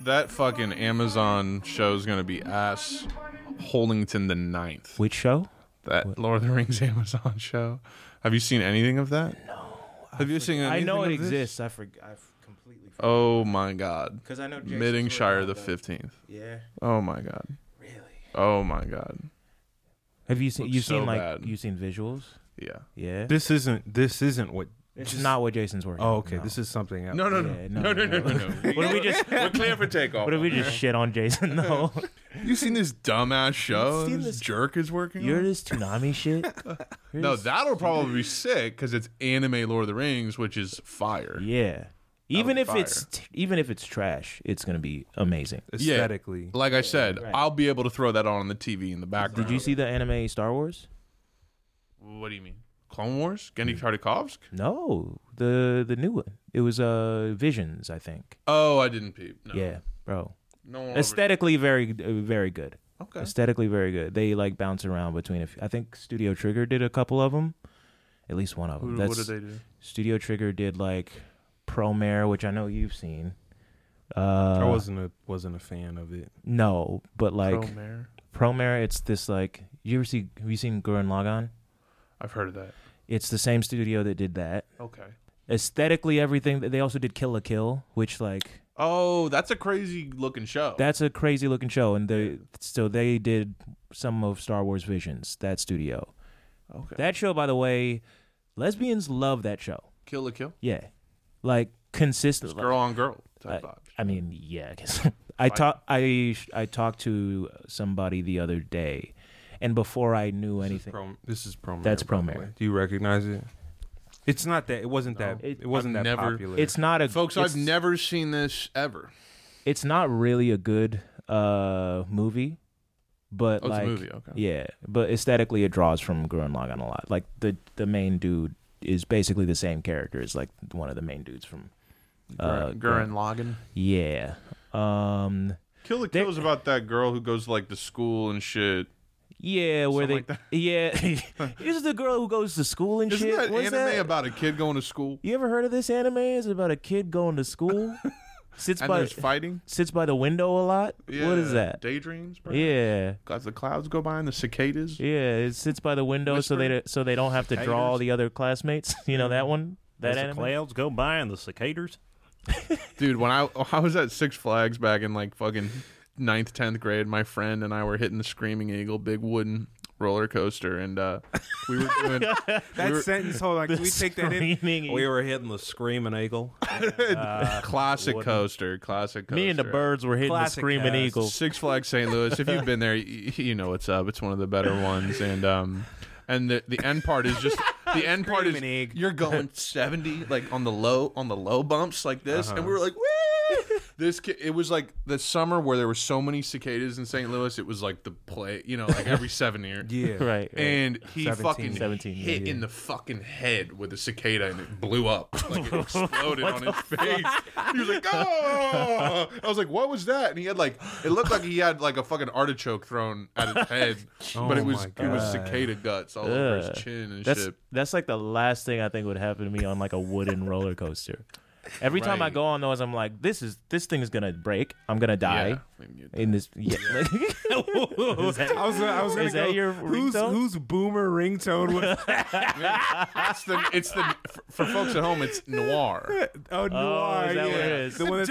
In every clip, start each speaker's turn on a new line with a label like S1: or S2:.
S1: that fucking Amazon show is going to be ass. Holington the Ninth.
S2: Which show?
S1: That Lord of the Rings Amazon show. Have you seen anything of that? No. Have you seen?
S2: I know
S1: anything
S2: it
S1: of this?
S2: exists. I forg I f- completely forgot.
S1: Oh my God.
S2: 'Cause I know Jason's
S1: Middingshire
S2: working
S1: the
S2: on that.
S1: fifteenth.
S2: Yeah,
S1: Oh my God.
S2: really.
S1: Oh my God.
S2: Have you seen?
S1: Looks
S2: You have
S1: so
S2: seen like
S1: bad.
S2: you seen visuals?
S1: Yeah.
S2: Yeah.
S3: This isn't. This isn't what.
S2: This is not what Jason's working.
S3: Oh,
S2: on,
S3: okay.
S2: no.
S3: This is something else.
S1: No, no, no,
S2: Yeah,
S1: no, no, no, no. no.
S2: What if we just?
S1: We're clear for takeoff.
S2: What if we just shit on Jason though?
S1: You seen this dumbass show?
S2: You've seen
S1: this,
S2: this-
S1: jerk is working.
S2: You're
S1: on?
S2: this tsunami shit. You're
S1: No,
S2: this-
S1: that'll probably be sick because it's anime Lord of the Rings, which is fire.
S2: Yeah. Even
S1: be
S2: if it's t- even if it's trash, it's gonna be amazing.
S3: Aesthetically.
S1: Like I said,
S2: right.
S1: I'll be able to throw that on in the TV in the background.
S2: Did you see the anime Star Wars?
S1: What do you mean? Clone Wars? Gendy Tartakovsk?
S2: No, the the new one. It was uh Visions, I think.
S1: Oh, I didn't peep. No.
S2: Yeah, bro.
S1: No one
S2: Aesthetically, very uh, very good.
S1: Okay.
S2: Aesthetically, very good. They like bounce around between. A few, I think Studio Trigger did a couple of them, at least one of them.
S1: Who-
S2: That's,
S1: what did they do?
S2: Studio Trigger did like Promare, which I know you've seen. Uh,
S3: I wasn't a wasn't a fan of it.
S2: no, but like
S1: Pro Mare?
S2: Promare, it's this like. You ever see? Have you seen Gurren Lagann?
S1: I've heard of that.
S2: It's the same studio that did that.
S1: Okay.
S2: Aesthetically, everything. They also did Kill a Kill, which like
S1: Oh, that's a crazy looking show.
S2: that's a crazy looking show and they so they did some of star wars visions that studio
S1: okay.
S2: that show by the way lesbians love that show
S1: kill a kill.
S2: yeah like consistently
S1: Girl on girl type
S2: I,
S1: vibes.
S2: I mean yeah i guess i talked i i talked to somebody the other day and before i knew anything
S3: Prom- this is Promare.
S2: That's
S3: by the
S2: Promare.
S3: way. Do you recognize it? It's not that. It wasn't that.
S2: It-
S3: It, wasn't
S1: I've
S3: that
S1: never-
S3: popular.
S2: it's not a
S1: Folks,
S2: it's,
S1: I've never seen this ever.
S2: it's not really a good uh movie but
S1: Oh, it's
S2: like
S1: a movie. Okay.
S2: Yeah, but aesthetically, it draws from Gurren Lagann a lot. Like the the main dude is basically the same character as like one of the main dudes from. Uh,
S1: Gurren Lagann.
S2: Yeah. Um.
S1: Kill the
S2: They-
S1: Kill is about that girl who goes to like the school and shit.
S2: Yeah, where
S1: Something
S2: they yeah, is the girl who goes to school and
S1: Isn't
S2: shit.
S1: that
S2: What's
S1: anime
S2: that?
S1: about a kid going to school
S2: you ever heard of this anime? It's about a kid going to school, sits
S1: and
S2: by
S1: there's fighting?
S2: sits by the window a lot. What is
S1: Yeah.
S2: that?
S1: Daydreams, bro.
S2: Yeah,
S1: As the clouds go by and the cicadas.
S2: yeah, it sits by the window so they so they don't have to draw all the other classmates. You know
S1: Mm.
S2: that one? That
S4: As the
S2: anime?
S4: clouds go by and the cicadas.
S1: Dude, when I I was at Six Flags back in like fucking ninth, tenth grade, my friend and I were hitting the Screaming Eagle big wooden roller coaster, and uh, we were doing.
S3: that sentence. Hold on. Can we take that in?
S2: Screaming
S3: We were hitting the screaming eagle.
S1: classic coaster, classic coaster.
S2: Me and the birds were hitting
S3: Classic
S2: the screaming
S3: cast.
S2: eagle.
S1: Six Flags St. Louis. If you've been there, you, you know what's up. It's one of the better ones, and um, and the the end part is just the end part is
S3: Screaming egg.
S1: you're going seventy like on the low on the low bumps like this,
S3: Uh-huh.
S1: and we were like, woo! This kid, it was like the summer where there were so many cicadas in St. Louis. It was like the play, you know, like every seven year.
S3: Yeah.
S2: Right. right.
S1: And he
S3: 17.
S1: fucking
S2: 17,
S1: hit
S2: yeah, yeah.
S1: in the fucking head with a cicada and it blew up. Like it exploded on his face. He was like, oh! I was like, what was that? And he had like, it looked like he had like a fucking artichoke thrown at his head, but it
S3: Oh
S1: was
S3: my
S1: it was
S3: God.
S1: cicada guts all over his chin and
S2: that's
S1: shit.
S2: that's like the last thing I think would happen to me on like a wooden roller coaster. Every time I
S1: Right.
S2: go on those, I'm like, this is this thing is gonna break. I'm gonna die.
S1: Yeah.
S2: In this, yeah. Is that-
S3: I was. I was gonna
S2: Is that
S3: go,
S2: your
S3: who's,
S2: ringtone?
S3: who's boomer ringtone? Was,
S1: It's the it's the for, for folks at home, it's noir.
S3: oh, noir,
S2: is that
S3: yeah.
S2: what it is?
S3: The one that's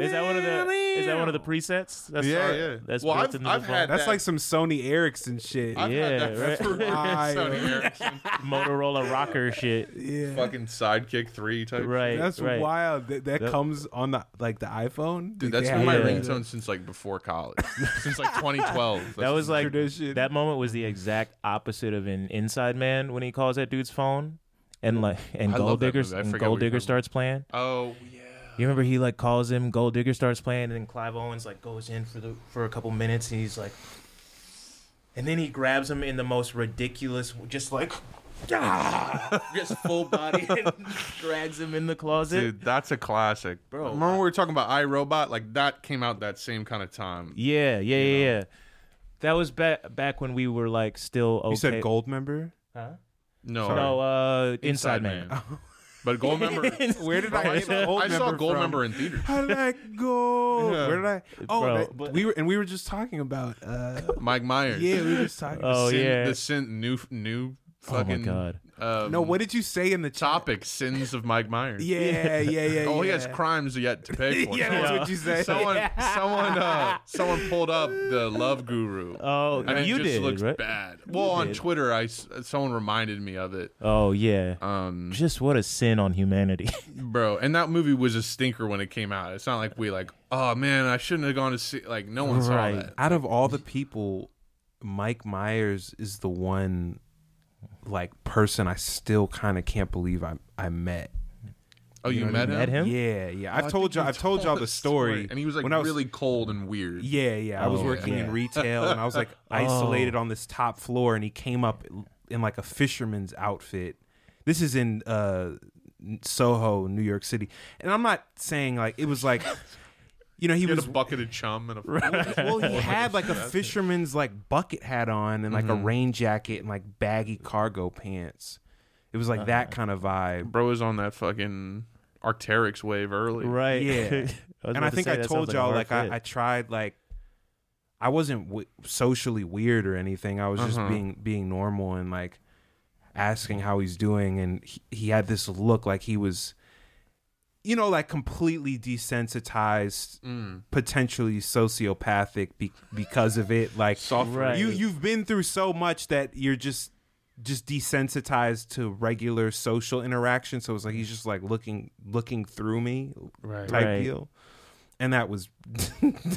S2: is that one of the is that one of the presets? That's
S1: Yeah,
S2: our-
S1: yeah.
S2: That's
S1: Well,
S2: built
S1: I've-
S2: into the
S1: I've
S2: phone.
S1: had-
S3: that's like some Sony Ericsson shit.
S1: I've
S2: Yeah,
S1: had that. That's
S2: right.
S1: for Sony Ericsson,
S2: Motorola rocker shit.
S3: yeah.
S1: fucking sidekick three type. shit.
S2: Right.
S3: That's
S2: right.
S3: wild. That, that
S2: That-
S3: comes on the like the iPhone.
S1: Dude,
S3: Like,
S1: that's
S3: they
S1: been my
S3: have
S2: Yeah.
S3: that.
S1: ringtone since like before college, since like 2012. That's
S2: That was like
S3: tradition.
S2: that moment was the exact opposite of an Inside Man when he calls that dude's phone and like and
S1: I
S2: Gold
S1: love that
S2: Diggers
S1: movie. I
S2: and
S1: forgot
S2: Gold
S1: we-
S2: Digger starts playing.
S1: oh yeah.
S2: You remember he like calls him, Gold Digger starts playing, and then Clive Owens like goes in for the for a couple minutes and he's like and then he grabs him in the most ridiculous just like just full body and drags him in the closet.
S1: Dude, that's a classic, bro. Remember we were talking about iRobot? Like that came out that same kind of time.
S2: Yeah, yeah, yeah, yeah. That was back back when we were like still okay.
S3: You said gold member.
S2: Huh?
S1: No,
S2: No, uh Inside,
S1: Inside
S2: Man.
S1: Man. But Gold Member,
S3: Where did I?
S1: I
S3: get Gold
S1: saw, I saw
S3: Member
S1: Gold
S3: from?
S1: Member in theaters.
S3: How did I go?
S1: Yeah.
S3: Where did I? Oh,
S2: Bro,
S3: that-
S5: but-
S3: we were and we were just talking about. Uh,
S1: Mike Myers.
S3: yeah, we were just talking.
S2: Oh,
S1: Sin-
S2: yeah. Oh
S1: The sin, new new
S2: my
S1: fucking
S2: God.
S1: Um,
S3: no, what did you say in the chat?
S1: topic? Sins of Mike Myers.
S3: Yeah, yeah, yeah. yeah
S1: Oh, he has crimes yet to pay for.
S3: yeah, that's what you said.
S1: Someone, someone, uh, someone pulled up the Love Guru.
S2: Oh,
S1: and it
S2: you
S1: just
S2: did,
S1: looks
S2: right?
S1: bad. Well, on
S2: did.
S1: Twitter, I s- someone reminded me of it,
S2: Oh yeah.
S1: um,
S2: Just what a sin on humanity.
S1: bro. And that movie was a stinker when it came out. It's not like we like, oh man, I shouldn't have gone to see. Like no one saw
S2: Right.
S1: that.
S3: Out of all the people, Mike Myers is the one, like person I still kind of can't believe I I met.
S1: Oh, you,
S3: know
S1: met,
S3: what
S1: him? Oh,
S2: Met him?
S3: Yeah, yeah.
S1: I
S3: I've told
S1: think
S3: you. I've told y'all the story.
S1: and he was like
S3: when I
S1: really cold and weird.
S3: Yeah, yeah. I was
S2: Oh,
S3: working
S2: yeah. Oh.
S3: in retail and I was like isolated on this top floor and he came up in like a fisherman's outfit. This is in uh Soho, New York City. And I'm not saying like it was like you know, he
S1: He had
S3: was
S1: a bucket of chum and a
S3: well, he had like a fisherman's like bucket hat on and like
S2: Mm-hmm.
S3: a rain jacket and like baggy cargo pants. It was like that
S2: Uh-huh.
S3: kind of vibe.
S1: bro was on that fucking Arcteryx wave early.
S2: right.
S3: Yeah.
S2: was
S3: and
S2: about
S3: I
S2: to
S3: think
S2: say,
S3: I
S2: that sounds
S3: told
S2: like a
S3: y'all
S2: hard
S3: like I,
S2: fit.
S3: I tried like I wasn't w- socially weird or anything. I was just
S1: Uh-huh.
S3: being being normal and like asking how he's doing and he, he had this look like he was you know like completely desensitized
S1: Mm.
S3: potentially sociopathic be- because of it like
S1: Soft
S2: Right.
S3: you you've been through so much that you're just just desensitized to regular social interaction so it's like he's just like looking looking through me
S1: Right.
S3: type
S2: Right.
S3: deal. And that was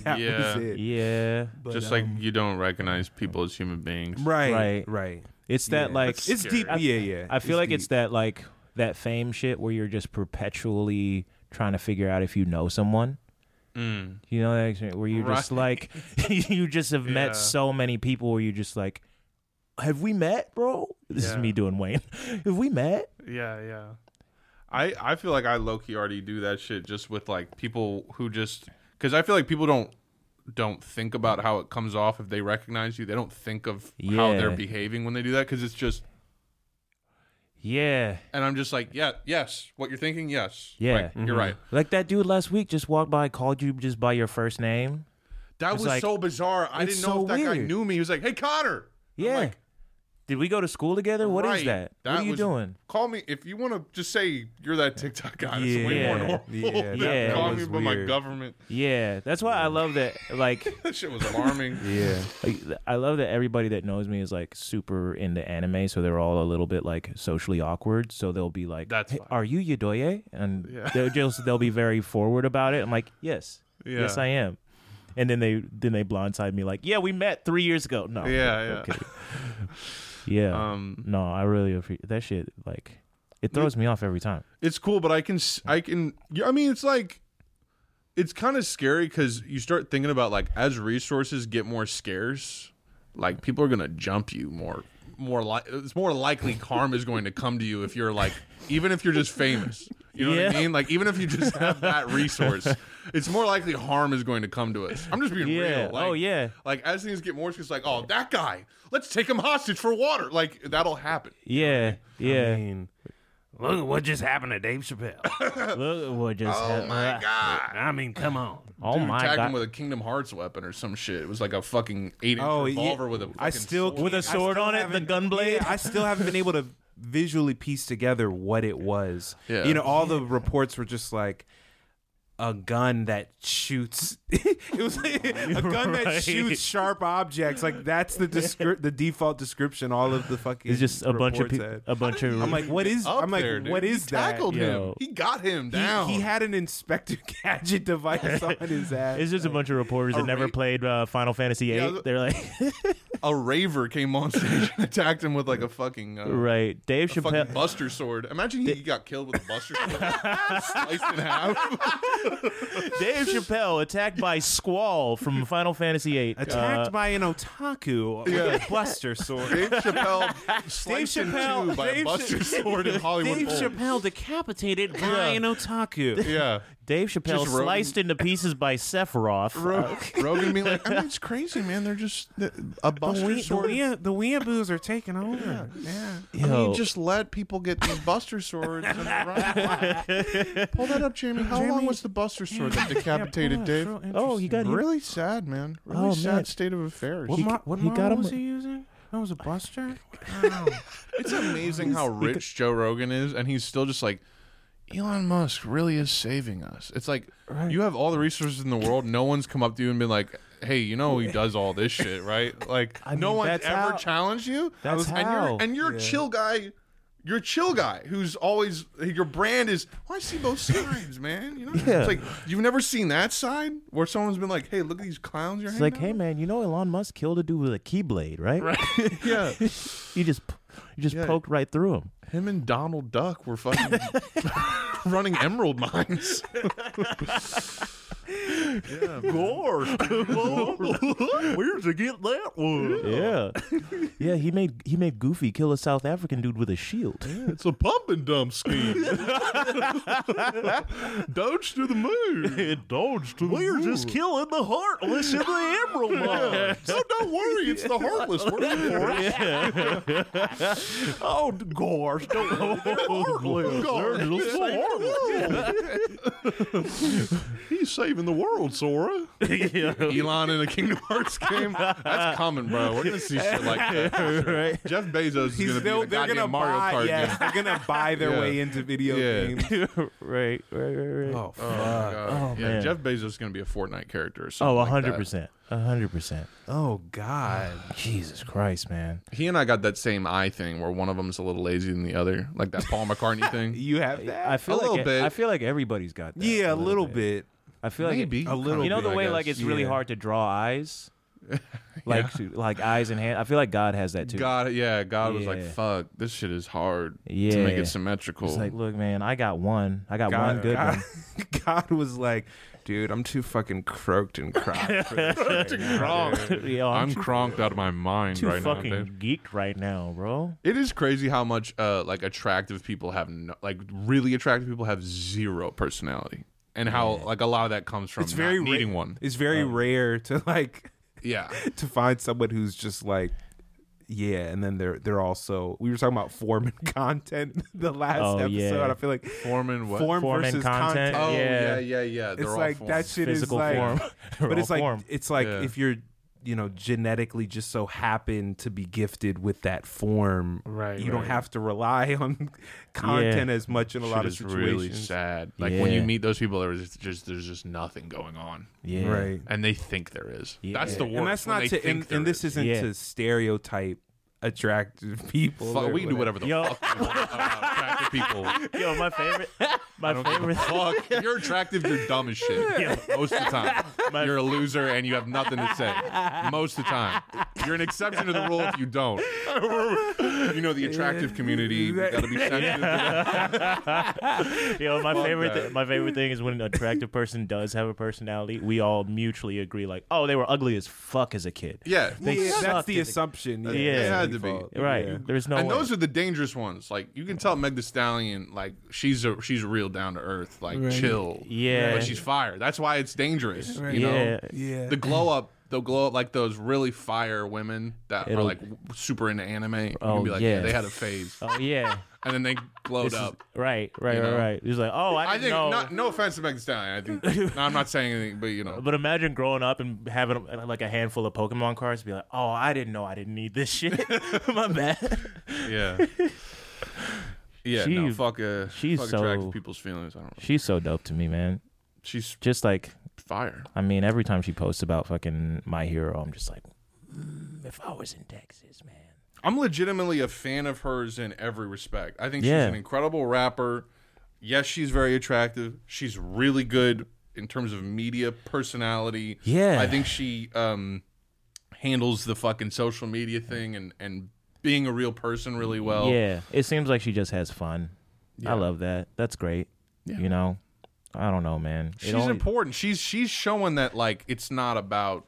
S3: that
S1: Yeah.
S3: was it. um,
S2: yeah.
S1: Just like
S2: um,
S1: you don't recognize people as human beings.
S3: Right, right,
S2: Right.
S3: right.
S2: It's that
S3: Yeah.
S2: like
S3: It's
S1: Scary.
S3: deep. Yeah, yeah.
S2: I feel like it's
S3: deep.
S2: that like that fame shit where you're just perpetually trying to figure out if you know someone.
S1: Mm.
S2: You know that experience where you just like you just have
S1: Yeah.
S2: met so many people where you're just like, have we met, bro? This is
S1: Yeah.
S2: me doing Wayne. have we met?
S1: Yeah, yeah. I I feel like I low key already do that shit just with like people who just because I feel like people don't don't think about how it comes off if they recognize you. They don't think of how
S2: Yeah.
S1: they're behaving when they do that because it's just.
S2: Yeah.
S1: And I'm just like, yeah, yes, what you're thinking, yes,
S2: Yeah. Mm-hmm.
S1: Like, you're right.
S2: Like that dude last week just walked by, called you just by your first name.
S1: That
S2: It's
S1: was
S2: like-
S1: so bizarre. I
S2: it's
S1: didn't know
S2: so
S1: if that guy
S2: weird.
S1: knew me. He was like, hey, Connor. I'm
S2: Yeah.
S1: like,
S2: Did we go to school together? What is
S1: Right.
S2: that?
S1: That
S2: What are you
S1: was-
S2: doing?
S1: Call me if you want to just say you're that TikTok guy. It's way more
S2: Yeah.
S1: normal.
S3: Yeah,
S1: than
S2: that- that
S1: Call me
S3: was
S1: by my
S3: weird.
S1: government.
S2: Yeah. That's why I love that like
S1: That shit was alarming.
S3: Yeah.
S2: Like, I love that everybody that knows me is like super into anime, so they're all a little bit like socially awkward. So they'll be like,
S1: That's
S2: "Hey,
S1: fine."
S2: "Are you Yodoye?" And
S1: Yeah.
S2: they'll just they'll be very forward about it. I'm like, "Yes,
S1: Yeah.
S2: yes, I am." And then they then they blindside me like, "Yeah, we met three years ago." No,
S1: Yeah, yeah.
S2: okay. yeah.
S1: Um,
S2: no, I really appreciate that shit. Like, it throws me off every time.
S1: it's cool, but I can, s- I can. yeah, I mean, it's like, it's kind of scary because you start thinking about like as resources get more scarce, like people are gonna jump you more, more like it's more likely harm is going to come to you if you're like, even if you're just famous. You know what I
S2: Yeah.
S1: mean? Like even if you just have that resource, it's more likely harm is going to come to us. I'm just being
S2: Yeah.
S1: real. Like,
S2: oh yeah.
S1: Like as things get more, it's just like, oh, that guy, let's take him hostage for water. Like that'll happen.
S2: Yeah. Yeah.
S3: I mean,
S6: Look at what just happened to Dave Chappelle.
S2: Look what just
S1: Oh
S2: happened.
S1: my god.
S6: I mean, come on.
S2: Oh
S1: Dude
S2: my
S1: tagged
S2: god.
S1: him with a Kingdom Hearts weapon or some shit. It was like a fucking eight inch
S3: Oh, yeah.
S1: revolver with a. Fucking
S3: I still
S1: sword.
S2: With a sword on it, the
S3: haven't-
S2: gun blade.
S3: yeah, I still haven't been able to visually piece together what it was.
S1: Yeah.
S3: You know, all the reports were just like a gun that shoots. it was like a gun that
S2: Right.
S3: shoots sharp objects. Like that's the descri- the default description. All of the fucking
S2: It's just a bunch of
S3: reports
S2: people.
S3: had.
S2: A bunch of.
S3: I'm like, what is?
S1: Up
S3: I'm like,
S1: there, dude.
S3: what is
S1: he
S3: that?
S1: Tackled him.
S2: Yo.
S1: He got him
S3: He-
S1: down.
S3: He, had an Inspector Gadget device on his ass.
S2: It's just a bunch of reporters that never
S1: rape-
S2: played uh, Final Fantasy VIII.
S1: Yeah, the-
S2: They're like,
S1: a raver came on stage and attacked him with like a fucking. Uh,
S2: right, Dave
S1: a Fucking
S2: Chappelle.
S1: Buster sword. Imagine he got killed with a Buster sword, sliced in half.
S2: Dave Chappelle attacked by Squall from Final Fantasy VIII.
S3: attacked
S2: Uh,
S3: by an otaku with a Buster sword.
S1: Dave Chappelle sliced in two
S3: Chappelle-
S1: by
S3: Dave
S1: a Buster
S3: Cha-
S1: sword in Hollywood
S3: Dave
S1: Bowl.
S3: Chappelle decapitated by an otaku.
S1: yeah,
S2: Dave Chappelle
S1: Just Rogan-
S2: sliced into pieces by Sephiroth.
S1: Ro- Rogan being like, I mean, it's crazy, man. They're just th- a
S3: The
S1: Buster
S3: we, the
S1: sword.
S3: we, the weeaboos are taking over. Yeah.
S1: I mean,
S2: Yo.
S1: just let people get these Buster swords and run. Pull that up, Jamie. How long
S3: Jamie-
S1: was the Buster sword that
S3: Yeah,
S1: decapitated
S3: boy,
S1: Dave?
S3: that's real
S2: Oh, he got
S3: interesting.
S2: hit.
S1: Really sad, man. Really
S2: Oh,
S1: sad
S2: man.
S1: state of affairs.
S3: What,
S2: He-
S3: mo- what
S2: he
S3: model
S2: got him
S3: was
S2: a-
S3: he using? That was a Buster. Wow.
S1: it's amazing how rich Joe Rogan is, and he's still just like, Elon Musk really is saving us. It's like you have all the resources in the world. No one's come up to you and been like, "Hey, you know he does all this shit, right?" Like no
S2: mean,
S1: one's
S2: that's
S1: ever
S2: how-
S1: challenged you.
S2: that's
S1: and
S2: how.
S1: You're, and you're a chill guy. You're a chill guy who's always your brand is. Oh, I see both sides, man. You know,
S2: Yeah.
S1: it's like you've never seen that side where someone's been like, "Hey, look at these clowns you're
S2: It's
S1: hanging out
S2: like, hey
S1: with."
S2: man, you know Elon Musk killed a dude with a keyblade, right? Right.
S1: yeah."
S2: you just p- you just
S1: Yeah.
S2: poked right through him.
S1: Him and Donald Duck were fucking running emerald mines.
S6: Where'd you get that one?
S2: Yeah. yeah, he made he made Goofy kill a South African dude with a shield.
S1: It's a pump and dump scheme. Doge to the moon.
S6: Dodge to We're just killing the heartless in the Emerald Mine.
S1: So don't worry, it's the heartless. We're for it.
S6: Oh, gosh, don't worry, they're heartless.
S1: They're just He's saving the world, Sora. Elon in a Kingdom Hearts game. That's common, bro. We're gonna see shit like that. for sure. Jeff Bezos is gonna be
S3: they'll-
S1: in a goddamn Mario
S3: buy,
S1: Kart
S3: yeah,
S1: game.
S2: Oh,
S3: they're gonna buy their
S1: Yeah.
S3: way into video
S1: Yeah.
S3: games.
S2: right, right, right, right.
S3: Oh,
S1: Oh, my God. yeah,
S2: man.
S1: Jeff Bezos is going to be a Fortnite character or something.
S2: Oh,
S1: like that.
S2: hundred percent. hundred percent.
S3: oh God.
S2: Jesus Christ, man.
S1: He and I got that same eye thing where one of them's a little lazier than the other, like that Paul McCartney thing.
S3: You have that?
S2: I
S1: A
S2: feel like
S1: little
S2: e-
S1: bit.
S2: I feel like everybody's got that.
S3: yeah, a little bit.
S2: I feel like it-
S1: Maybe.
S3: a little
S2: you know the
S1: I
S2: way
S1: guess.
S2: like it's really
S3: Yeah.
S2: hard to draw eyes? Like like eyes and hand. I feel like God has that too.
S1: God, yeah, God was like,
S2: Yeah.
S1: "Fuck, this shit is hard to
S2: Yeah.
S1: make it symmetrical."
S2: It's like, look, man, I got one. I got
S3: God,
S2: one good
S3: God,
S2: one.
S3: God was like, dude, I'm too fucking croaked and crocked. for this right now, dude."
S2: Yeah, I'm,
S1: I'm
S2: too,
S1: cronked out of my mind
S2: too
S1: right now.
S2: fucking
S1: dude.
S2: geeked right now, bro.
S1: It is crazy how much uh like attractive people have no, like really attractive people have zero personality, and how like a lot of that comes from
S3: It's
S1: not
S3: very ra-
S1: needing one.
S3: It's very rare to like
S1: Yeah,
S3: to find someone who's just like yeah and then they're they're also we were talking about form and content the last
S2: Oh,
S3: episode
S2: yeah.
S3: i feel like
S1: Foreman what?
S3: form,
S2: Form and
S3: versus
S2: content.
S3: content,
S1: oh yeah,
S2: Yeah.
S1: yeah, yeah. They're
S3: it's
S1: all
S3: like
S1: form.
S3: that shit
S2: Physical
S3: is like
S2: form. They're
S3: but it's
S2: all
S3: like
S2: form.
S3: it's like
S1: Yeah.
S3: if you're you know genetically just so happen to be gifted with that form
S5: Right,
S3: you don't
S5: right.
S3: have to rely on content as much in a
S1: Shit
S3: lot of
S1: is really
S3: situations
S1: sad. Like when you
S2: Yeah.
S1: meet those people, there's just there's just nothing going on.
S2: Yeah.
S3: right
S1: and they think there is.
S2: Yeah.
S1: That's the worst.
S3: and that's
S1: when
S3: not
S1: they
S3: to
S1: think
S3: and,
S1: there
S3: and this
S1: is.
S3: isn't
S2: Yeah.
S3: to stereotype attractive people
S1: Fuck,
S3: or
S1: we can do whatever the
S2: Yo.
S1: fuck we want about attractive people.
S2: Yo, my favorite, my favorite,
S1: Fuck, if you're attractive, you're dumb as shit. Most of the time, you're a loser and you have nothing to say. Most of the time, you're an exception to the rule if you don't. You know the attractive community. We gotta be sensitive. to that.
S2: yo, my favorite,
S1: that.
S2: thi- my favorite thing is when an attractive person does have a personality. We all mutually agree, like, oh, they were ugly as fuck as a kid.
S1: Yeah,
S2: They
S3: Yeah, that's
S2: sucked
S3: the
S2: as a-
S3: assumption. Yeah,
S2: Yeah. It
S1: had to be.
S3: Default.
S2: Right.
S3: Yeah.
S2: There's no.
S1: and
S2: way.
S1: those are the dangerous ones. Like you can tell Meg The Stallion, like she's a she's real down to earth, like chill.
S2: Yeah.
S1: but she's fire. That's why it's dangerous. You know,
S2: yeah.
S3: Yeah.
S1: the glow up they'll glow up like those really fire women that are
S2: It'll-
S1: like w- super into anime you
S2: Oh,
S1: can be like
S2: yeah.
S1: they had a phase
S2: Oh yeah.
S1: and then they glowed up
S2: Right. Right.
S1: You
S2: Right.
S1: know?
S2: Right. He's like, oh, I,
S1: i
S2: didn't
S1: think
S2: know.
S1: not, no offense to Meg Thee Stallion. i think no, i'm not saying anything but you know
S2: But imagine growing up and having uh, like a handful of Pokemon cards, be like, "Oh, I didn't know I didn't need this shit." My bad.
S1: yeah yeah no
S2: She-
S1: fuck uh
S2: she's
S1: fuck attractive
S2: so-
S1: people's feelings i don't know
S2: She's so dope to me, man.
S1: she's
S2: Just like,
S1: fire
S2: I mean, every time she posts about fucking my hero, I'm just like, mm, if I was in Texas, man.
S1: i'm legitimately a fan of hers in every respect i think she's
S2: Yeah.
S1: an incredible rapper yes she's very attractive she's really good in terms of media personality
S2: Yeah.
S1: I think she um, handles the fucking social media thing and and being a real person really well.
S2: Yeah, it seems like she just has fun. I love that. That's great. You know, I don't know, man. It
S1: she's
S2: only-
S1: important. She's she's showing that like it's not about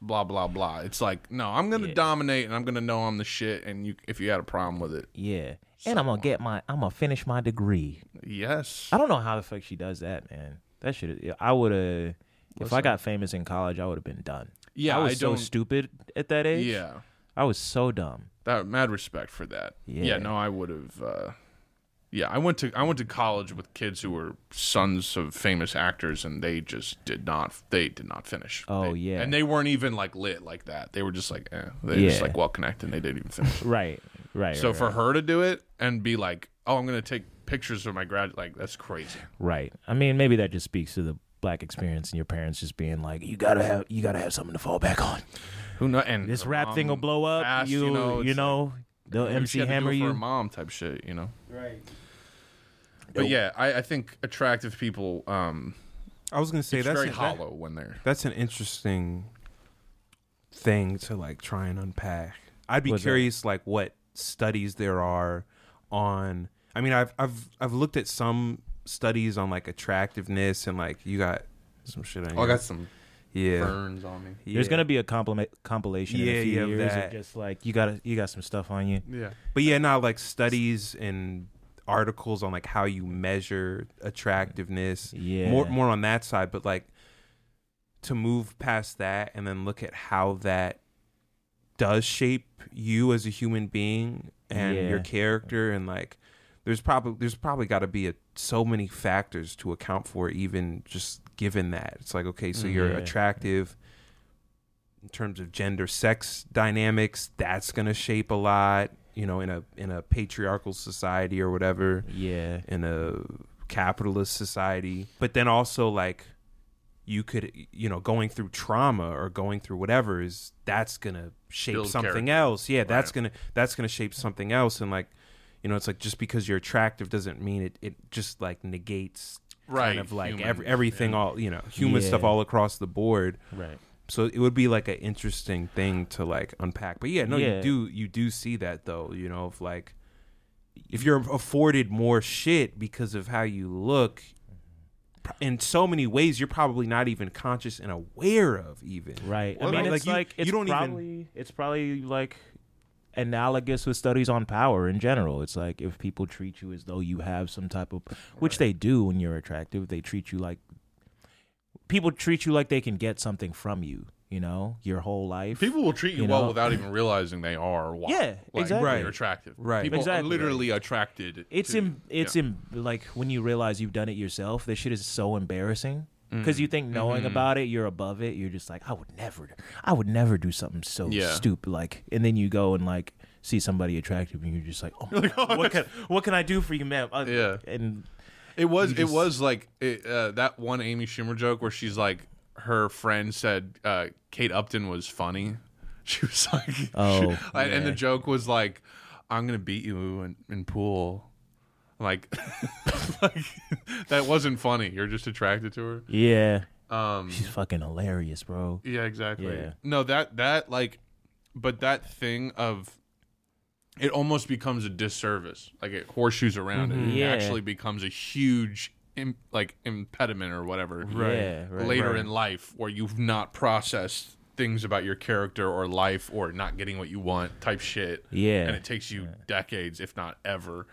S1: blah blah blah. It's like no, I'm gonna dominate and I'm gonna know I'm the shit. And you, if you had a problem with it,
S2: Yeah, and I'm gonna get my, I'm gonna finish my degree.
S1: yes,
S2: I don't know how the fuck she does that, man. That shit. is- I would have. If I got famous in college, I would have been done.
S1: Yeah,
S2: I was
S1: I
S2: so
S1: don't-
S2: stupid at that age.
S1: Yeah.
S2: I was so dumb.
S1: That mad respect for that. Yeah,
S2: Yeah.
S1: no, I would have. Uh, yeah, I went to I went to college with kids who were sons of famous actors, and they just did not they did not finish.
S2: Oh,
S1: They-
S2: yeah.
S1: and they weren't even like lit like that. They were just like eh. they were just
S2: Yeah.
S1: like well connected. and They didn't even finish.
S2: Right. Right.
S1: so
S2: right,
S1: for her to do it and be like, oh, I'm gonna take pictures of my grad, like that's crazy.
S2: Right. I mean, maybe that just speaks to the black experience and your parents just being like, you gotta have, you gotta have something to fall back on.
S1: Who know? And
S2: This
S1: her
S2: rap thing will
S1: mom
S2: blow up.
S1: passed,
S2: you, you know,
S1: it's like-
S2: they'll
S1: Maybe she had
S2: MC
S1: to do it
S2: hammer
S1: for her
S2: you.
S1: mom type shit, you know. Right. But yeah, I, I think attractive people. Um,
S3: I was gonna say
S1: it's
S3: that's
S1: very
S3: that-
S1: hollow when they're.
S3: that's an interesting thing to like try and unpack. I'd be
S2: What's that?
S3: curious like what studies there are on I mean I've I've I've looked at some studies on like attractiveness and like you got some shit on
S1: Oh, I
S3: your-
S1: got some
S3: yeah.
S1: burns on me.
S2: There's
S3: yeah.
S2: gonna be a compliment compilation in
S3: Yeah,
S2: a few
S3: yeah,
S2: years
S3: that.
S2: of just like you got you got some stuff on you.
S1: Yeah.
S3: But yeah, now like studies and articles on like how you measure attractiveness.
S2: Yeah.
S3: More more on that side, but like to move past that and then look at how that does shape you as a human being and
S2: Yeah.
S3: your character and like there's probably there's probably got to be a, so many factors to account for even just given that it's like okay so
S2: Mm,
S3: you're
S2: yeah.
S3: attractive in terms of gender sex dynamics that's going to shape a lot you know in a in a patriarchal society or whatever
S2: Yeah.
S3: in a capitalist society but then also like you could you know going through trauma or going through whatever is that's gonna shape
S1: Build
S3: something
S1: character.
S3: else yeah that's
S1: Right.
S3: gonna that's gonna shape something else and like you know it's like just because you're attractive doesn't mean it it just like negates
S1: Right,
S3: kind of like
S1: human,
S3: every, everything
S1: yeah.
S3: all you know human
S2: Yeah.
S3: stuff all across the board
S2: Right.
S3: so it would be like an interesting thing to like unpack but yeah no
S2: Yeah.
S3: you do you do see that though you know of like if you're afforded more shit because of how you look pr- in so many ways you're probably not even conscious and aware of even
S2: Right.
S3: Well,
S2: I mean,
S3: like,
S2: it's
S3: you-
S2: like
S3: you
S2: it's
S3: don't even-
S2: probably it's probably like analogous with studies on power in general. It's like if people treat you as though you have some type of, which they do when you're attractive. They treat you like people treat you like they can get something from you. You know, your whole life.
S1: People will treat you,
S2: You
S1: well
S2: know?
S1: without even realizing they are. or Why.
S2: Yeah,
S1: like,
S2: exactly.
S1: Right.
S3: Right.
S1: You're attractive.
S3: Right.
S1: People are
S2: Exactly.
S1: literally attracted.
S2: It's
S1: to,
S2: in. It's
S1: yeah.
S2: in. Like when you realize you've done it yourself, this shit is so embarrassing. Because
S1: Mm-hmm.
S2: you think knowing about it, you're above it. You're just like, I would never, I would never do something so
S1: Yeah.
S2: stupid. Like, and then you go and like see somebody attractive, and you're just like, oh my God, what can what can I do for you, ma'am? Uh,
S1: Yeah.
S2: and
S1: It was.
S2: you
S1: It
S2: just-
S1: was like it, uh, that one Amy Schumer joke where she's like, her friend said uh, Kate Upton was funny. She was like,
S2: Oh,
S1: she- and- and the
S2: yeah.
S1: joke was like, I'm gonna beat you in, in pool. Like, like, that wasn't funny. You're just attracted to
S2: yeah,
S1: her. Um,
S2: she's fucking hilarious, bro.
S1: Yeah, exactly.
S2: Yeah.
S1: No, that that like but that thing of it almost becomes a disservice. Like it horseshoes around it.
S2: Mm-hmm. Yeah.
S1: It actually becomes a huge Im- like impediment or whatever.
S2: Right. Yeah, right,
S1: Later
S3: right.
S1: in life where you've not processed things about your character or life or not getting what you want type shit.
S2: Yeah.
S1: And it takes you decades if not ever.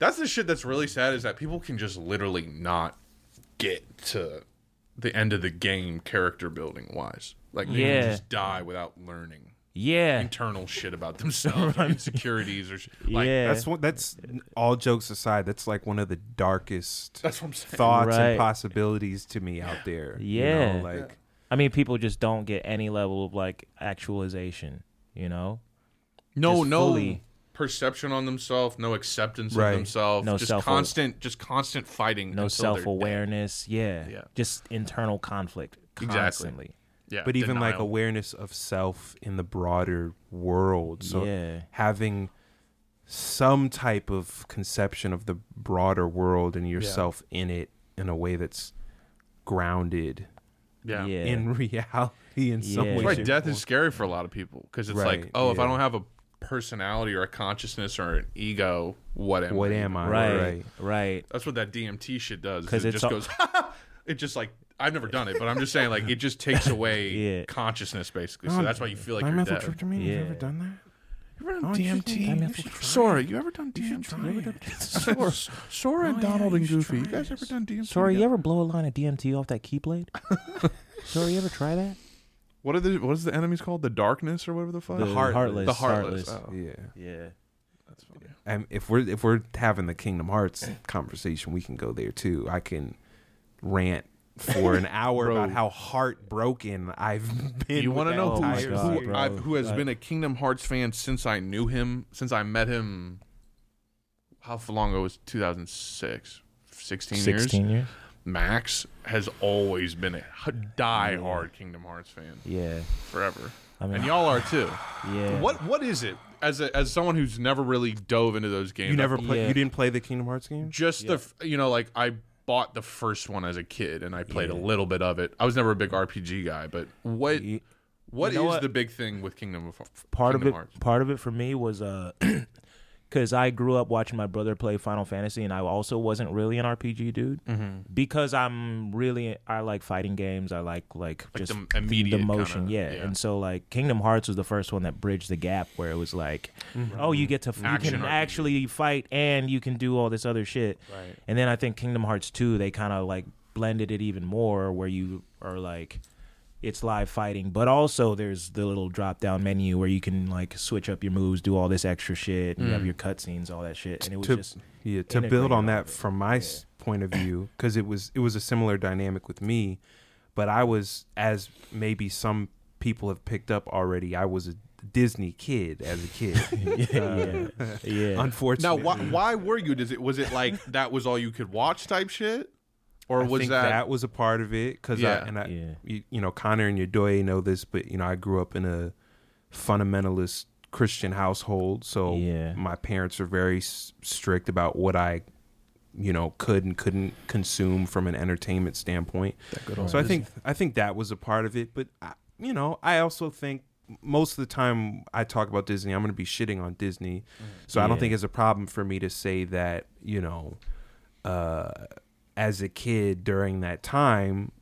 S1: That's the shit that's really sad is that people can just literally not get to the end of the game character building wise. Like they
S2: Yeah.
S1: just die without learning
S2: Yeah,
S1: internal shit about themselves, or insecurities, or sh- like
S2: yeah,
S3: that's one that's all jokes aside that's like one of the darkest
S1: that's what I'm saying.
S3: thoughts
S2: Right.
S3: and possibilities to me out there you
S2: Yeah.
S3: know, like
S2: I mean, people just don't get any level of like actualization. You know,
S1: No,
S2: Just
S1: no
S2: fully-
S1: perception on themselves, no acceptance
S3: Right.
S1: of themselves,
S2: No
S1: just
S2: self-
S1: constant, just constant fighting, until
S2: no
S1: they're dead.
S2: self awareness. Yeah.
S1: Yeah.
S2: just internal conflict
S1: Exactly.
S2: constantly.
S1: Yeah,
S3: but even like
S1: denial.
S3: awareness of self in the broader world. So
S2: Yeah.
S3: having some type of conception of the broader world and yourself in it in a way that's grounded
S1: yeah.
S2: Yeah.
S3: in reality in some
S2: Yeah.
S3: way.
S1: That's why
S3: shape,
S1: death
S3: or
S1: is scary for a lot of people because it's like,
S3: Right,
S1: oh, if I
S3: yeah.
S1: don't have a personality or a consciousness or an ego, what am
S3: form. what am I?
S2: right,
S3: Right.
S2: right.
S1: That's what that DMT shit does. Because
S2: 'Cause
S1: it
S2: it's
S1: just
S2: all-
S1: goes. it just like I've never done it, but I'm just saying like it just takes away
S2: Yeah.
S1: consciousness basically. So that's why you feel like you're dead.
S3: me.
S2: You've Yeah. ever done
S3: that? Oh,
S1: You ever
S7: done DMT? Sora, you ever done DMT? Sora and Donald and Goofy. You guys ever done DMT?
S2: Sorry, you
S7: together?
S2: ever blow a line of DMT off that keyblade? Sorry, you ever try that?
S1: What are the what is the enemies called? The darkness or whatever the fuck.
S2: The
S3: Heartless.
S2: heartless.
S1: The heartless. Oh.
S3: Yeah.
S5: Yeah.
S3: Um, if we're if we're having the Kingdom Hearts conversation, we can go there too. I can rant for an hour
S1: Bro.
S3: about how heartbroken I've been.
S1: You
S3: want to
S1: know
S2: Oh
S1: who,
S2: my
S1: who,
S2: God, bro.
S1: I've, who has
S2: Like-
S1: been a Kingdom Hearts fan since I knew him, since I met him? How long ago was 2006? 16, years.
S2: years.
S1: Max has always been a h- die-hard Kingdom Hearts fan
S2: Yeah.
S1: forever,
S2: I mean,
S1: and y'all are too.
S2: yeah.
S1: What what is it as a, as someone who's never really dove into those games?
S3: You never
S1: I-
S3: play.
S2: Yeah.
S3: You didn't play the Kingdom Hearts game.
S1: just the f- you know like I bought the first one as a kid and I played a little bit of it. I was never a big RPG guy, but what
S2: You-
S1: what is
S2: you know what?
S1: the big thing with Kingdom of
S2: part
S1: Kingdom
S2: of it
S1: Hearts?
S2: part of it for me was uh because i grew up watching my brother play final fantasy and i also wasn't really an rpg dude
S1: Mm-hmm.
S2: because i'm really i like fighting games i like like, just
S1: the immediate
S2: the motion
S1: kinda-
S2: yeah.
S1: yeah.
S2: and so like kingdom hearts was the first one that bridged the gap where it was like oh you get to you
S1: Action
S2: can
S1: RPG.
S2: actually fight and you can do all this other shit right. and then i think kingdom hearts 2 they kind of like blended it even more where you are like it's live fighting, but also there's the little drop down menu where you can like switch up your moves, do all this extra shit, and you have your cutscenes, all that shit. And it was
S3: Mm. to,
S2: just
S3: yeah, to
S2: integrate
S3: build
S2: all
S3: on that from my s point of view because it was it was a similar dynamic with me but i was as maybe some people have picked up already i was a disney kid as a kid
S2: yeah, yeah.
S1: Now,
S3: unfortunately
S1: why, why were you? Does it was it like that was all you could watch type shit, or
S3: I
S1: was
S3: think
S1: that,
S3: was a part of it because
S1: Yeah.
S3: I and I
S2: Yeah.
S3: you, you know Connor and your doy know this, but you know I grew up in a fundamentalist Christian household, so
S2: Yeah.
S3: my parents were very s- strict about what I you know could and couldn't consume from an entertainment standpoint. So I think I think that was a part of it, but I, you know I also think most of the time I talk about Disney, I'm going to be shitting on Disney, so I don't
S2: Yeah.
S3: think it's a problem for me to say that you know uh, as a kid during that time,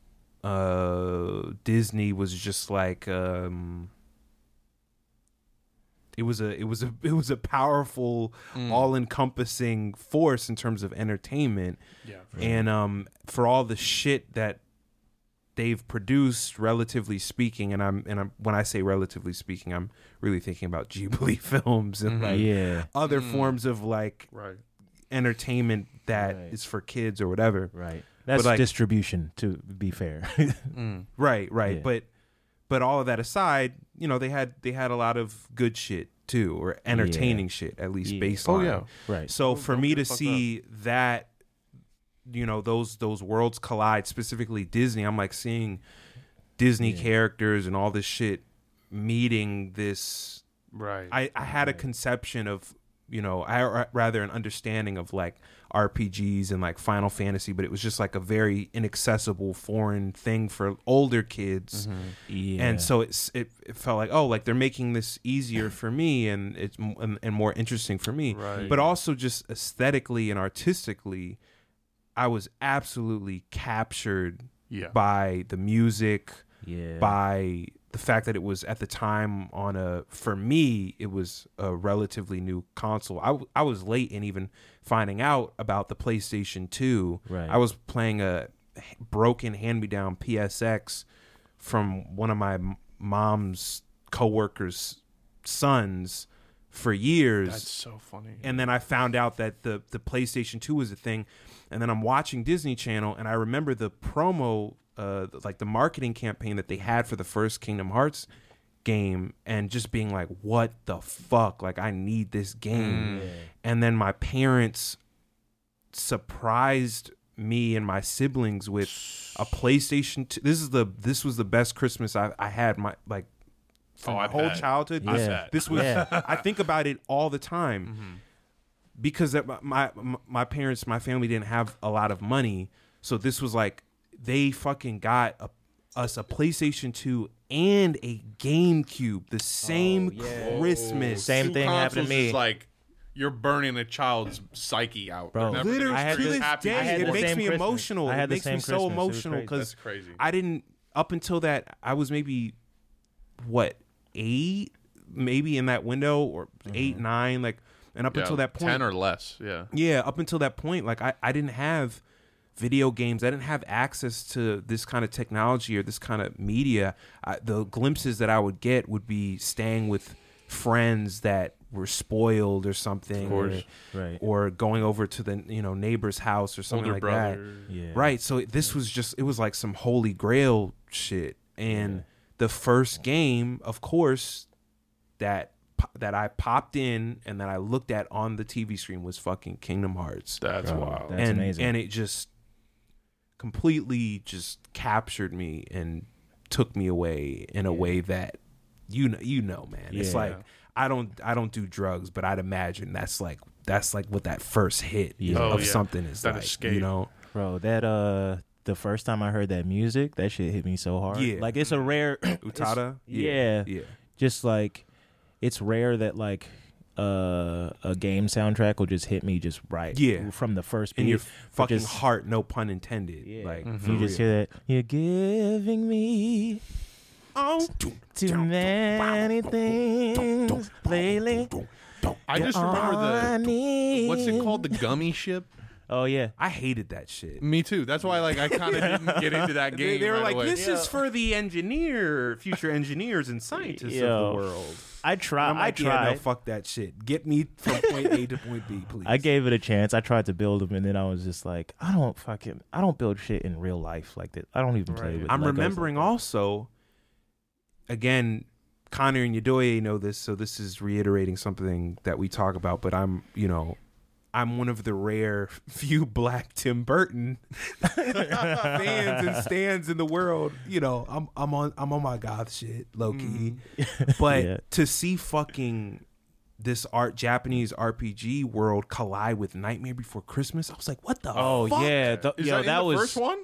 S3: uh, Disney was just like um, it was a it was a it was a powerful,
S1: Mm.
S3: all encompassing force in terms of entertainment. Yeah,
S2: Mm.
S3: and um, for all the shit that they've produced, relatively speaking, and I'm and I'm when I say relatively speaking, I'm really thinking about Ghibli films and
S2: Mm-hmm.
S3: like
S2: yeah,
S3: other forms of like
S1: right?
S3: entertainment that is
S2: Right.
S3: for kids or whatever.
S2: right. That's
S3: like-
S2: distribution, to be fair.
S3: Right, right.
S2: Yeah.
S3: But but all of that aside, you know, they had they had a lot of good shit too, or entertaining shit, at least
S2: Yeah.
S3: baseline.
S1: Oh, yeah.
S2: right.
S3: So for
S1: don't
S3: me
S1: get
S3: to
S1: fucked up.
S3: see that you know, those those worlds collide, specifically Disney, I'm like seeing Disney characters and all this shit meeting this
S1: Right.
S3: I, I had a conception of you know I or rather an understanding of like RPGs and like Final Fantasy, but it was just like a very inaccessible foreign thing for older
S1: Mm-hmm.
S3: kids,
S2: Yeah.
S3: and so it's it, it felt like oh like they're making this easier for me and it's m- and, and more interesting for me,
S1: Right.
S3: but also just aesthetically and artistically, I was absolutely captured
S1: yeah.
S3: by the music,
S2: yeah.
S3: by the fact that it was at the time on a for me it was a relatively new console. I, w- I was late in even finding out about the PlayStation 2.
S2: Right.
S3: I was playing a h- broken hand-me-down PSX from one of my m- mom's coworkers' sons for years
S1: That's so funny.
S3: and then I found out that the the PlayStation Two was a thing, and then I'm watching Disney Channel, and I remember the promo, uh, like the marketing campaign that they had for the first Kingdom Hearts game, and just being like, "What the fuck? Like, I need this game."
S1: Mm.
S3: And then my parents surprised me and my siblings with a PlayStation Two. This is the this was the best Christmas I, I had my like. For
S1: Oh,
S3: my
S1: I
S3: whole
S1: bet.
S3: childhood,
S2: I Yeah. bet.
S3: this was
S2: Yeah. Mm-hmm.
S3: I think about it all the time because that my, my my parents my family didn't have a lot of money so this was like they fucking got a, us a PlayStation 2 and a GameCube the same Christmas
S2: Oh, Same
S1: Two
S2: thing
S1: consoles
S2: happened to me.
S1: is like you're burning a child's psyche out.
S2: Bro.
S1: They're never
S3: literally
S1: gonna
S2: I had
S3: to
S1: experience
S3: this
S1: happy
S2: this-
S3: day
S2: I had
S3: it
S2: the
S3: makes
S2: same
S3: me
S2: Christmas.
S3: emotional
S2: I
S3: it
S2: had the
S3: makes me
S2: same
S3: so
S2: Christmas. It was
S3: emotional
S2: crazy.
S3: because
S1: That's crazy.
S3: I didn't up until that I was maybe what eight maybe in that window or eight, nine, like, and up
S1: Mm-hmm. Yeah,
S3: until that point,
S1: ten or less. Yeah,
S3: yeah, up until that point, like I, I didn't have video games. I didn't have access to this kind of technology or this kind of media. I, the glimpses that I would get would be staying with friends that were spoiled or something,
S1: course.
S3: or,
S2: Right.
S3: or going over to the you know neighbor's house or something
S1: older
S3: like that.
S1: brother.
S2: Yeah.
S3: Right. So this was just it was like some holy grail shit. And the first game, of course, that po- that I popped in and that I looked at on the TV screen was fucking Kingdom Hearts.
S1: That's
S2: Bro,
S1: wild.
S2: That's
S3: and
S2: amazing.
S3: and it just completely just captured me and took me away in a way that you know you know man. It's
S2: Yeah.
S3: like I don't I don't do drugs, but I'd imagine that's like that's like what that first hit
S2: Yeah.
S1: Oh,
S3: of
S1: yeah.
S3: something is
S1: That
S3: like, you
S1: escape.
S3: know.
S2: Bro, that uh the first time I heard that music, that shit hit me so hard.
S3: Yeah.
S2: Like it's a rare
S3: Utada?
S2: yeah.
S3: Yeah.
S2: just like it's rare that like uh, a game soundtrack will just hit me just right.
S3: Yeah.
S2: From the first beat.
S3: In your
S2: It
S3: fucking
S2: just-
S3: heart, no pun intended.
S2: Yeah.
S3: Like for
S2: You just
S3: real.
S2: hear that. You're giving me
S3: Oh,
S2: too many things lately.
S1: I just remember
S2: All
S1: the
S2: I need.
S1: what's it called? The gummy ship.
S2: Oh yeah.
S3: I hated that shit.
S1: Me too. That's why, like, I kind of didn't get into that game.
S3: They, they were
S1: right
S3: like,
S1: away.
S3: "This is for the engineer, future engineers and scientists
S2: Yo.
S3: of the world."
S2: I
S3: And
S2: try.
S3: I'm
S2: I
S3: like,
S2: tried.
S3: Yeah, no, fuck that shit. Get me from point A to point B, please.
S2: I gave it a chance. I tried to build them, and then I was just like, I don't fucking, I don't build shit in real life like that. I don't even play with.
S3: I'm
S2: Legos.
S3: remembering also, again, Connor and Yadoye know this, so this is reiterating something that we talk about, but I'm, you know, I'm one of the rare few black Tim Burton fans and stands in the world. You know, I'm I'm on I'm on my goth shit, low key. But
S2: Mm-hmm. Yeah.
S3: to see fucking this art Japanese RPG world collide with Nightmare Before Christmas, I was like, what the
S2: Oh
S3: fuck?
S2: yeah, th-
S1: Is
S2: yo,
S1: that, in the
S2: was
S1: first one?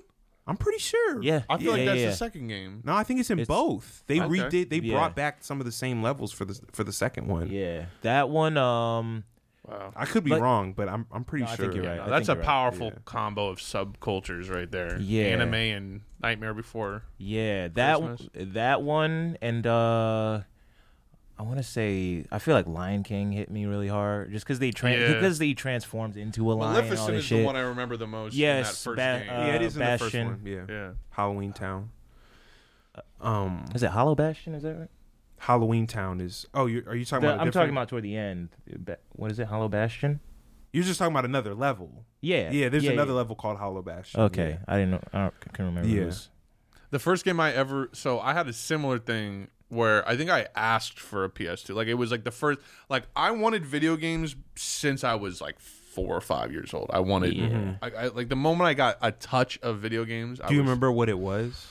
S3: I'm pretty sure.
S2: yeah.
S1: I feel
S2: yeah,
S1: like that's
S2: yeah.
S1: the second game.
S3: No, I think it's in
S2: It's-
S3: both. They
S1: Okay.
S3: redid. They
S2: Yeah.
S3: brought back some of the same levels for the for the second one.
S2: Yeah, that one. Um,
S1: Wow.
S3: I could be
S2: Like-
S3: wrong, but I'm I'm pretty
S2: No, I
S3: sure.
S2: think you're right.
S1: No,
S2: I
S1: that's
S2: think
S1: a
S2: you're right.
S1: powerful combo of subcultures right there.
S2: Yeah.
S1: Anime and Nightmare Before.
S2: yeah, that
S1: Christmas.
S2: that one, and uh, I want to say I feel like Lion King hit me really hard just because they trans
S1: Yeah.
S2: because they transformed into a lion. and all
S1: Maleficent
S2: this
S1: is
S2: shit.
S1: the one I remember the most in that
S2: Yes,
S1: first
S2: ba-
S1: game.
S2: uh,
S3: Yeah, it is in the first
S2: Bastion.
S3: one. Yeah.
S1: yeah.
S3: Halloween Town. Um,
S2: is it Hollow Bastion? Is that right?
S3: Halloween Town is. Oh, you're, are you talking
S2: The-
S3: about? a
S2: I'm
S3: different-
S2: talking about toward the end. Ba- What is it? Hollow Bastion?
S3: You're just talking about another level.
S2: Yeah.
S3: Yeah, there's another
S2: yeah.
S3: level called Hollow Bastion.
S2: Okay,
S3: yeah.
S2: I didn't know. I don't, can remember.
S3: Yeah.
S2: Yeah. Was,
S1: The first game I ever so I had a similar thing where I think I asked for a PS2. Like it was like the first like I wanted video games since I was like four or five years old. I wanted
S2: Mm-hmm.
S1: I, I, like the moment I got a touch of video games. I
S3: Do you
S1: was-
S3: remember what it was?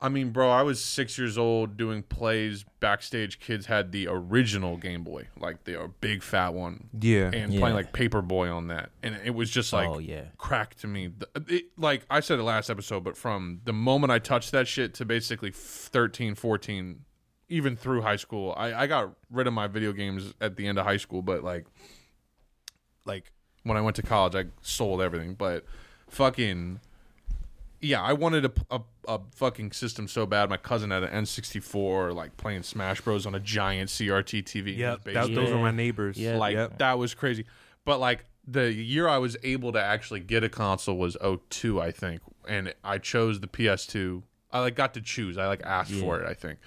S1: I mean, bro, I was six years old doing plays backstage. Kids had the original Game Boy, like the uh, big fat one,
S3: Yeah.
S1: and
S2: Yeah.
S1: playing like Paperboy on that, and it was just like
S2: oh yeah.
S1: crack to me. The- it- like I said it last episode, but from the moment I touched that shit to basically 13, 14, even through high school, I, I got rid of my video games at the end of high school. But like, like when I went to college, I sold everything. But fucking, yeah, I wanted a, a, a fucking system so bad. My cousin had an N64, like playing Smash Bros on a giant CRT TV. in his
S3: Yep.
S1: basement
S3: That, Those were my neighbors.
S2: Yeah.
S1: like
S3: Yep.
S1: that was crazy but like the year i was able to actually get a console was 02 i think and i chose the ps2 i like got to choose i like asked for it i think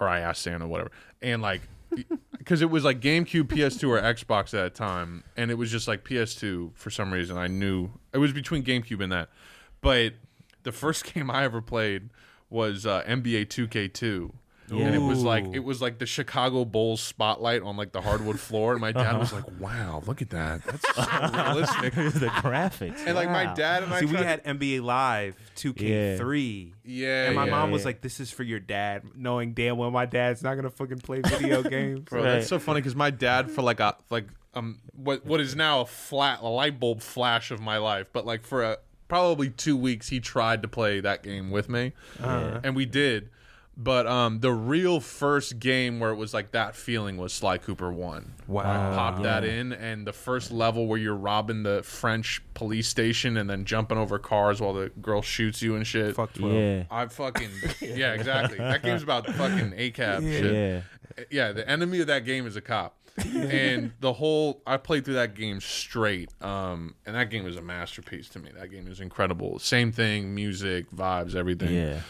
S1: or i asked santa whatever and like because it was like gamecube ps2 or xbox at that time and it was just like ps2 for some reason i knew it was between gamecube and that but the first game i ever played was uh, nba 2k2 and it was like
S3: Ooh.
S1: it it was like the Chicago Bulls spotlight on like the hardwood floor, and my dad was
S3: Uh-huh.
S1: like, "Wow, look at that! That's so realistic."
S2: the graphics.
S1: And like my
S2: wow.
S1: dad and I,
S3: See, we
S1: tried-
S3: had NBA Live 2K3.
S1: yeah,
S3: And my
S1: yeah.
S3: mom was like, "This is for your dad," knowing damn well my dad's not gonna fucking play video games.
S1: Bro, that's so funny because my dad, for like a like um what what is now a flat a light bulb flash of my life, but like for a probably two weeks, he tried to play that game with me,
S3: Uh-huh.
S1: and we did. But um, the real first game where it was like that feeling was Sly Cooper one.
S3: Wow.
S1: Like, pop that in, and the first level where you're robbing the French police station and then jumping over cars while the girl shoots you and shit.
S3: Fuck twelve.
S2: Yeah.
S1: I fucking yeah, exactly. That game's about fucking ACAB
S2: Yeah.
S1: shit. yeah, the enemy of that game is a cop. and the whole I played through that game straight. Um and that game is a masterpiece to me. That game is incredible. Same thing, music, vibes, everything.
S2: Yeah.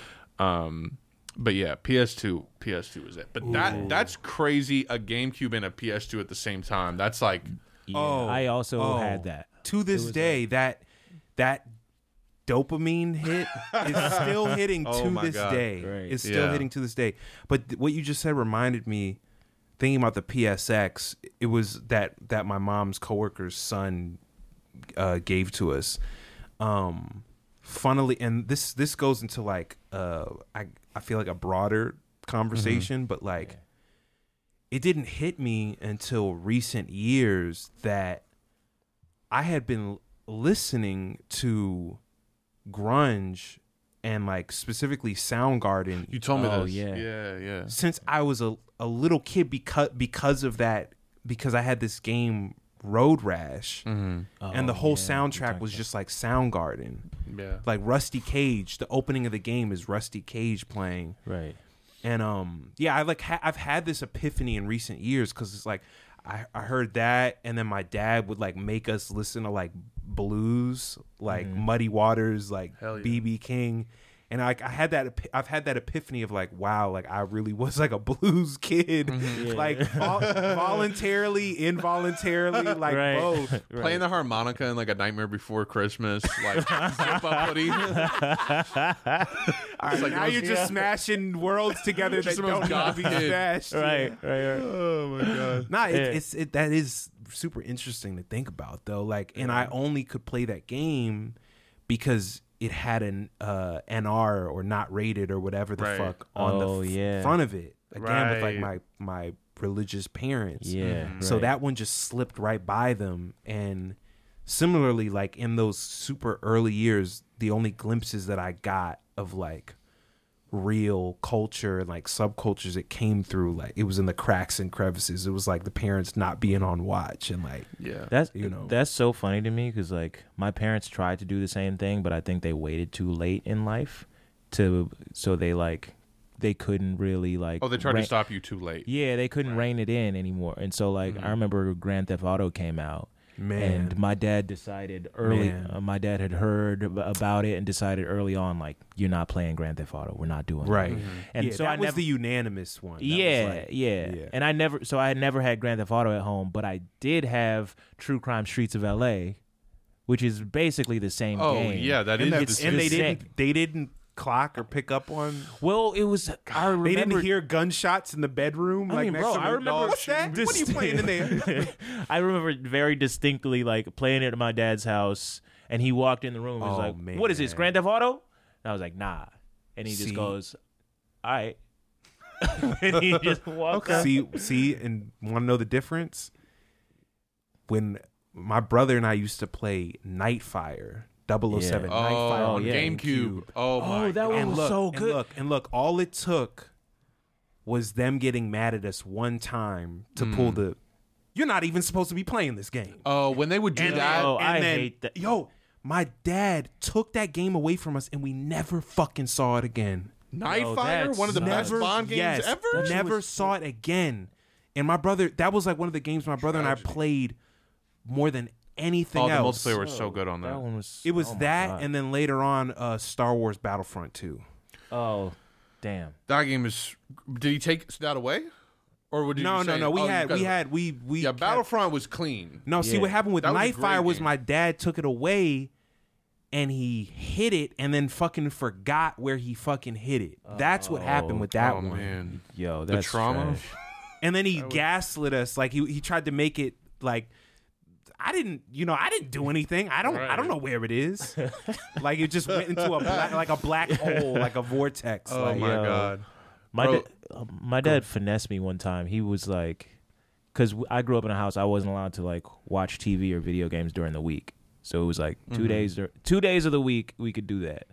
S1: Um but yeah, PS2, PS2 is it. But that that's crazy a GameCube and a PS2 at the same time. That's like
S2: yeah.
S3: Oh,
S2: I also
S3: oh.
S2: had that.
S3: To this day, that that dopamine hit is still hitting
S1: Oh
S3: to
S1: my
S3: this
S1: God.
S3: day.
S2: Right.
S3: It's still
S1: Yeah.
S3: hitting to this day. But th- what you just said reminded me thinking about the PSX. It was that that my mom's coworker's son uh, gave to us. Um, funnily, and this this goes into like uh, I I feel like a broader
S1: Mm-hmm.
S3: conversation, but like it didn't hit me until recent years that I had been listening to grunge and like specifically Soundgarden
S1: you told me
S2: Oh,
S1: this.
S2: yeah.
S1: yeah, yeah.
S3: since I was a, a little kid because because of that because I had this game Road Rash
S1: Mm-hmm.
S2: Oh,
S3: and the whole soundtrack was just like Soundgarden
S1: Yeah.
S3: like Rusty Cage the opening of the game is Rusty Cage playing
S2: Right.
S3: and um yeah I like ha- I've had this epiphany in recent years cuz it's like I, I heard that and then my dad would like make us listen to like blues like Muddy Waters like
S1: Mm-hmm. Hell yeah.
S3: BB King and like I had that epi- I've had that epiphany of like wow like I really was like a blues kid
S1: Mm-hmm.
S3: like vol- voluntarily involuntarily like
S2: Right.
S3: both
S1: Playing the harmonica in like a Nightmare Before Christmas, like zip up hoodie.
S3: All right,
S1: like
S3: now
S1: those-
S3: you're just smashing worlds together that
S1: the most
S3: don't need to be
S1: goth kid.
S3: smashed
S2: Right. Right. right.
S1: Oh my god.
S3: Nah, it,
S2: Yeah.
S3: it's it, that is super interesting to think about though. Like, and I only could play that game because it had an uh, NR or not rated or whatever the
S1: Right.
S3: fuck on
S2: Oh,
S3: the f-
S2: yeah.
S3: front of it. Again, with like my
S1: Right.
S3: my religious parents.
S2: Yeah.
S3: So
S2: right.
S3: that one just slipped right by them. And similarly, like in those super early years, the only glimpses that I got of like real culture and like subcultures it came through like it was in the cracks and crevices it was like the parents not being on watch and like
S1: Yeah.
S2: That's
S3: you know.
S2: that's so funny to me because like my parents tried to do the same thing, but I think they waited too late in life to so they like they couldn't really like
S1: Oh, they tried
S2: ra-
S1: to stop you too late.
S2: Yeah, they couldn't rein it in anymore, and so like I remember Grand Theft Auto came out.
S3: Mm-hmm. Man.
S2: And my dad decided early.
S3: Man.
S2: Uh, my dad had heard ab- about it and decided early on, like, you're not playing Grand Theft Auto. We're not doing
S3: right
S2: It.
S1: Mm-hmm.
S2: And
S3: Mm-hmm. yeah,
S2: so
S3: that
S2: I
S3: was
S2: never,
S3: the unanimous one That was,
S2: yeah,
S3: like-
S2: yeah,
S3: yeah.
S2: And I never, so I had never had Grand Theft Auto at home, but I did have True Crime Streets of L.A., which is basically the same
S1: Oh
S2: game.
S1: yeah, that is.
S3: and,
S1: the
S3: that's- and they
S2: just
S3: didn't
S2: sick.
S3: they didn't clock or pick up on
S2: Well, it was. I remember.
S3: they didn't hear gunshots in the bedroom
S2: I
S3: like
S2: mean,
S3: next
S2: bro,
S3: to
S2: I
S3: their
S2: remember
S3: dog. what's that what are you
S2: distinct-
S3: playing in there
S2: I remember very distinctly like playing it at my dad's house, and he walked in the room. and was
S3: Oh,
S2: like, "What is this,
S3: man.
S2: Grand Theft Auto?" And I was like, "Nah," and he
S3: See?
S2: just goes, "All right," and he just walked. out.
S3: See, see, and want to know the difference? When my brother and I used to play Nightfire, 007
S2: Yeah.
S3: Nightfire
S1: Oh,
S2: on yeah.
S1: GameCube. Oh my.
S2: Oh, that
S1: God.
S2: one was
S3: look,
S2: so good.
S3: And look, and look, all it took was them getting mad at us one time to pull the. You're not even supposed to be playing this game.
S1: Oh, when they would do
S3: And
S1: that.
S3: then-
S2: Oh,
S3: and
S2: I
S3: then-
S2: hate that.
S3: Yo, my dad took that game away from us, and we never fucking saw it again.
S1: Knife
S2: No,
S1: Fire,
S2: that's
S1: one of the best
S2: nuts.
S1: Bond games
S3: oh, yes,
S1: ever.
S3: Never saw it again. And my brother, that was like one of the games my brother and I played more than anything
S1: Oh, the
S3: else.
S1: multiplayer was so good on that.
S2: That one was.
S3: It was
S2: oh my
S3: that,
S2: God.
S3: and then later on, uh, Star Wars Battlefront Two.
S2: oh, damn.
S1: That game is. Did he take that away, or would you?
S3: No, no,
S1: say-
S3: no. We
S1: oh, you
S3: had,
S1: got
S3: we
S1: it.
S3: had, we we.
S1: Yeah,
S3: kept-
S1: Battlefront was clean.
S3: No, see
S2: Yeah.
S3: what happened with
S1: That was a
S3: Nightfire
S1: great
S3: was
S1: game.
S3: my dad took it away, and he hit it, and then fucking forgot where he fucking hit it. That's what happened with that
S1: Oh
S3: one.
S1: man.
S2: Yo, that's
S1: trauma?
S2: trash.
S3: And then he gaslit us. Like he he tried to make it like I didn't, you know, I didn't do anything. I don't I don't know where it is. like it just went into a black, like a black hole, like a vortex.
S1: Oh
S3: like,
S1: my
S2: yo.
S1: god.
S2: My
S1: Bro-
S2: da- uh, my dad finessed me one time. He was like, because I grew up in a house I wasn't allowed to like watch TV or video games during the week. So it was like
S1: Mm-hmm.
S2: 2 days dur- two days of the week we could do that,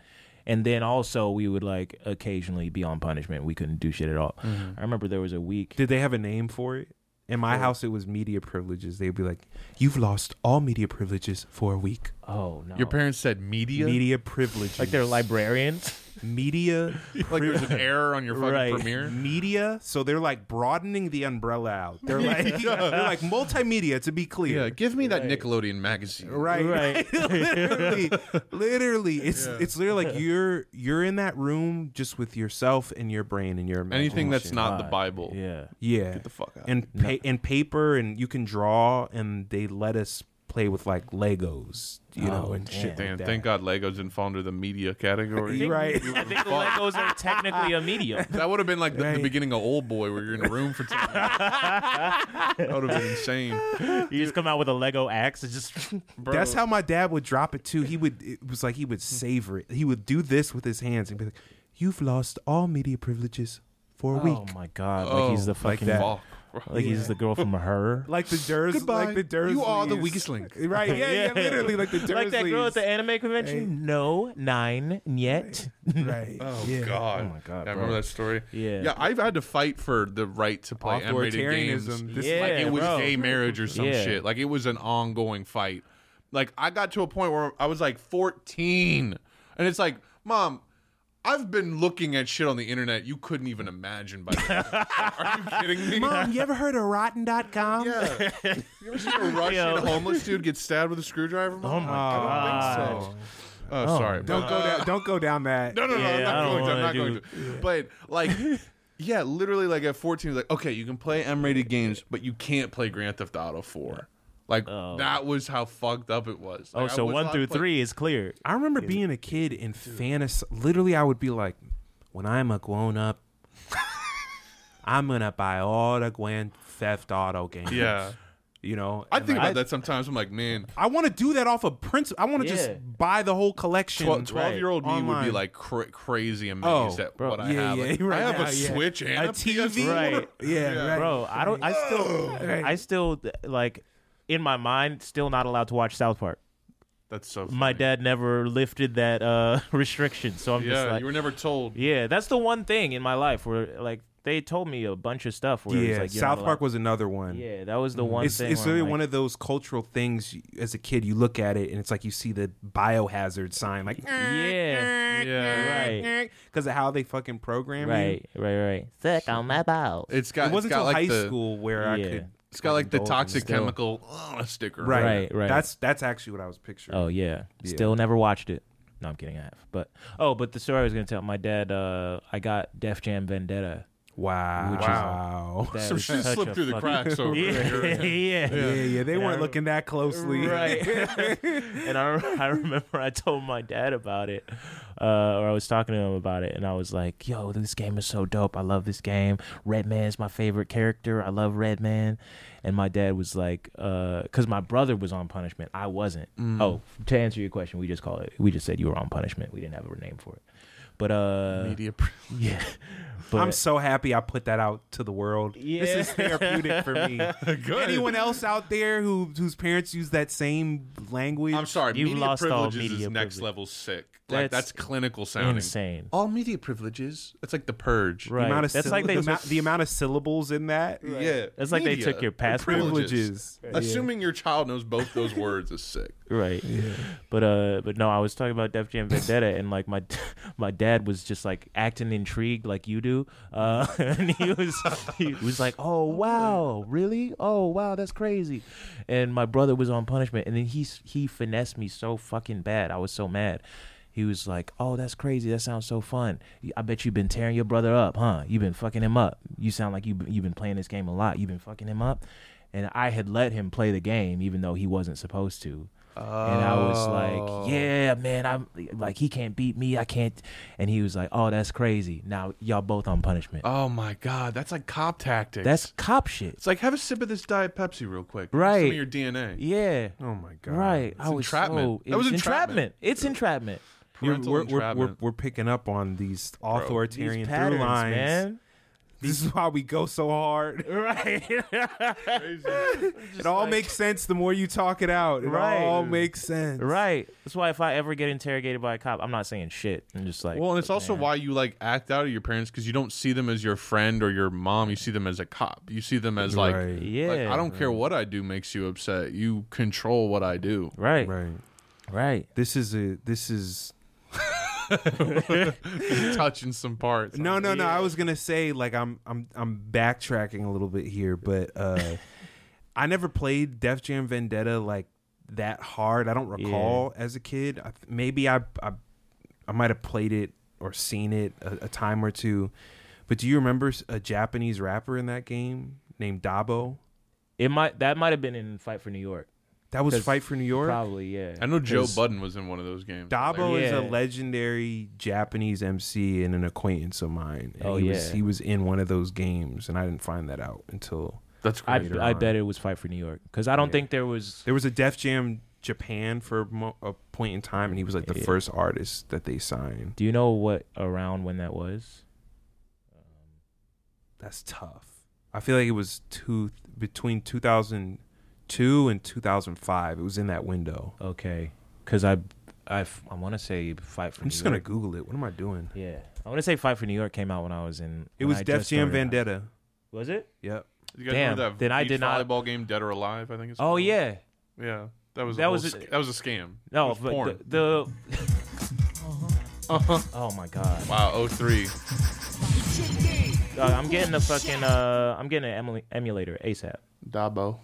S2: and then also we would like occasionally be on punishment. We couldn't do shit at all.
S3: mm-hmm.
S2: I remember there was a week.
S3: Did they have a name for it? In my house it was media privileges. They'd be like, "You've lost all media privileges for a week."
S2: Oh no,
S1: Your parents said media.
S3: Media privileges.
S2: like they're librarians.
S3: media
S1: Like there's an error on your fucking
S2: Right.
S1: premiere.
S3: media so they're like broadening the umbrella out they're like they're like multimedia to be clear
S1: Yeah, give me that Nickelodeon magazine.
S3: right
S2: Right.
S3: literally, literally it's it's literally like you're you're in that room just with yourself and your brain and your imagination.
S1: Anything that's not the Bible.
S2: yeah.
S3: yeah
S7: Get the fuck out.
S3: and pa- and paper and you can draw and they let us play with like legos you know and shit like
S1: Oh, Damn,
S3: that.
S1: thank God Legos didn't fall under the media category.
S3: You're right
S5: I think the Legos are technically a medium.
S1: That would have been like the, the
S3: Right.
S1: beginning of Old Boy, where you're in a room for 10 minutes. that would have been insane.
S2: You just come out with a Lego axe. It's just
S1: Bro, Hmm.
S3: That's how my dad would drop it too. He would it was like he would savor it. He would do this with his hands and be like, "You've lost all media privileges for a
S2: oh
S3: week."
S2: my god! Like he's
S1: Oh,
S2: the
S3: like
S2: fucking
S3: that.
S1: fuck, bro.
S2: like he's the girl from her.
S3: Like the Durs,
S1: Goodbye.
S3: like the Dursleys.
S1: You are the weakest link.
S3: right? Yeah, yeah, literally, like the Dursleys.
S2: like that girl at the anime convention. No, nine yet.
S3: right?
S1: Oh
S3: yeah.
S1: God!
S2: Oh, my God,
S1: Yeah, I
S2: bro.
S1: remember that story.
S2: Yeah.
S1: yeah. I've had to fight for the right to play animated games.
S3: Authoritarianism. This-
S2: Yeah,
S1: like it was
S2: bro.
S1: gay marriage or some
S2: Yeah.
S1: shit. Like it was an ongoing fight. Like I got to a point where I was like 14, and it's like, mom. I've been looking at shit on the internet you couldn't even imagine by now. Are you kidding me?
S3: Mom, you ever heard of Rotten.com?
S1: Yeah. You ever seen a Russian
S2: Yo.
S1: homeless dude get stabbed with a screwdriver?
S2: Oh my god!
S1: so. Oh, sorry.
S3: Don't
S1: but,
S3: go
S1: uh,
S3: down. Don't go down that.
S1: No, no, no.
S2: Yeah, I
S1: I'm
S2: don't
S1: not going to. I'm not going
S2: wanna
S1: to. But like, yeah, literally, like at 14, like, okay, you can play M-rated games, but you can't play Grand Theft Auto 4. Like
S3: Oh.
S1: that was how fucked up it was.
S2: Oh,
S1: Like, I
S2: so
S1: was
S2: one
S1: not
S2: through
S1: play-
S2: three is clear.
S3: I remember being a kid and fantas. Literally, I would be like, when I'm a grown up, I'm gonna buy all the Grand Theft Auto games.
S1: Yeah,
S3: you know.
S1: I
S3: and,
S1: think
S3: like,
S1: about that sometimes. I'm like, man,
S3: I want to do that off of principle. I want to
S2: Yeah.
S3: just buy the whole collection.
S1: twelve year old me would be
S3: Online.
S1: like cra- crazy amazed
S3: Oh,
S1: at
S3: bro,
S1: what I
S3: yeah,
S1: have.
S3: yeah,
S1: Like,
S3: right
S1: I have
S3: now,
S1: a
S3: yeah.
S1: Switch and
S3: a TV,
S1: PS4.
S2: Right.
S3: Yeah, right.
S2: bro i don't i still i still like in my mind still not allowed to watch south park
S1: That's so.
S2: my
S1: funny.
S2: dad never lifted that uh restriction so i'm just
S1: Yeah,
S2: like
S1: you were never told.
S2: yeah that's the one thing in my life where like they told me a bunch of stuff where
S3: Yeah,
S2: it's like you're not
S3: South Park
S2: allowed-
S3: was another one.
S2: yeah that was the one
S3: It's,
S2: thing
S3: it's
S2: where I'm
S3: really
S2: like,
S3: one of those cultural things. you- As a kid, you look at it and it's like you see the biohazard sign, like
S2: Yeah.
S1: Yeah,
S2: Right.
S3: because of how they fucking program you.
S2: right right right sick on my balls
S1: It's got.
S3: It wasn't
S1: it's got
S3: until
S1: like
S3: high
S1: the,
S3: school where
S2: Yeah.
S3: I could.
S1: It's got like the
S3: indulge in
S1: toxic
S3: still.
S1: chemical uh, sticker.
S3: Right,
S2: Right, right.
S3: That's that's actually what I was picturing.
S2: Oh yeah. Still never watched it. No, I'm kidding. I have. But oh, but the story I was gonna tell my dad. Uh, I got Def Jam Vendetta.
S3: Wow,
S2: Which is-
S3: wow.
S2: That
S1: Some
S2: was
S1: shit
S2: such
S1: slipped
S2: a
S1: through the
S2: fucking-
S1: cracks over
S2: yeah,
S1: there.
S2: yeah.
S3: yeah, yeah. They
S2: I
S3: weren't
S2: rem-
S3: looking that closely.
S2: Right. and I, rem- I remember I told my dad about it, uh, or I was talking to him about it, and I was like, yo, this game is so dope. I love this game. Redman's my favorite character. I love Redman. And my dad was like, because my brother was on punishment. I wasn't.
S1: Mm.
S2: Oh, to answer your question, we just call it, we just said you were on punishment. We didn't have a name for it. But, uh,
S1: Media.
S2: yeah. But,
S3: I'm so happy I put that out to the world. This is therapeutic for me. Anyone else out there who whose parents use that same language?
S1: I'm sorry.
S2: You
S1: media
S2: lost all
S1: privileges is
S2: media
S1: next
S2: privilege.
S1: level sick. Like
S2: That's
S1: that's clinical sounding.
S2: insane.
S1: All media privileges. That's like the purge.
S2: Right.
S3: The amount of
S2: That's like
S3: syllab-
S2: they
S3: the, amou- the amount of syllables in that.
S1: Yeah.
S2: That's like they
S1: Media
S2: took your past
S3: Privileges.
S1: Assuming your child knows both those words is sick.
S2: right but uh but no i was talking about def jam vendetta and like my my dad was just like acting intrigued like you do uh and he was he was like oh wow really oh wow that's crazy and my brother was on punishment and then he s- he finessed me so fucking bad i was so mad he was like, "Oh, that's crazy. That sounds so fun. I bet you've been tearing your brother up, huh? You've been fucking him up. You sound like you you've been playing this game a lot. You've been fucking him up." And I had let him play the game even though he wasn't supposed to. And I was
S1: Oh.
S2: like, "Yeah, man, I'm like he can't beat me. I can't." And he was like, "Oh, that's crazy. Now y'all both on punishment.
S1: Oh my god, that's like cop tactics.
S2: that's cop shit."
S1: it's like have a sip of this Diet Pepsi real quick. Give
S2: Right.
S1: Some of your DNA.
S2: Yeah.
S3: Oh my god.
S2: Right. I was
S1: entrapment.
S2: so-
S1: That was
S2: it's
S1: entrapment.
S2: It's entrapment.
S3: We're,
S1: Parental
S3: we're- we're, we're,
S1: entrapment.
S3: we're picking up on these authoritarian
S2: These
S3: through
S2: patterns,
S3: lines.
S2: man.
S3: This is why we go so hard.
S2: Right.
S3: it all makes sense the more you talk it out. It
S2: Right.
S3: all makes sense.
S2: Right. That's why if I ever get interrogated by a cop, I'm not saying shit. I'm just like,
S1: Well, and it's also
S2: man.
S1: why you like act out of your parents because you don't see them as your friend or your mom. You see them as a cop. You see them as like,
S3: Right.
S2: yeah,
S1: like, I don't care what I do makes you upset. You control what I do.
S2: Right, right,
S3: Right. This is a this is
S1: touching some parts.
S3: No, no, no. I was gonna say like I'm I'm I'm backtracking a little bit here, but uh I never played Def Jam Vendetta like that hard. I don't recall as a kid. I, maybe I I, I might have played it or seen it a, a time or two. But do you remember s- a Japanese rapper in that game named Dabo?
S2: It might that might have been in Fight for New York.
S3: That was
S2: 'Cause
S3: Fight for New York.
S2: Probably, yeah.
S1: I know Joe
S2: 'Cause
S1: Budden was in one of those games.
S3: Dabo
S1: Like,
S3: is a
S2: Yeah.
S3: legendary Japanese MC and an acquaintance of mine. And
S2: Oh,
S3: he was,
S2: yeah.
S3: he was in one of those games, and I didn't find that out until
S1: that's
S2: I,
S1: great.
S2: I
S3: on.
S2: bet it was Fight for New York because I don't think there was.
S3: there was a Def Jam Japan for mo- a point in time, and he was like the
S2: Yeah.
S3: first artist that they signed.
S2: Do you know what around when that was? Um,
S3: That's tough. I feel like it was two between 2002 and 2005. It was in that window.
S2: Okay, because I I f- I want to say Fight for.
S3: I'm
S2: New
S3: just gonna
S2: York.
S3: Google it. What am I doing?
S2: Yeah, I want to say Fight for New York came out when I was in.
S3: It
S2: when
S3: was
S2: I
S3: Def
S2: just
S3: Jam
S2: started- Oh,
S3: Vendetta.
S2: Was it?
S3: Yep.
S1: You guys
S2: Damn,
S1: remember that
S2: then I
S1: beach
S2: did not-
S1: volleyball game Dead or Alive, I think it's
S2: Oh
S1: called?
S2: yeah.
S1: Yeah. That was a
S2: That
S1: whole
S2: was a-
S1: sc- that was a scam.
S2: No,
S1: It was
S2: but
S1: porn.
S2: the. the Oh my god!
S1: Wow, 03.
S2: Dog, I'm getting the fucking uh, I'm getting an emul- emulator ASAP.
S1: Dabo.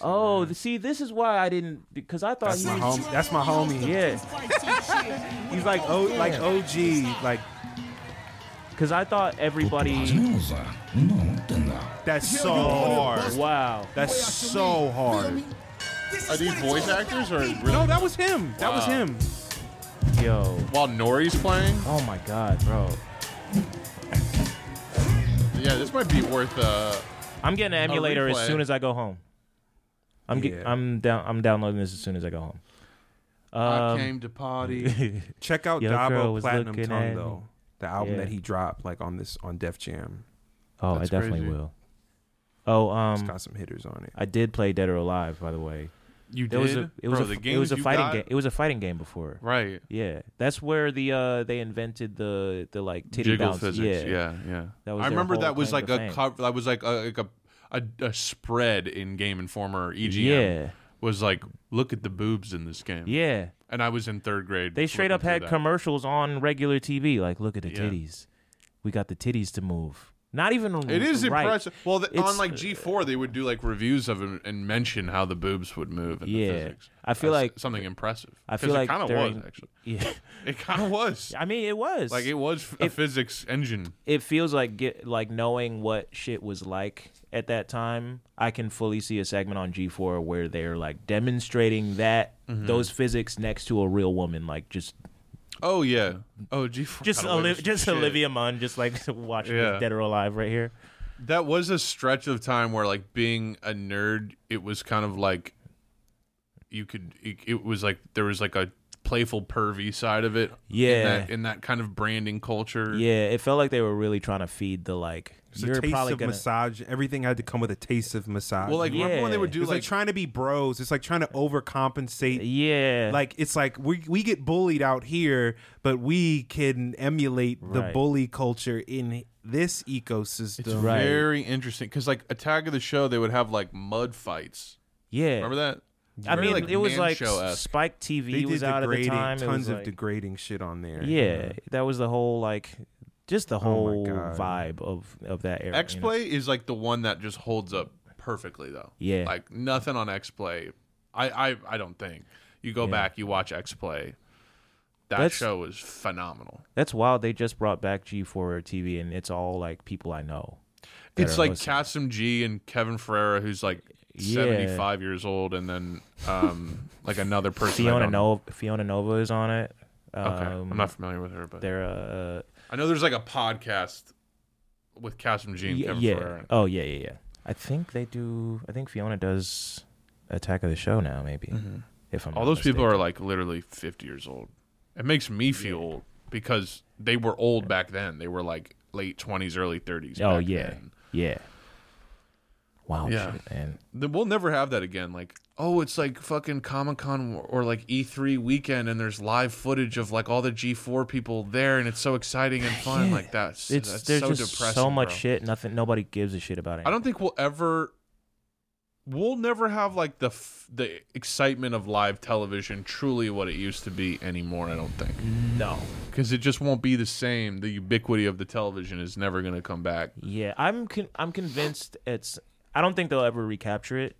S2: Oh, the, see, this is why I didn't because I thought
S3: That's
S2: he
S3: my
S2: was.
S3: home. That's my homie.
S2: Yeah,
S3: He's like oh like OG like
S2: because I thought everybody.
S3: That's so hard.
S2: Wow.
S3: That's so hard.
S1: Are these voice actors or really?
S3: No, that was him. That was
S1: Wow.
S3: him.
S2: Yo.
S1: While Nori's playing?
S2: Oh my god, bro.
S1: Yeah, this might be worth uh
S2: I'm getting an emulator as
S1: replay.
S2: soon as I go home. I'm get,
S3: Yeah.
S2: I'm down I'm downloading this as soon as I go home.
S1: I
S2: Um,
S1: came to party.
S3: Check out
S2: Your girl
S3: Dabo
S2: was
S3: Platinum
S2: looking
S3: Tongue
S2: at
S3: though. The album
S2: Yeah.
S3: that he dropped like on this on Def Jam.
S2: oh, I
S1: That's
S2: definitely
S1: crazy.
S2: will. Oh,
S3: It's
S2: um,
S3: got some hitters on it.
S2: I did play Dead or Alive, by the way.
S1: You
S2: It
S1: did?
S2: was a it was
S1: Bro,
S2: a
S1: the
S2: f- it was
S1: games
S2: a
S1: you
S2: fighting
S1: got-
S2: game. It was a fighting game before.
S1: Right.
S2: Yeah, that's where the uh they invented the the like titty
S1: Jiggle
S2: bounce.
S1: physics.
S2: Yeah,
S1: Yeah, yeah.
S2: That was
S1: I
S2: their
S1: remember
S2: whole
S1: that was
S2: claim
S1: like
S2: to
S1: a
S2: fame.
S1: cover that was like a like a a, a spread in Game Informer or EGM
S2: Yeah.
S1: was like look at the boobs in this game.
S2: yeah.
S1: And I was in 3rd grade.
S2: They straight up
S1: flipping
S2: had
S1: through that.
S2: commercials on regular TV. Like, look at the
S1: Yeah.
S2: titties. We got the titties to move. Not even.
S1: It is
S2: right.
S1: impressive. Well, the, on
S2: It's- uh,
S1: like G4 they would do like reviews of it and mention how the boobs would move and
S2: Yeah.
S1: the physics.
S2: I feel
S1: That's
S2: like-
S1: something impressive.
S2: I
S1: 'Cause
S2: feel like
S1: it kind of
S2: during-
S1: was actually.
S2: Yeah,
S1: It kind of was.
S2: I mean, it was
S1: Like it was f- a
S2: If-
S1: physics engine.
S2: it feels like get like knowing what shit was like at that time i can fully see a segment on g4 where they're like demonstrating that those physics next to a real woman like just
S1: Oh yeah. Oh G4.
S2: just
S1: got away with
S2: Oli-
S1: some
S2: just
S1: shit.
S2: olivia munn just like watching
S1: Yeah.
S2: this dead or alive right here
S1: That was a stretch of time where like being a nerd, it was kind of like you could. It, it was like there was like a playful pervy side of it. In
S2: Yeah.
S1: that, in that kind of branding culture.
S2: yeah it felt like they were really trying to feed the like
S3: It's
S2: you're
S3: a taste
S2: probably
S3: of
S2: gonna
S3: massage. Everything had to come with a taste of massage.
S1: Well, like remember when they
S2: Yeah.
S1: would do
S3: it's like,
S1: like
S3: trying to be bros. It's like trying to overcompensate.
S2: yeah
S3: Like it's like we we get bullied out here, but we can emulate the
S2: Right.
S3: bully culture in this ecosystem.
S1: It's very interesting because, like, Attack of the Show, they would have like mud fights.
S2: yeah
S1: Remember that?
S2: i
S1: Very,
S2: mean
S1: like,
S2: it was
S1: man
S2: like
S1: show-esque.
S2: spike tv
S3: They
S2: was
S3: did
S2: out at the
S3: degrading,
S2: time It was,
S3: tons of
S2: like-
S3: degrading shit on there.
S2: Yeah, that was the whole like, just the whole
S3: God.
S2: vibe of of that era. you know?
S1: X Play is like the one that just holds up perfectly, though.
S2: Yeah.
S1: like nothing on X Play. I, I, I don't think you go back, you watch X Play. That
S2: That's-
S1: show was phenomenal.
S2: That's wild. They just brought back G4 TV, and it's all like people I know. that
S1: It's
S2: are
S1: like
S2: listening.
S1: Kasim G and Kevin Ferreira, who's like
S2: Yeah.
S1: seventy-five years old, and then um, like another person. I
S2: Fiona
S1: don't know.
S2: Nova. Fiona Nova is on it. Um,
S1: Okay, I'm not familiar with her, but
S2: They're uh,
S1: I know there's like a podcast with Kasim G and
S2: yeah,
S1: Kevin
S2: yeah.
S1: Ferreira.
S2: Oh yeah, yeah, yeah. I think they do. I think Fiona does Attack of the Show now. Maybe
S1: Mm-hmm.
S2: if I'm
S1: All
S2: not
S1: those people
S2: mistaken.
S1: are like literally 50 years old. It makes me feel old because they were old back then. They were like late 20s, early 30s.
S2: Oh
S1: back
S2: yeah,
S1: then.
S2: yeah. Wow,
S1: Yeah.
S2: shit, man.
S1: Then We'll never have that again. Like, oh, it's like fucking Comic Con or like E3 weekend, and there's live footage of like all the G4 people there, and it's so exciting and fun. Like, that's,
S2: It's
S1: that's
S2: there's
S1: so
S2: just
S1: depressing.
S2: so much
S1: bro.
S2: shit. Nothing. Nobody gives a shit about it.
S1: I don't think we'll ever we'll never have like the f- the excitement of live television truly what it used to be anymore. I don't think
S5: No.
S1: because it just won't be the same. The ubiquity of the television is never going to come back.
S2: Yeah, I'm con- I'm convinced it's. I don't think they'll ever recapture it,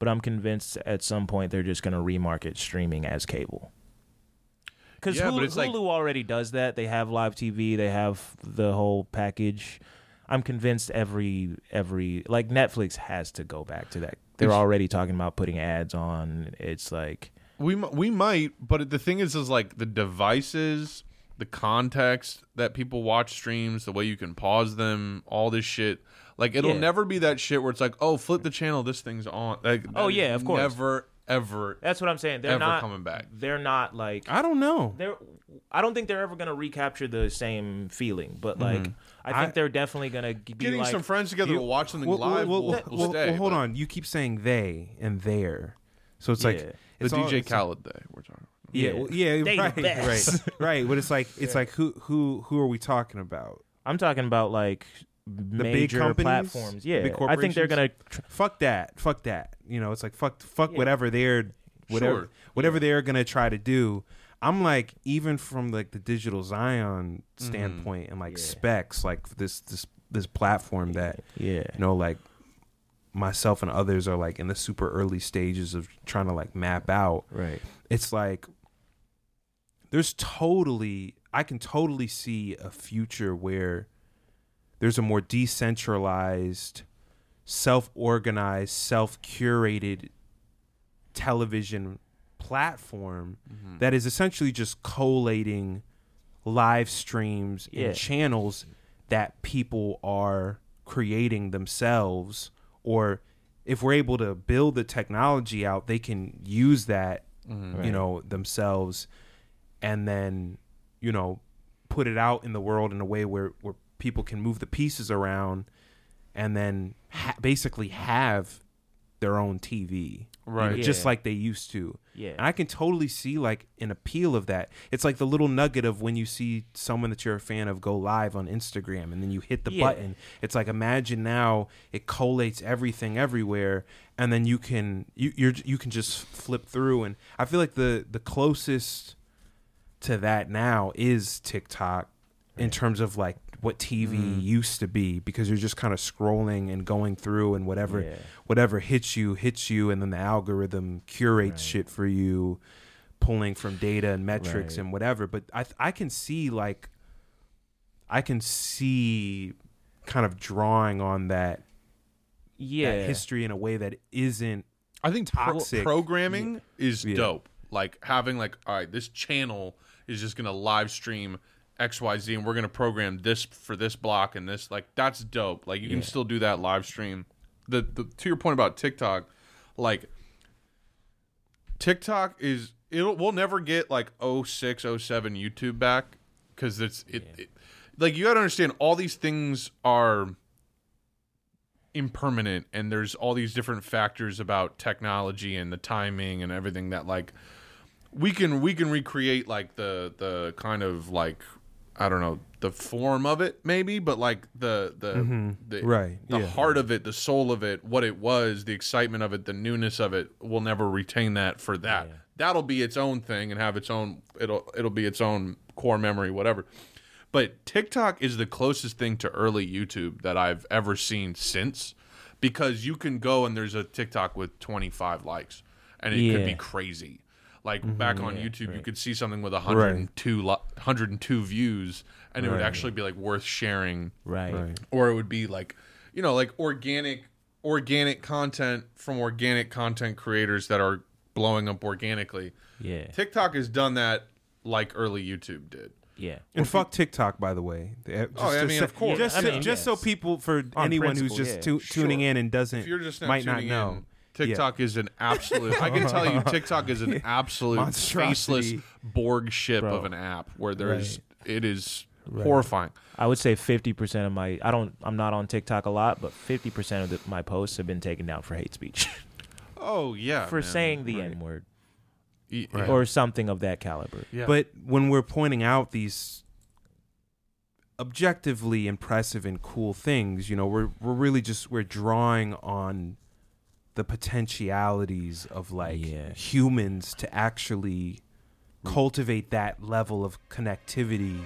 S2: but I'm convinced at some point they're just going to remarket streaming as cable. Because
S1: Yeah, but
S2: Hulu,
S1: it's like-
S2: Hulu already does that. They have live TV. They have the whole package. I'm convinced every every like Netflix has to go back to that. They're already talking about putting ads on. It's like
S1: We mi- we might, but the thing is, is like the devices, the context that people watch streams, the way you can pause them, all this shit. Like it'll
S2: Yeah.
S1: never be that shit where it's like, oh, flip the channel, this thing's on. Like,
S2: Oh,
S1: that is
S2: yeah, of course.
S1: never ever
S2: that's what I'm saying. They're
S1: Ever
S2: not
S1: coming back.
S2: They're not like
S3: I don't know.
S2: they're I don't think they're ever gonna recapture the same feeling,
S3: Mhm.
S2: but like I think they're definitely gonna g- be
S1: getting
S2: like
S1: some friends together to watch something
S3: Well,
S1: live.
S3: well,
S1: will-
S3: well,
S1: will
S3: well,
S1: stay,
S3: well, hold
S1: but
S3: on. You keep saying they and there, so it's
S2: Yeah.
S3: like
S1: The
S3: it's all-
S1: DJ
S3: it's-
S1: Khaled day we're talking. About.
S3: Yeah, well, yeah,
S2: They the
S3: right, right,
S2: best.
S3: right. But it's like it's like who who who are we talking about?
S2: I'm talking about like
S3: big
S2: major
S3: companies,
S2: platforms.
S3: the
S2: Yeah.
S3: big
S2: I think they're gonna tr-
S3: Fuck that, fuck that. You know, it's like fuck fuck
S2: Yeah.
S3: whatever they're whatever
S1: Sure.
S3: whatever they're gonna try to do. I'm like even from like the digital Zion
S1: Mm-hmm.
S3: standpoint and like specs, like this this this platform that
S2: Yeah.
S3: you know like myself and others are like in the super early stages of trying to like map out
S2: Right.
S3: it's like there's totally I can totally see a future where there's a more decentralized, self-organized, self-curated television platform that is essentially just collating live streams
S2: Yeah.
S3: and channels that people are creating themselves or if we're able to build the technology out they can use that you know themselves and then you know put it out in the world in a way where where people can move the pieces around and then ha- basically have their own TV
S1: Right.
S3: know, just
S2: Yeah.
S3: like they used to
S2: Yeah.
S3: and I can totally see like an appeal of that it's like the little nugget of when you see someone that you're a fan of go live on Instagram and then you hit the
S2: Yeah.
S3: button it's like imagine now it collates everything everywhere and then you can you you're, you can just flip through and I feel like the the closest to that now is TikTok in terms of like what TV
S2: Mm-hmm.
S3: used to be because you're just kind of scrolling and going through and whatever
S2: Yeah.
S3: whatever hits you hits you and then the algorithm curates shit for you pulling from data and metrics
S2: Right.
S3: and whatever but I I can see like I can see kind of drawing on that,
S2: Yeah.
S3: that history in a way that isn't
S1: I think pro-
S3: Toxic.
S1: programming is
S3: Yeah.
S1: dope. Like having like, all right, this channel is just gonna live stream X Y Z, and we're gonna program this for this block and this. Like that's dope. Like you can still do that live stream. The, the to your point about TikTok, like TikTok is it'll we'll never get like 06, 07 YouTube back because it's it, it like you gotta understand all these things are impermanent and there's all these different factors about technology and the timing and everything that like we can we can recreate like the the kind of like I don't know the form of it maybe but like the the the
S3: Mm-hmm. Right,
S1: the
S3: yeah.
S1: heart of it the soul of it what it was the excitement of it the newness of it we'll never retain that for that that'll be its own thing and have its own it'll it'll be its own core memory whatever but TikTok is the closest thing to early YouTube that I've ever seen since because you can go and there's a TikTok with 25 likes and it could
S2: Yeah.
S1: be crazy. Like back on YouTube, you could see something with 102 li- 102 views and it would actually be like worth sharing
S2: Right.
S1: or it would be like you know like organic organic content from organic content creators that are blowing up organically.
S2: Yeah.
S1: TikTok has done that like early YouTube did.
S2: Yeah.
S3: And fuck TikTok, by the way. Just
S1: Oh, I
S3: to
S1: mean,
S3: say-
S1: of course.
S3: Just,
S2: Yeah, I
S3: so-
S2: mean, yes.
S3: just so people, for anyone who's
S2: principle,
S3: just
S2: yeah.
S3: tu- tuning in and doesn't,
S1: if you're just now
S3: might not
S1: tuning
S3: know.
S1: in, TikTok is an absolute. I can tell you, TikTok is an absolute faceless
S3: Monstrosity.
S1: Borg ship of an app where there's it is horrifying.
S2: I would say 50% of my I don't I'm not on TikTok a lot, but 50% of the, my posts have been taken down for hate speech
S1: Oh yeah,
S2: for saying the n-word
S1: E-
S2: or something of that caliber.
S1: Yeah.
S3: But when we're pointing out these objectively impressive and cool things, you know, we're we're really just we're drawing on the potentialities of like
S2: Yeah.
S3: humans to actually cultivate that level of connectivity.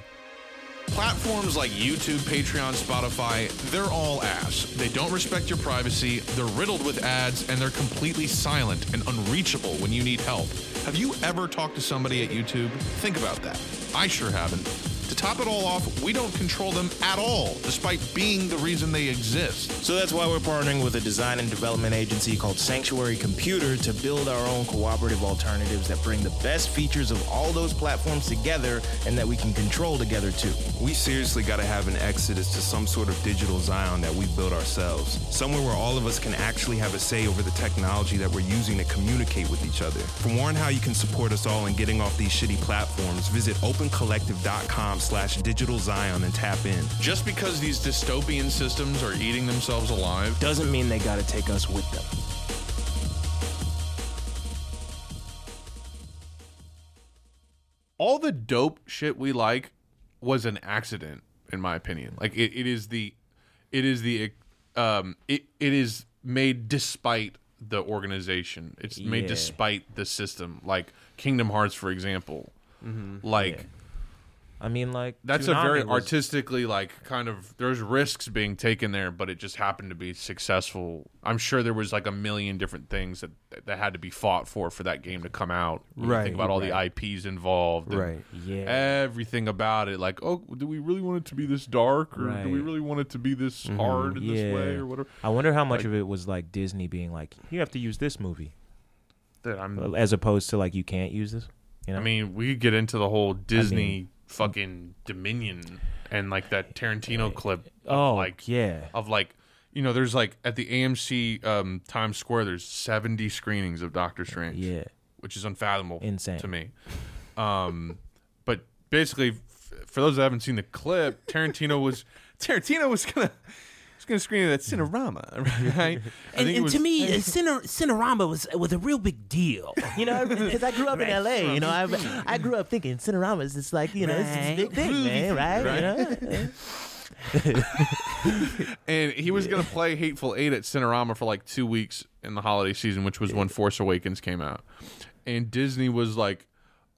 S8: Platforms like YouTube, Patreon, Spotify, they're all ass. They don't respect your privacy, they're riddled with ads, and they're completely silent and unreachable when you need help. Have you ever talked to somebody at YouTube? Think about that. I sure haven't. To top it all off, we don't control them at all, despite being the reason they exist.
S5: So that's why we're partnering with a design and development agency called Sanctuary Computer to build our own cooperative alternatives that bring the best features of all those platforms together and that we can control together too.
S9: We seriously got to have an exodus to some sort of digital Zion that we build ourselves. Somewhere where all of us can actually have a say over the technology that we're using to communicate with each other. For more on how you can support us all in getting off these shitty platforms, visit opencollective.com slash digital Zion and tap in.
S8: Just because these dystopian systems are eating themselves alive,
S5: Doesn't mean they gotta take us with them.
S1: all the dope shit we like was an accident in my opinion like it, it is the it is the um it, it is made despite the organization it's made
S2: Yeah.
S1: despite the system like kingdom hearts for example
S5: Mm-hmm.
S1: like
S2: I mean, like
S1: that's a
S2: Toonami
S1: very
S2: was-
S1: artistically like kind of there's risks being taken there but it just happened to be successful i'm sure there was like a million different things that that had to be fought for for that game to come out When you
S3: Right,
S1: think about all the ips involved and
S3: Right.
S2: Yeah.
S1: everything about it like oh do we really want it to be this dark or do we
S2: Right. Mm-hmm.
S1: really want it to be this hard in this way
S2: yeah.
S1: or whatever
S2: I wonder how much
S1: Like-
S2: of it was like Disney being like, you have to use this movie,
S1: that i'm
S2: as opposed to like you can't use this. You know,
S1: i mean we could get into the whole disney fucking dominion and like that tarantino clip of,
S2: oh,
S1: like uh,
S2: yeah,
S1: of like you know there's like at the AMC um, Times Square there's 70 screenings of Doctor Strange
S2: yeah,
S1: which is unfathomable
S2: Insane.
S1: to me um but basically f- for those that haven't seen the clip Tarantino was
S3: Tarantino was gonna was gonna screen it at Cinerama, right?
S1: I think it was-
S6: me, uh, Cine- Cinerama was was a real big deal.
S5: You know, because I grew up in LA, you know, I, I grew up thinking Cinerama is just like, you know, it's this big thing, man, right? You know?
S1: and he was going to play Hateful Eight at Cinerama for like two weeks in the holiday season, which was when Force Awakens came out. And Disney was like,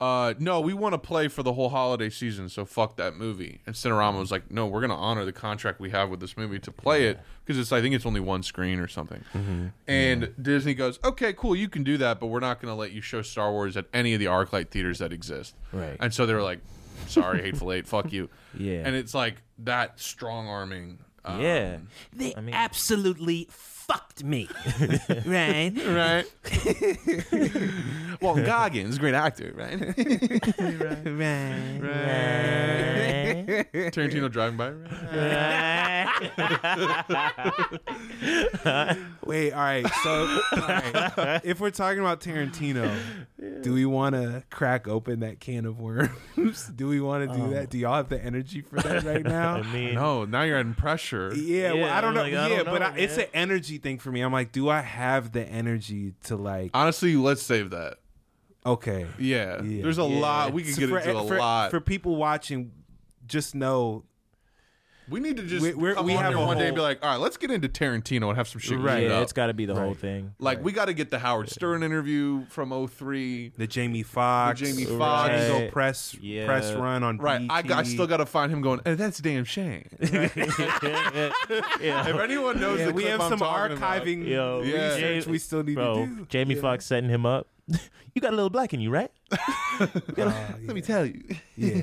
S1: uh, no, we want to play for the whole holiday season, so fuck that movie. And Cinerama was like, no, we're going to honor the contract we have with this movie to play it because it's, I think it's only one screen or something.
S2: Mm-hmm.
S1: And Disney goes, okay, cool, you can do that, but we're not going to let you show Star Wars at any of the ArcLight theaters that exist.
S2: Right.
S1: And so they were like, sorry, Hateful Eight, fuck you.
S2: Yeah.
S1: And it's like that strong arming. um,
S2: yeah.
S6: They
S2: I mean-
S6: absolutely fucked me, right?
S1: right?
S3: well, Goggins, great actor, right?
S6: Right.
S1: Tarantino driving by.
S3: Wait, all right. So, all right, if we're talking about Tarantino, do we want to crack open that can of worms? Do we want to do that? Do y'all have the energy for that right now?
S2: mean,
S1: No, now you're adding pressure.
S3: yeah, well,
S2: Yeah,
S3: I don't
S2: I'm
S3: know.
S2: like,
S3: yeah,
S2: I don't
S3: but
S2: know,
S3: I, it's an
S2: man.
S3: energy thing for me. I'm like, do I have the energy to like?
S1: Honestly, let's save that.
S3: Okay,
S1: Yeah,
S3: Yeah.
S1: there's a lot we could
S3: So
S1: get
S3: for, e,
S1: into a
S3: for,
S1: lot.
S3: for people watching. Just know,
S1: we need to just
S3: We- we're-
S1: come
S3: we
S1: on
S3: have
S1: here
S3: a
S1: one day and be
S3: whole-
S1: like, all right, let's get into Tarantino and have some shit.
S3: Right.
S1: Right.
S2: yeah,
S1: up.
S2: it's got to be the whole thing.
S1: like we got to get the Howard Stern interview from 03.
S3: the Jamie Foxx,
S1: Jamie
S3: Rodrigo
S1: Foxx.
S3: press
S2: Yeah.
S3: press run on
S1: Right, I, got, I
S3: BT.
S1: still got to find him going. "Eh, that's a damn shame. If anyone knows,
S3: Yeah,
S1: the
S3: we
S1: clip
S3: have
S1: I'm
S3: some
S1: talking about-
S3: archiving
S2: Yo,
S1: Yeah.
S3: research we still need
S2: Bro,
S3: to do.
S2: Jamie Foxx setting him up. you got a little black in you, right?
S3: Let me tell you. Yeah.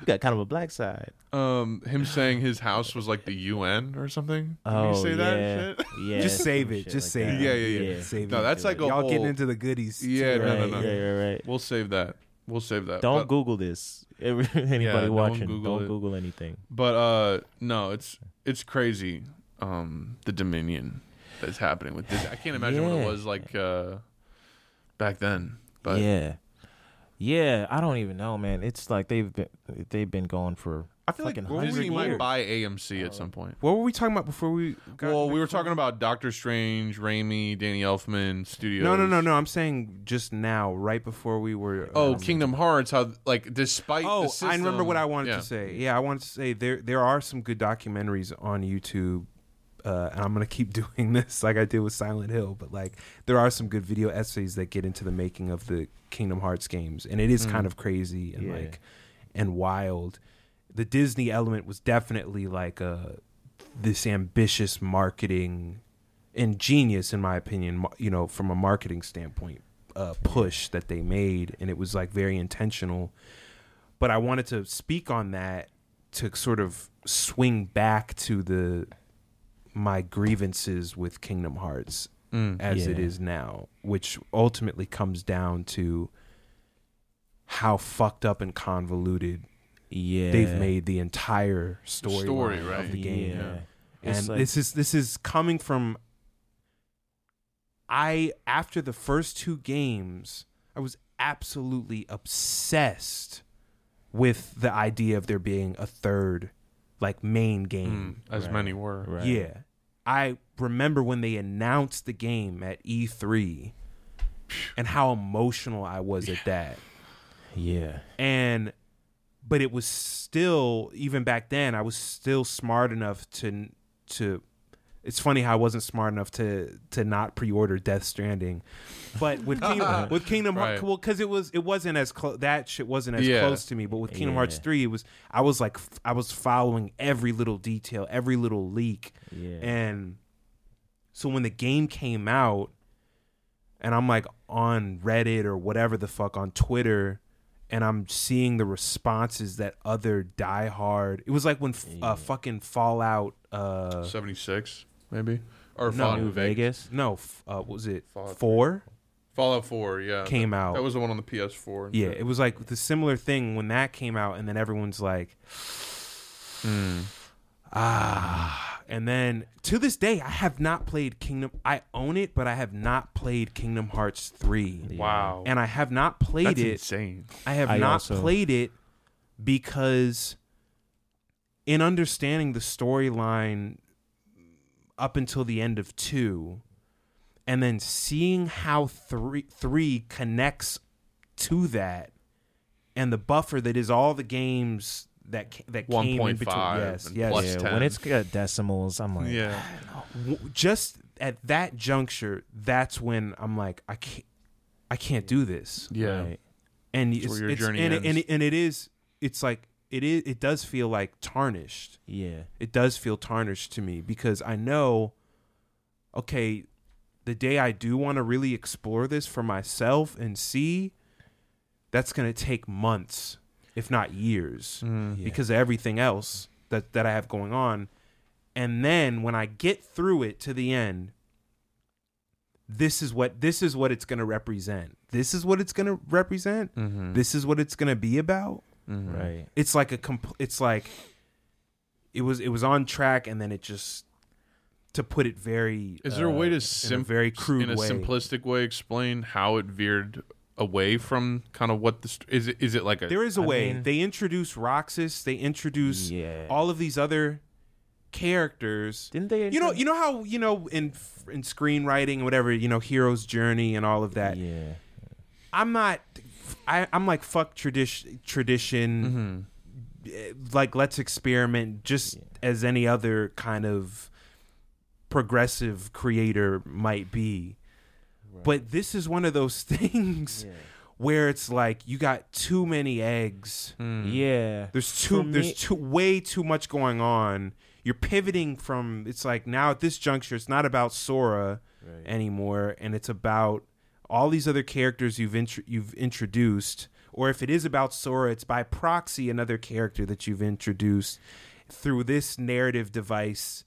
S2: You got kind of a black side.
S1: Um, him saying his house was like the UN or something. Did
S2: Oh,
S1: you say
S2: yeah.
S1: that shit?
S2: Yeah,
S3: Just save
S2: some
S3: it,
S2: shit
S3: just
S2: like
S3: save
S2: that.
S3: it.
S1: Yeah, yeah, yeah.
S3: Save
S1: No,
S3: it.
S1: that's like a
S3: Y'all getting
S1: whole-
S3: into the goodies. too,
S1: Yeah,
S2: Right,
S1: no, no, no.
S2: right, right, right.
S1: We'll save that. We'll save that.
S2: Don't
S1: But-
S2: Google this. Every- Anybody
S1: no one
S2: watching,
S1: Google
S2: don't
S1: it.
S2: Google anything.
S1: But uh no, it's it's crazy. Um the Dominion that's happening with this. I can't imagine what it
S2: Yeah.
S1: was like uh back then. But
S2: yeah, yeah. I don't even know, man. It's like they've been they've been going for.
S3: I feel like
S2: fucking
S3: we're
S2: hundreds
S1: Disney
S2: of
S1: might
S2: years.
S1: buy AMC at some point.
S3: What were we talking about before we got
S1: well, we were talking about Doctor Strange, Raimi, Danny Elfman, Studios.
S3: No, no, no, no. I'm saying just now, right before we were
S1: Oh,
S3: um,
S1: Kingdom Hearts, how like despite
S3: Oh,
S1: the
S3: I remember
S1: system-
S3: what I wanted
S1: Yeah.
S3: to say. Yeah, I wanted to say there there are some good documentaries on YouTube uh, and I'm gonna keep doing this like I did with Silent Hill. But like, there are some good video essays that get into the making of the Kingdom Hearts games, and it is
S1: Mm.
S3: kind of crazy and
S2: Yeah.
S3: like and wild. The Disney element was definitely like a this ambitious marketing and genius, in my opinion, mar- you know, from a marketing standpoint, uh, push that they made, and it was like very intentional. But I wanted to speak on that to sort of swing back to the my grievances with Kingdom Hearts
S1: Mm.
S3: as it
S2: Yeah.
S3: is now, which ultimately comes down to how fucked up and convoluted
S2: yeah.
S3: they've made the entire story,
S1: Story,
S3: of
S1: right.
S3: the game.
S2: Yeah.
S3: And
S2: It's like-
S3: this is this is coming from I after the first two games, I was absolutely obsessed with the idea of there being a third like main game.
S1: Mm. as many were.
S2: Mm. Right.
S3: Yeah. I remember when they announced the game at E3 and how emotional I was at that
S2: Yeah.
S3: and but it was still even back then i was still smart enough to to it's funny how i wasn't smart enough to to not pre-order death stranding but with kingdom, with kingdom hearts
S1: Right.
S3: well because it was it wasn't as close that shit wasn't as
S1: Yeah.
S3: close to me but with kingdom hearts
S2: Yeah.
S3: 3 it was i was like f- i was following every little detail every little leak
S2: Yeah.
S3: and so when the game came out, and I'm like on Reddit or whatever the fuck on Twitter, and I'm seeing the responses that other diehard. It was like when f-
S1: Mm.
S3: uh, fucking Fallout. Uh,
S1: 76, maybe? Or
S3: No.
S1: Fallout
S3: New
S1: New Vegas.
S3: no, f- uh, what was it
S1: Fallout
S3: four?
S1: Fallout 4, yeah.
S3: Came
S1: That-
S3: out.
S1: That was the one on the PS4. and
S3: Yeah,
S1: shit.
S3: it was like the similar thing when that came out, and then everyone's like,
S1: Mm.
S3: ah. And then to this day, I have not played Kingdom. I own it, but I have not played Kingdom Hearts three.
S1: Wow.
S3: And I have not played
S1: That's
S3: it.
S1: insane.
S3: I have
S2: I
S3: not
S2: also-
S3: played it because in understanding the storyline up until the end of 2 and then seeing how 3 3 connects to that and the buffer that is all the games that ca- that came in between
S1: 1.5
S3: yes
S1: and
S3: yes
S1: plus
S2: Yeah,
S1: 10.
S2: when it's got decimals, I'm like,
S1: Yeah.
S3: w- just at that juncture that's when I'm like I can't I can't do this
S1: Yeah.
S2: right.
S3: and
S1: That's
S3: it's,
S1: where your
S3: it's-
S1: journey
S3: and, it, and,
S1: ends.
S3: it, and it is it's like it is it does feel like tarnished
S2: yeah,
S3: it does feel tarnished to me because i know okay the day i do want to really explore this for myself and see that's going to take months if not years
S2: Yeah.
S3: because of everything else that that i have going on and then when i get through it to the end this is what this is what it's going to represent this is what it's going to represent this is what it's going to be about
S1: Mm-hmm.
S2: right.
S3: it's like a comp- it's like it was it was on track and then it just to put it very
S1: Is there a
S3: uh,
S1: way
S3: in
S1: to sim-
S3: a very crude
S1: in a
S3: way
S1: simplistic way explain how it veered away from kind of what the st- is it is it like a
S3: there is a
S2: I
S3: way
S2: mean-
S3: they introduce Roxas they introduce
S2: Yeah.
S3: all of these other characters
S2: Didn't they?
S3: you know you know how you know in in screenwriting and whatever you know hero's journey and all of that
S2: yeah,
S3: I'm not. I, I'm like fuck tradition. Tradition. eh, Like let's experiment, just as any other kind of progressive creator might be. But this is one of those things where it's like you got too many eggs.
S1: Mm-hmm.
S2: yeah.
S3: There's too.
S2: For me-
S3: there's too way too much going on. You're pivoting from. It's like now at this juncture, it's not about Sora anymore, and it's about all these other characters you've intro you've introduced. Or if it is about Sora, it's by proxy another character that you've introduced through this narrative device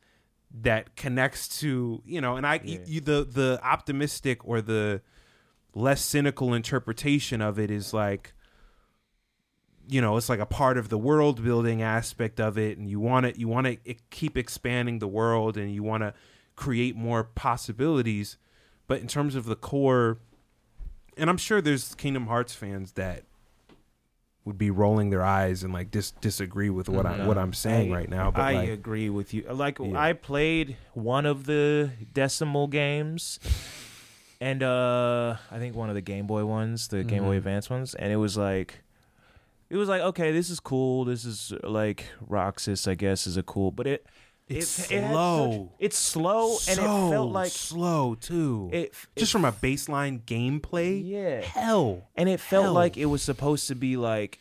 S3: that connects to you know. And I you, the the optimistic or the less cynical interpretation of it is like you know it's like a part of the world building aspect of it and you want to you want to keep expanding the world and you want to create more possibilities but in terms of the core and i'm sure there's kingdom hearts fans that would be rolling their eyes and like dis- disagree with what i what i'm saying
S2: I-
S3: right now but
S2: Mm-hmm. I
S3: like,
S2: agree with you. Like
S3: Yeah.
S2: I played one of the decimal games, and uh, I think one of the Game Boy ones, the Game
S3: Mm-hmm.
S2: Boy Advance ones, and it was like, it was like okay, this is cool. This is like Roxas, I guess, is a cool, but it.
S3: It's
S2: it had such-
S3: slow.
S2: it's slow, oh, and it
S3: So
S2: felt like
S3: slow too.
S2: it- it-
S3: just from a baseline gameplay.
S2: Yeah.
S3: Hell.
S2: and it felt
S3: Hell.
S2: like it was supposed to be like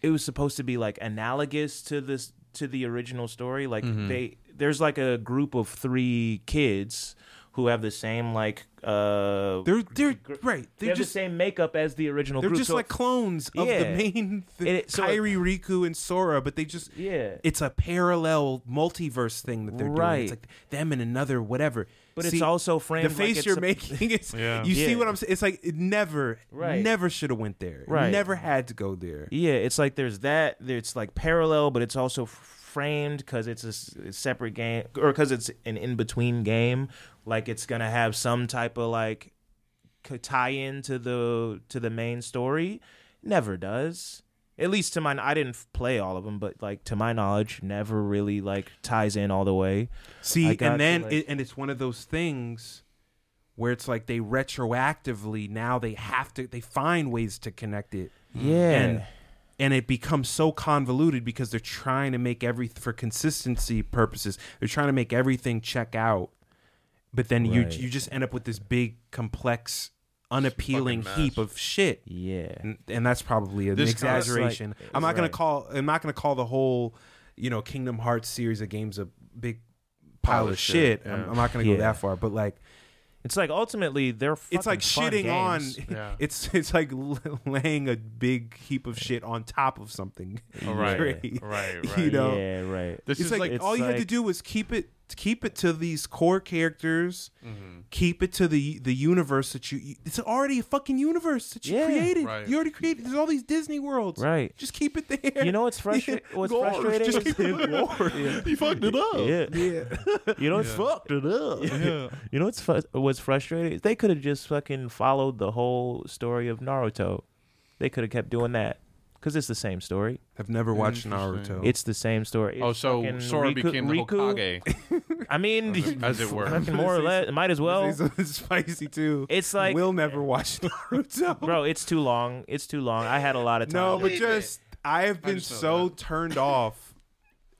S2: it was supposed to be like analogous to this to the original story like
S3: Mm-hmm.
S2: they there's like a group of three kids who have the same like uh
S3: They're they're right.
S2: they
S3: They're
S2: have
S3: just
S2: the same makeup as the original
S3: they're
S2: group
S3: just
S2: so-
S3: like clones of the
S2: Oh, Yeah.
S3: main
S2: And
S3: thing.
S2: it- so it-
S3: Kairi, Riku, and Sora, but they just
S2: Yeah.
S3: It's a parallel multiverse thing that they're doing.
S2: Right.
S3: It's like them and another whatever.
S2: But it's also framed
S3: The
S2: like
S3: face
S2: it's
S3: you're
S2: a-
S3: making is
S6: Yeah.
S3: you see
S2: Yeah.
S3: what I'm saying. It's like it never,
S2: Right.
S3: never should have went there. It
S2: Right.
S3: Never had to go there.
S2: yeah it's like there's that it's like parallel but it's also f- framed because it's a s- a separate game or because it's an in-between game like it's gonna have some type of like c- tie-in to the to the main story never does at least to mine i didn't f- play all of them but like to my knowledge never really like ties in all the way I
S3: See,
S2: got
S3: and then
S2: like-
S3: it, and it's one of those things where it's like they retroactively now they have to they find ways to connect it.
S2: yeah
S3: And and it becomes so convoluted because they're trying to make every for consistency purposes. They're trying to make everything check out. But then
S2: Right.
S3: you you just end up with this big complex unappealing
S1: mess.
S3: heap of shit.
S2: yeah
S3: and, and that's probably an
S1: This-
S3: exaggeration.
S2: That's like-
S3: I'm not gonna
S2: right.
S3: call. I'm not gonna call the whole, you know, Kingdom Hearts series of games a big pile, of shit. I'm, I'm not gonna
S2: Yeah.
S3: go that far, but like,
S2: it's like ultimately they're
S3: it's like
S2: fucking
S3: shitting
S2: fun games.
S3: on. It's it's like l- laying a big heap of shit on top of something.
S1: All right.
S3: Great.
S1: Right, right.
S3: You know,
S2: yeah right
S1: This is
S3: it's like,
S1: like,
S2: it's
S3: all you had to
S2: like-
S3: do was keep it keep it to these core characters,
S1: Mm-hmm.
S3: keep it to the the universe that you. It's already a fucking universe that you
S2: Yeah.
S3: created.
S1: Right.
S3: You already created. There's all these Disney worlds.
S2: Right.
S3: Just keep it there.
S2: You know what's frustra- what's
S3: Gore.
S2: frustrating?
S3: Just keep it there.
S6: He fucked it
S1: Oh,
S6: up.
S2: Yeah. You know what's
S6: Fucked it up.
S2: you know what's fu- what's frustrating? is They could have just fucking followed the whole story of Naruto. They could have kept doing that because it's the same story.
S3: I've never watched Naruto.
S2: It's the same story. It's
S8: Oh, so
S2: fucking
S8: Sora
S2: Riku-
S8: became the
S2: Riku-
S8: Hokage,
S2: I mean,
S8: as it were.
S2: fucking more or less, might as well.
S3: It's- it's spicy too.
S2: It's like-
S3: we'll never watch Naruto,
S2: Bro, it's too long. It's too long. I had a lot of time.
S3: No, but just I have been
S8: just know
S3: so turned off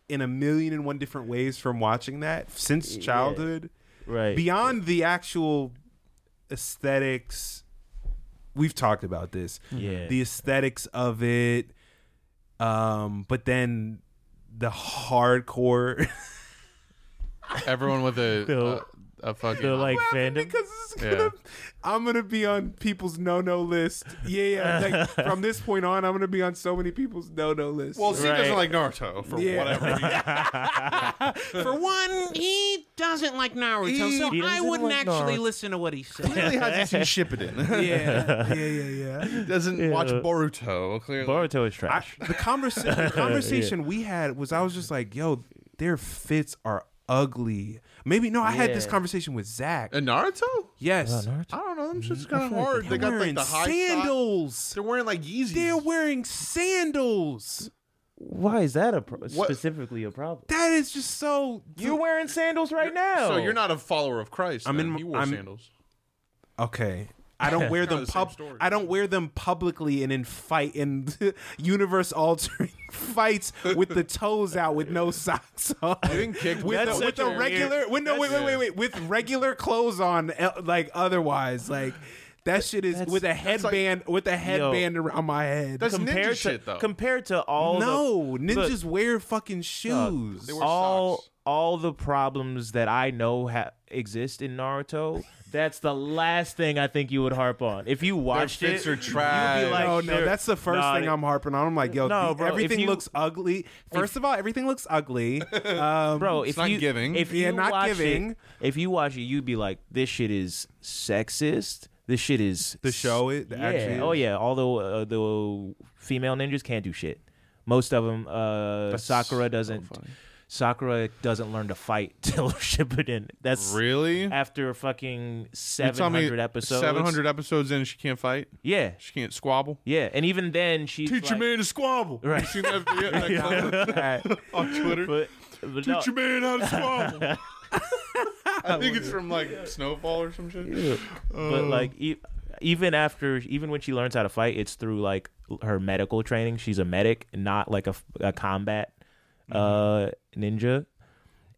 S3: in a million and one different ways from watching that since childhood.
S2: right.
S3: beyond the actual aesthetics we've talked about this
S2: Yeah.
S3: the aesthetics of it um but then the hardcore
S8: everyone with a
S2: The-
S8: uh, a fucking
S2: the like fandom.
S3: because this is
S8: Yeah.
S3: gonna, i'm gonna be on people's no-no list yeah, yeah like, from this point on i'm gonna be on so many people's no-no list
S1: well, Z doesn't like
S2: Right.
S1: Naruto for
S3: Yeah.
S1: whatever.
S10: For one, he doesn't like Naruto, so
S2: He
S10: I
S2: doesn't
S10: wouldn't
S2: like
S10: actually
S2: Naruto.
S10: listen to what he said.
S1: Clearly hasn't seen Shippuden.
S3: yeah yeah yeah yeah
S1: doesn't watch Boruto. Clearly,
S2: Boruto is
S3: I,
S2: trash.
S3: the, conversa- the conversation we had was I was just like, yo, their fits are ugly. Maybe no, I had this
S2: Yeah.
S3: conversation with Zach.
S1: and Naruto.
S3: yes,
S1: I don't know. Them shit's kind of hard.
S3: they're
S1: they got like
S3: wearing
S1: the high sandals.
S3: sandals.
S1: They're wearing like Yeezys.
S3: They're wearing sandals.
S2: Why is that a pro- specifically a problem?
S3: That is just so.
S2: You're wearing sandals right now.
S1: so you're not a follower of Christ.
S3: I'm
S1: I'm
S3: in-
S1: in. You wore
S3: I'm-
S1: sandals.
S3: okay. I don't wear them
S1: the same
S3: pub.
S1: story.
S3: I don't wear them publicly and in fight in universe altering fights with the toes out with no socks on.
S1: Getting kicked
S3: with
S1: with
S3: the,
S1: a-
S3: with the
S1: such a
S3: regular
S1: weird-
S3: with no wait
S1: that's-
S3: wait wait wait with regular clothes on el- like otherwise like that shit is with a
S1: like-
S3: headband with a headband around my head.
S1: That's ninja
S2: compared to
S1: shit though.
S2: compared to all
S3: no,
S2: the, look,
S3: ninjas wear fucking shoes.
S1: They were
S2: all
S1: socks.
S2: all the problems that I know ha- exist in Naruto. that's the last thing I think you would harp on. If you watched
S1: fits
S2: it,
S1: are
S2: you'd be
S1: trash.
S2: like,
S3: Oh, no,
S2: "They're-
S3: no, that's the first
S2: nah,
S3: thing
S2: they-
S3: I'm harping on. I'm like, yo,
S2: No,
S3: the-
S2: bro, if
S3: everything
S2: you-
S3: looks ugly. First of all, everything looks ugly. Um,
S2: Bro, if
S8: not
S2: you
S8: giving.
S2: if
S3: Yeah,
S2: you
S3: not
S2: watch
S3: giving.
S2: it, if you watch it, you'd be like, "This shit is sexist. This shit is
S3: the show it
S2: Yeah.
S3: actually.
S2: Oh yeah. All the uh, the female ninjas can't do shit. Most of them. Uh, Sakura doesn't. Sakura doesn't learn to fight till Shippuden. That's
S8: really.
S2: after fucking
S8: You tell
S2: seven
S8: me
S2: hundred episodes.
S8: 700 episodes in, she can't fight.
S2: Yeah.
S8: She can't squabble.
S2: Yeah. And even then, she's
S8: Teach
S2: like,
S8: your man to squabble. Right. You seen that, video- that comment on Twitter?
S2: But, but no,
S8: Teach your man how to squabble. I think it's from like Snowfall or some shit.
S1: Oh.
S2: but like e- even after even when she learns how to fight it's through like l- her medical
S1: Mm-hmm.
S2: training she's a medic not like a, f- a combat uh ninja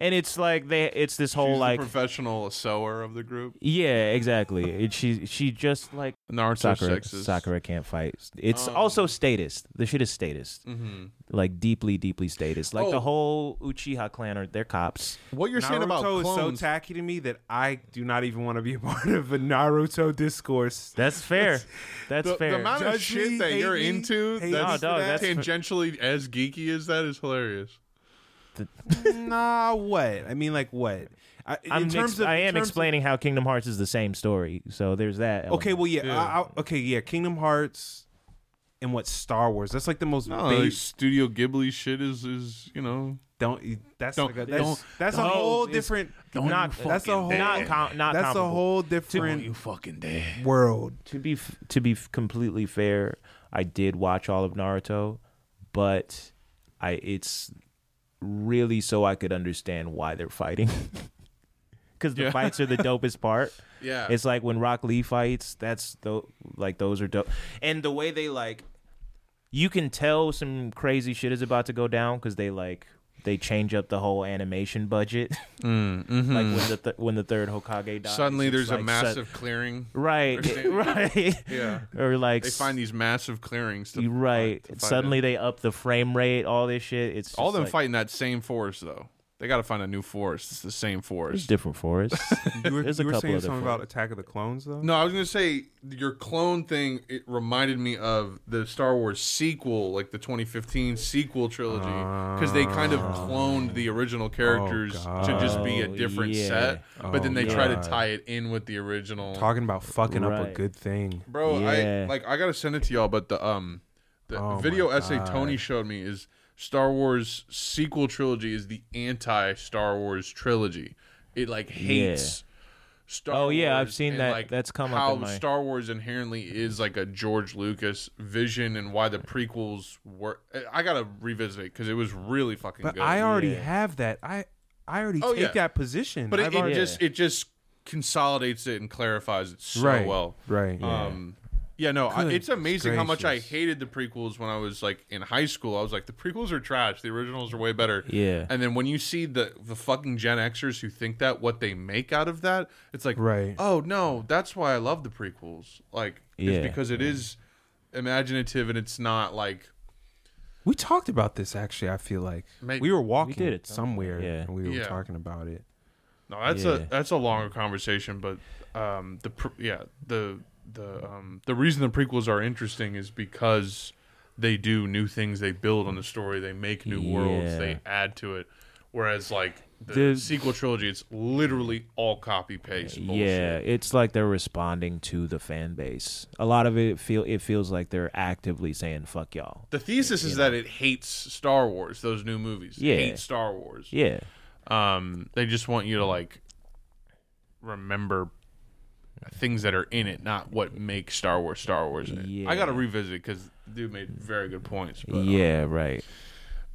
S2: and it's like they it's this whole
S1: She's the
S2: Oh, like
S1: professional sewer of the group.
S2: yeah, exactly. And she she just like
S1: Naruto
S2: Sakura
S1: sexist. Oh.
S2: Sakura can't fight. It's also statist. The shit is statist. Like deeply deeply statist. Like
S1: Mm-hmm. Oh.
S2: the whole Uchiha clan are they're cops.
S1: What you're saying about
S3: Naruto is so
S1: clones?
S3: tacky to me that I do not even want to be a part of a Naruto discourse.
S2: That's fair. That's
S1: the,
S2: fair.
S1: the amount of
S3: Judge
S1: shit
S3: me,
S1: that
S3: hate
S1: you're
S3: me,
S1: into that's,
S3: hate
S2: me for No, dog, that. that's-
S1: tangentially as geeky as that is hilarious.
S3: nah, what? I mean, like what? I,
S2: I'm
S3: in terms
S2: ex-
S3: of,
S2: I
S3: in
S2: am
S3: terms of-
S2: explaining how Kingdom Hearts is the same story. So there's that.
S3: okay,
S2: element.
S3: well, yeah. I, I, okay, yeah. Kingdom Hearts and what Star Wars? That's like the most
S1: No, like,
S3: base.
S1: Studio Ghibli shit is is you know.
S3: Don't. That's
S1: Don't-
S3: like a, that's,
S1: don't-
S3: that's a
S1: don't-
S3: whole
S1: it's-
S3: different.
S2: not
S3: That's a whole.
S2: not com- not
S3: that's a
S2: comparable.
S3: whole
S2: Oh,
S3: different
S1: fucking dead.
S3: world.
S2: to be f- to be f- completely fair, I did watch all of Naruto, but I it's really so I could understand why they're fighting. Because the
S1: Yeah.
S2: fights are the dopest part.
S1: Yeah.
S2: it's like when Rock Lee fights. That's the like those are dope, and the way they like, you can tell some crazy shit is about to go down because they like they change up the whole animation budget. Like when the th- when the third Hokage dies,
S1: Mm, mm-hmm. Suddenly
S2: it's
S1: there's a
S2: like sud-
S1: massive clearing.
S2: right,
S1: Understand.
S2: right,
S1: Yeah.
S2: or like
S1: They find these massive clearings. To,
S2: you right.
S1: to find
S2: Suddenly
S1: it.
S2: they up the frame rate, all this shit. It's
S1: all
S2: just
S1: them
S2: like,
S1: fighting that same forest though. They got to find a new forest. It's the same
S2: There's
S1: forest.
S2: different forests.
S3: You were,
S2: There's
S3: you
S2: a
S3: were
S2: couple
S3: saying
S2: other
S3: something
S2: fun-
S3: about Attack of the Clones, though.
S1: No, I was gonna say your clone thing. It reminded me of the Star Wars sequel, like the 2015 sequel trilogy, because they kind of cloned the original
S3: Oh,
S1: characters to just be a
S2: God.
S1: different
S2: Yeah.
S1: set, but then
S3: Oh,
S1: they try to
S3: God.
S1: tie it in with the original.
S3: Talking about fucking up a
S2: Right.
S3: good thing.
S1: Bro, I
S2: Yeah.
S1: like I gotta send it to y'all, but the um the
S3: Oh
S1: video
S3: my
S1: essay
S3: God.
S1: Tony showed me is Star Wars sequel trilogy is the anti Star Wars trilogy. It like hates Star
S2: Oh, yeah, I've
S1: Wars
S2: seen
S1: and,
S2: that-
S1: like,
S2: that's come up
S1: how
S2: in my-
S1: Star Wars inherently is like a George Lucas vision and why the prequels were. I- I gotta revisit it because it was really fucking
S3: But
S1: good.
S3: I already
S2: Yeah.
S3: have that. I I already
S1: Oh,
S3: take
S1: yeah.
S3: that position.
S1: but
S3: I've
S1: it, it
S3: already-
S1: just it just consolidates it and clarifies it so
S3: right,
S1: well.
S3: right.
S1: Um, yeah, no, I,
S3: Good
S1: it's amazing how much I
S3: gracious.
S1: hated the prequels when I was like in high school. I was like, the prequels are trash. The originals are way better.
S2: Yeah.
S1: And then when you see the the fucking Gen Xers who think that what they make out of that, it's like,
S3: Right.
S1: Oh no, that's why I love the prequels. Like,
S2: Yeah,
S1: it's because it is imaginative and it's not like
S3: we talked about this actually. I feel like
S1: Maybe.
S3: we were walking
S2: did it
S3: somewhere
S2: Yeah.
S3: and we were
S1: Yeah.
S3: talking about it.
S1: no. That's
S2: Yeah.
S1: a that's a longer conversation, but um, the pr- yeah the the um the reason the prequels are interesting is because they do new things they build on the story they make new worlds
S2: Yeah.
S1: they add to it whereas like the,
S2: The-
S1: sequel trilogy it's literally all copy paste
S2: yeah, it's like they're responding to the fan base. A lot of it feel it feels like they're actively saying "fuck y'all."
S1: the thesis is that it hates star wars those new movies
S2: Yeah.
S1: hate star wars
S2: Yeah,
S1: um they just want you to like remember things that are in it not what makes star wars star wars in it. i gotta
S2: Yeah.
S1: revisit because dude made very good points but, um,
S2: yeah, right.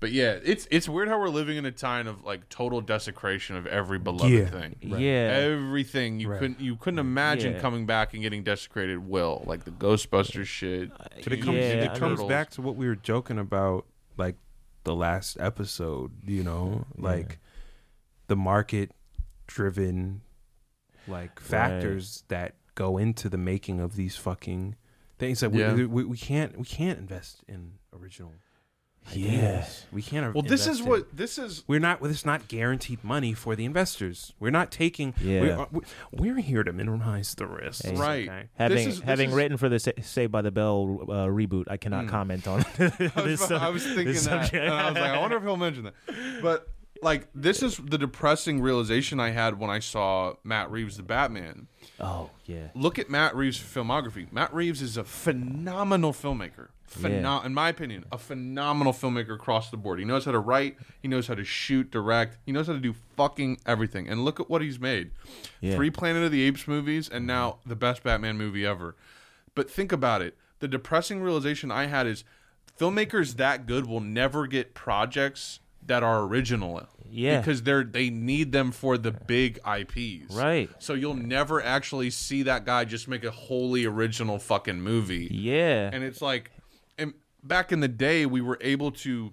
S1: But yeah, it's it's weird how we're living in a time of like total desecration of every beloved
S3: Yeah.
S1: thing.
S2: Yeah.
S1: Everything you couldn't you couldn't imagine
S2: Yeah.
S1: coming back and getting desecrated will. Like the Ghostbusters shit.
S3: But it comes
S2: Uh, Yeah,
S3: it
S2: I mean-
S3: comes back to what we were joking about, like the last episode. You know, like the market driven like factors that go into the making of these fucking things that we,
S1: Yeah.
S3: we, we can't we can't invest in original ideas. We can't.
S1: Well, this is
S3: invest in-
S1: what this is
S3: we're not. This is not guaranteed money for the investors. We're not taking. We
S2: Yeah.
S3: are, we- we're here to minimize the risk.
S2: Hey.
S1: right.
S3: okay?
S2: Having
S1: this is, this
S2: having
S1: is- Hmm.
S2: written for the Sa- Saved by the Bell uh, reboot, I cannot comment on
S1: I was,
S2: this.
S1: about- I was
S2: sub-
S1: thinking
S2: this
S1: that,
S2: subject.
S1: and I was like, I wonder if he'll mention that. But like, this is the depressing realization I had when I saw Matt Reeves' The Batman.
S2: oh yeah,
S1: look at Matt Reeves' filmography. Matt Reeves is a phenomenal filmmaker. Pheno-
S2: Yeah.
S1: In my opinion, a phenomenal filmmaker across the board. He knows how to write, he knows how to shoot, direct, he knows how to do fucking everything. And look at what he's made
S2: Yeah.
S1: three Planet of the Apes movies, and now the best Batman movie ever. But think about it. The depressing realization I had is filmmakers that good will never get projects that are original.
S2: Yeah.
S1: Because they're they need them for the big IPs.
S2: Right.
S1: So you'll never actually see that guy just make a wholly original fucking movie.
S2: yeah,
S1: And it's like, and back in the day, we were able to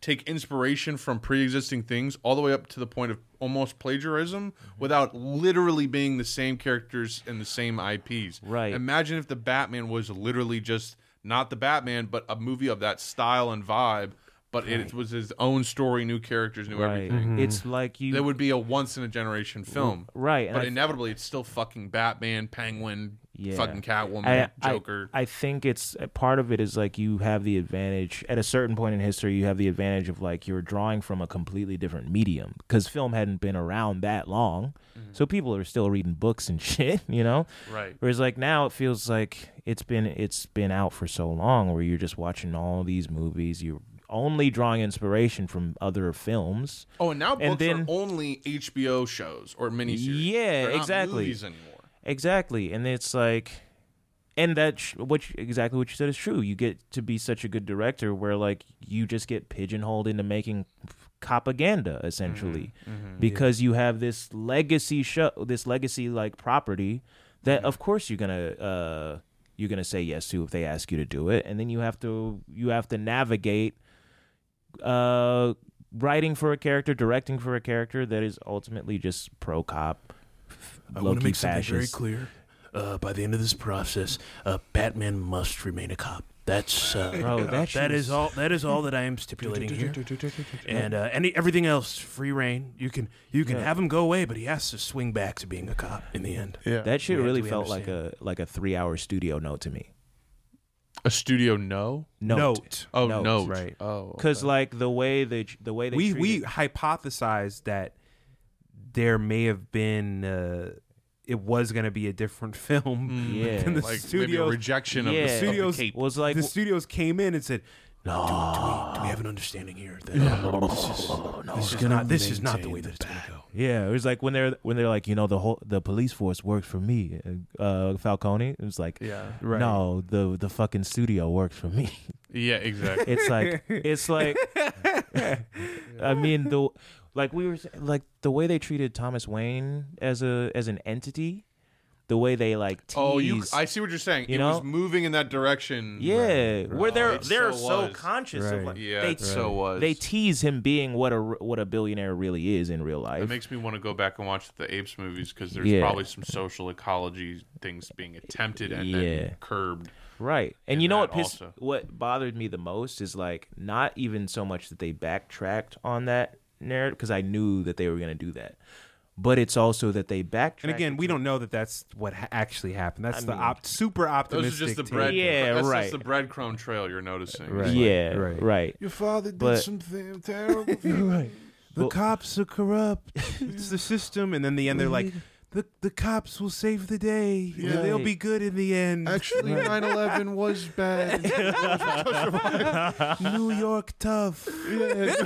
S1: take inspiration from pre-existing things all the way up to the point of almost plagiarism
S2: Mm-hmm.
S1: without literally being the same characters and the same IPs.
S2: Right.
S1: Imagine if the Batman was literally just not the Batman, but a movie of that style and vibe, but it was his own story, new characters, new
S2: Right.
S1: everything.
S2: It's like you.
S1: That would be a once in a generation film.
S2: right, and
S1: But
S2: I-
S1: inevitably, it's still fucking Batman, Penguin,
S2: Yeah.
S1: fucking Catwoman,
S2: I- I-
S1: Joker.
S2: I, think it's a part of it is like you have the advantage at a certain point in history. You have the advantage of like you're drawing from a completely different medium because film hadn't been around that long, so people are still reading books and shit. You know,
S1: Mm-hmm. Right.
S2: Whereas like now it feels like it's been it's been out for so long where you're just watching all these movies. You're only drawing inspiration from other films.
S1: oh, and now books
S2: and then-
S1: are only HBO shows or miniseries.
S2: Yeah,
S1: They're not
S2: exactly.
S1: Movies anymore.
S2: Exactly, and it's like, and that sh- what you- exactly what you said is true. You get to be such a good director where like you just get pigeonholed into making f- propaganda essentially because you have this legacy show, this legacy like property that of course you're gonna uh you're gonna say yes to if they ask you to do it, and then you have to you have to navigate uh writing for a character, directing for a character that is ultimately just pro cop.
S6: I want to make something very clear. Uh, by the end of this process, uh, Batman must remain a cop. That's uh,
S2: Bro, that shit
S6: that is
S2: is-
S6: all. That is all that I am stipulating here. And uh, any everything else, free reign. You can you can
S2: Yeah.
S6: have him go away, but he has to swing back to being a cop in the end.
S7: Yeah.
S2: That shit
S6: We-
S2: really
S6: we
S2: felt like a like a three hour studio note to me.
S1: A studio no?
S2: Note.
S1: Oh,
S2: Note.
S1: no.
S3: Right.
S1: Oh.
S2: Because like the way they the way they
S3: we we
S2: treated-
S3: hypothesized that there may have been uh, it was going to be a different
S6: Mm,
S3: film
S2: Yeah.
S3: than the
S1: Like maybe a
S3: studios.
S1: rejection
S2: yeah
S1: of the studio.
S3: studios
S2: was like
S3: the studios came in and said,
S6: No, do, we, do we have an understanding here that uh, this is, this is not this is not the way that it's going to go.
S2: yeah it was like when they're when they're like you know the whole the police force works for me uh Falcone it was like
S1: Yeah.
S3: right.
S2: no the the fucking studio works for me
S1: Yeah, exactly.
S2: it's like it's like I mean the like we were saying, like the way they treated Thomas Wayne as a as an entity the way they like teased,
S1: Oh, you! I see what you're saying.
S2: You
S1: it
S2: know?
S1: was moving in that direction.
S2: Yeah, where they're
S1: It
S2: they're
S1: so
S2: so,
S1: was.
S2: conscious of
S3: Right.
S2: like
S1: Yeah,
S2: they
S1: it so was.
S2: they tease him being what a what a billionaire really is in real
S1: It
S2: life.
S1: makes me want to go back and watch the Apes movies because there's
S2: Yeah.
S1: probably some social ecology things being attempted and then
S2: Yeah.
S1: curbed.
S2: right, and
S1: in
S2: you know what
S1: that
S2: pissed
S1: also.
S2: what bothered me the most is like not even so much that they backtracked on that narrative because I knew that they were gonna do that, but it's also that they backtracked.
S3: and again, we don't know that that's what ha- actually happened. That's the
S2: mean,
S3: op- super
S1: Those
S3: optimistic.
S1: are just the
S3: take.
S1: bread.
S2: Yeah,
S1: that's
S2: right.
S1: Just the breadcrumb trail you're noticing.
S3: Right.
S2: yeah,
S3: Right.
S2: right.
S7: Your father did
S2: But-
S7: something terrible.
S3: The cops are corrupt. it's the system. And then the end, they're like, the the cops will save the day.
S7: Yeah.
S3: They'll
S2: Right.
S3: be good in the end.
S7: Actually, 9/11 was bad.
S3: New York tough.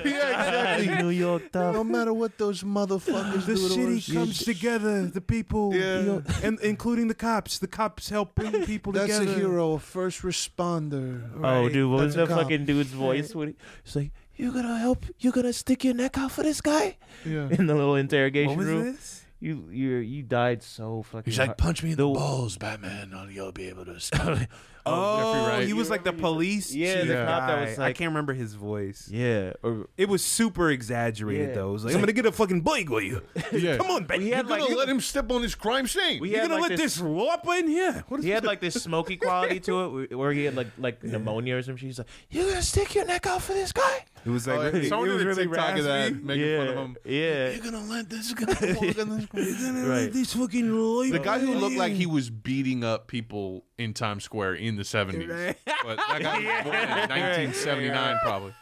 S7: yeah, exactly.
S2: New York
S7: No matter what those motherfuckers
S3: The
S7: do, to
S3: city
S7: us,
S3: comes together. The people,
S7: Yeah.
S3: and including the cops. The cops help bring people
S7: That's
S3: together.
S7: a hero, a first responder.
S2: Oh, dude, what was
S7: That's
S2: that
S7: a cop.
S2: fucking dude's voice? When he, it's like, "You gonna help? You gonna stick your neck out for this guy?"
S7: Yeah.
S2: In the little
S3: What
S2: interrogation
S3: was
S2: room.
S3: this?
S2: You you you died so fucking.
S6: He's like,
S2: hard.
S6: punch me in the,
S2: The-
S6: balls, Batman, or you'll be able to stop me."
S3: Oh,
S1: Jeffrey Wright.
S3: he was like the police.
S2: Yeah, the
S3: chief
S2: cop that
S3: guy.
S2: was
S3: I
S2: like-
S3: can't remember his voice.
S2: yeah. Or
S3: It was super exaggerated
S2: Yeah.
S3: though. It was like, I'm gonna get a fucking bike with you. Come on, baby.
S2: he
S3: You're
S2: had
S3: gonna
S2: like
S3: let,
S1: Let him step on his crime scene.
S2: we
S3: you're
S2: had
S3: gonna
S2: like
S3: let this whopper in here. What is
S2: He had like this smoky quality to it, wh- where he had like like pneumonia or some shit. He's like, "You gonna stick your neck out for this guy?"
S3: It was like
S1: Oh,
S3: really-
S1: someone
S3: it was
S1: did a
S3: really
S1: TikTok of that,
S3: raspy.
S1: making fun of him.
S2: yeah,
S6: You're gonna let this guy walk in this corner.
S2: right.
S6: This fucking lawyer.
S1: The guy who looked like he was beating up people in Times Square in the 70s. But that guy was born in 1979, probably.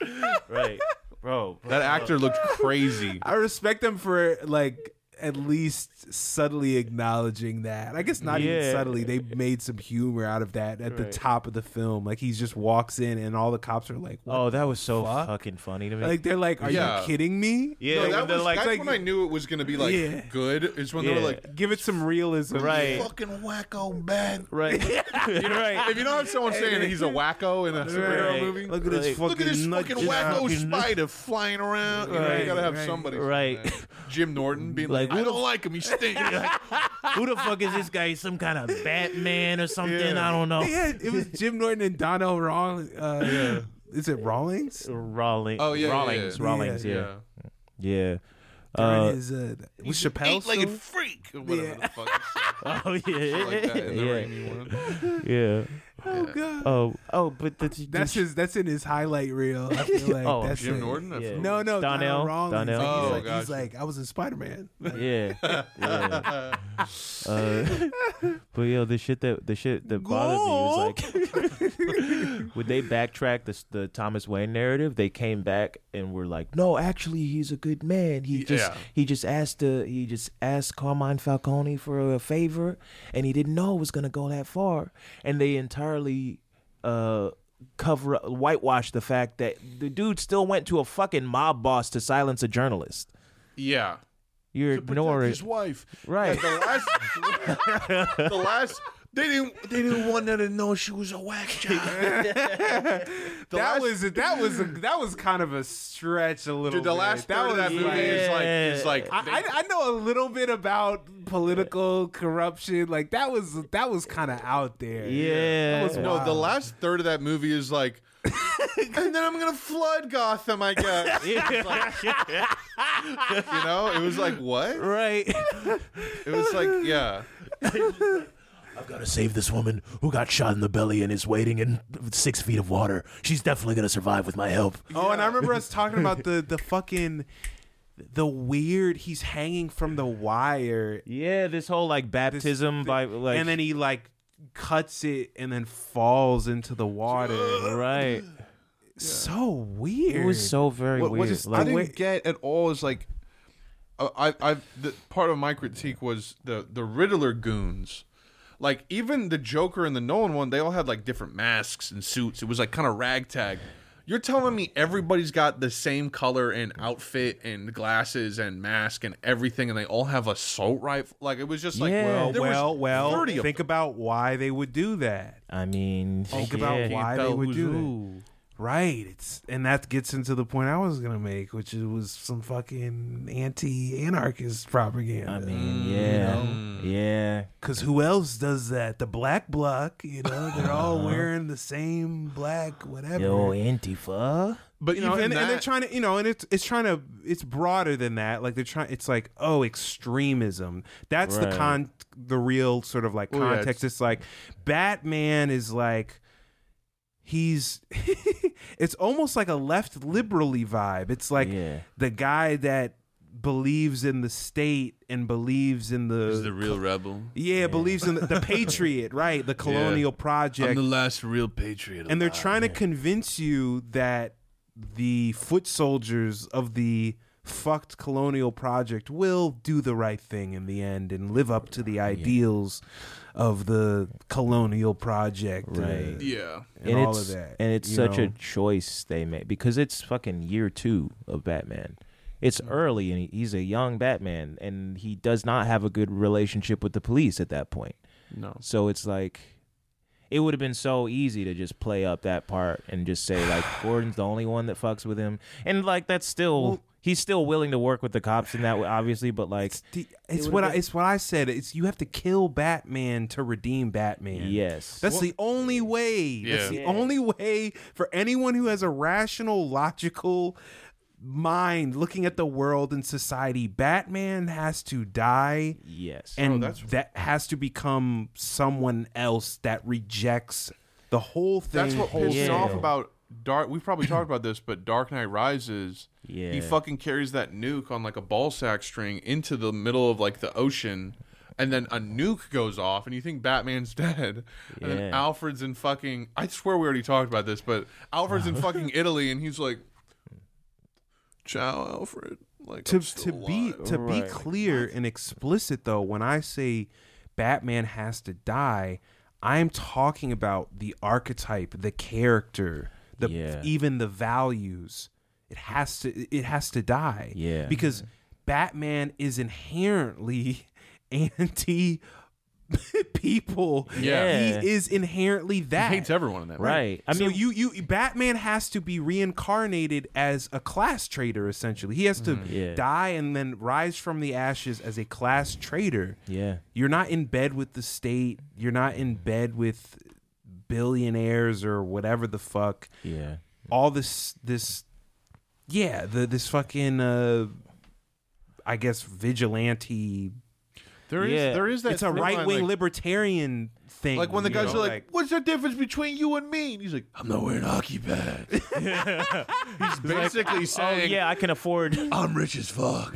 S2: right, bro.
S1: That actor looked crazy.
S3: I respect him for like at least subtly acknowledging that. I guess not even
S2: Yeah.
S3: subtly. They made some humor out of that at the top of the film. Like he just walks in and all the cops are like, what?
S2: Oh, that was so
S3: Fuck.
S2: fucking funny to me.
S3: Like they're like, are
S1: Yeah.
S3: you kidding me?
S2: yeah,
S1: No,
S2: when
S1: that
S2: they're
S1: was,
S2: like,
S1: that's
S3: like-
S1: when I knew it was going to be like
S3: Yeah.
S1: good. Is when they
S2: Yeah.
S1: were like,
S3: Give it some realism.
S2: right,
S7: Fucking wacko bad.
S2: right, right.
S1: if you don't have someone saying that he's a wacko in a superhero
S2: Right.
S1: movie,
S3: Look at this
S2: Right.
S3: fucking,
S1: look at this
S3: nut
S1: fucking
S3: job.
S1: wacko spider flying around. You, know, you
S2: Right,
S1: gotta have
S3: right,
S1: somebody,
S2: right.
S1: saying that. Jim Norton being like,
S2: Like,
S1: I
S2: who the
S1: don't like him. He stinks.
S2: Who the fuck is this guy? He's Some kind of Batman or something?
S1: Yeah.
S2: I don't know.
S3: They had- it was Jim Norton and Donnell Wrong. Uh, Is it Rawlings?
S2: Rawlings.
S8: Oh, yeah, yeah,
S2: Rawlings.
S8: yeah.
S2: Rawlings.
S3: Yeah,
S2: Yeah. Yeah.
S8: Yeah.
S3: There
S2: Uh,
S3: it is, uh, was
S8: He's an
S3: Chappelle
S8: Eight-legged
S3: still?
S8: freak. Or whatever the fuck. it's
S2: oh yeah.
S8: Like Like that in the
S2: yeah.
S8: rainy one.
S2: yeah.
S3: Oh god.
S2: Oh. Oh, but the, the-
S3: That's his. That's in his highlight reel. I feel like
S2: Oh,
S3: that's
S8: Jim
S3: it.
S8: Norton. I
S2: Yeah.
S8: feel.
S3: No,
S2: Donnell.
S3: no, Donnell. Rawlings.
S2: Donnell.
S3: Like, he's
S8: Oh,
S3: like, he's
S8: gotcha.
S3: like, I was in Spider Man.
S2: yeah. yeah. Uh, but yo, the shit that the shit that bothered me was like when they backtrack the the Thomas Wayne narrative, they came back and were like, "No, actually, he's a good man. He just
S1: Yeah.
S2: he just asked uh, he just asked Carmine Falcone for a favor, and he didn't know it was gonna go that far." And they entirely uh cover up, whitewash the fact that the dude still went to a fucking mob boss to silence a journalist.
S1: Yeah.
S2: You're
S1: to protect
S2: ignoring
S1: his wife.
S2: Right.
S1: And the last, the last, they didn't, they didn't want her to know she was a whack job. The
S3: that
S1: last-
S3: was that was that was kind of a stretch a little.
S1: Dude, the
S3: bit.
S1: last
S3: that
S1: third of
S3: was
S1: that movie
S3: like-
S1: is like, is like,
S3: I,
S1: they-
S3: I, I know a little bit about political corruption. Like that was that was kind of out there.
S2: Yeah.
S3: That was
S1: no, the
S3: wild.
S1: last third of that movie is like, and then I'm gonna flood Gotham, I guess. It's like- you know, it was like what?
S2: right.
S1: It was like, yeah,
S6: I've got to save this woman who got shot in the belly and is waiting in six feet of water. She's definitely going to survive with my help.
S3: Oh, and I remember us talking about the the fucking the weird. He's hanging from the wire,
S2: Yeah, this whole like baptism by like
S3: and then he like cuts it and then falls into the water.
S2: right.
S3: So weird.
S2: It was so very
S1: what,
S2: weird.
S1: What just, I
S2: like,
S1: didn't
S2: wait-
S1: get at all is like, uh, I, I, I've the, part of my critique was the the Riddler goons. Like even the Joker and the Nolan one, they all had like different masks and suits. It was like kind of ragtag. You're telling me everybody's got the same color and outfit and glasses and mask and everything, and they all have assault rifle. Like it was just like,
S2: Yeah.
S1: well,
S3: well,
S1: there was
S3: well, well,
S1: 30 of
S3: Think about why they would do that.
S2: I mean,
S1: oh,
S3: Think
S2: yeah.
S3: about why they
S1: tell
S3: would
S1: who's
S3: do
S1: who.
S3: that. Right. It's and that gets into the point I was gonna make, which is- was some fucking anti-anarchist propaganda.
S2: I mean,
S1: mm,
S2: yeah, yeah.
S3: Cause who else does that? The black bloc, you know, they're all wearing the same black whatever.
S2: Uh-huh. Yo, Antifa.
S1: But
S3: you know,
S1: even
S3: and, and they're
S1: that-
S3: trying to, you know, and it's it's trying to, it's broader than that. Like they're trying, it's like, oh, extremism. That's
S2: Right.
S3: the con, the real sort of like
S1: Well, yeah,
S3: context. it's like Batman is like, he's, it's almost like a left liberally vibe. It's like
S2: Yeah.
S3: the guy that believes in the state and believes in the,
S8: He's the real rebel.
S3: yeah, believes in the, the patriot, right? The colonial project.
S8: I'm the last real patriot.
S3: And they're
S2: uh,
S3: trying to convince you that the foot soldiers of the fucked colonial project will do the right thing in the end and live up to the ideals of the colonial project. uh,
S2: Right.
S8: Yeah.
S3: And, all
S2: it's,
S3: of that.
S2: And it's
S3: you
S2: such a
S3: know?
S2: choice they made because it's fucking year two of Batman. It's
S3: Mm.
S2: early and he- he's a young Batman and he does not have a good relationship with the police at that point.
S8: No.
S2: So it's like it would have been so easy to just play up that part and just say like Gordon's the only one that fucks with him, and like that's still he's still willing to work with the cops in that way, obviously. But like,
S3: The- it's what I, it's what I said. It's you have to kill Batman to redeem Batman.
S2: Yes.
S3: that's the only way. That's the
S2: Yeah.
S3: only way for anyone who has a rational, logical mind looking at the world and society. Batman has to die,
S2: yes,
S3: and that has to become someone else that rejects the whole thing.
S1: That's what pissed me
S2: Yeah.
S1: off about Dark. We've probably talked about this, but Dark Knight Rises.
S2: Yeah.
S1: He fucking carries that nuke on like a ball sack string into the middle of like the ocean, and then a nuke goes off, and you think Batman's dead, and then
S2: Yeah.
S1: Alfred's in fucking. I swear we already talked about this, but Alfred's in fucking Italy, and he's like, "Ciao, Alfred." Like
S3: to
S1: I'm
S3: to
S1: still
S3: be
S1: alive.
S3: to be clear and explicit though when i say batman has to die i'm talking about the archetype the character the
S2: Yeah.
S3: even the values it has to it has to die
S2: Yeah.
S3: because batman is inherently anti people
S2: Yeah.
S3: he is inherently that
S1: hates everyone in that movie.
S2: right. I mean,
S3: so you you Batman has to be reincarnated as a class traitor essentially. He has to
S2: Mm, Yeah.
S3: die and then rise from the ashes as a class traitor.
S2: yeah,
S3: You're not in bed with the state. You're not in bed with billionaires or whatever the fuck.
S2: yeah,
S3: all this this yeah the this fucking uh I guess vigilante.
S7: There is
S2: Yeah.
S7: there is that
S3: It's a
S7: through
S3: right
S7: line,
S3: wing
S7: like,
S3: libertarian thing.
S1: Like when the
S3: you
S1: guys
S3: know,
S1: are like, "What's the difference between you and me?" And he's like,
S7: I'm not wearing hockey pads.
S1: basically
S2: Oh
S1: saying,
S2: yeah, I can afford.
S7: I'm rich as fuck.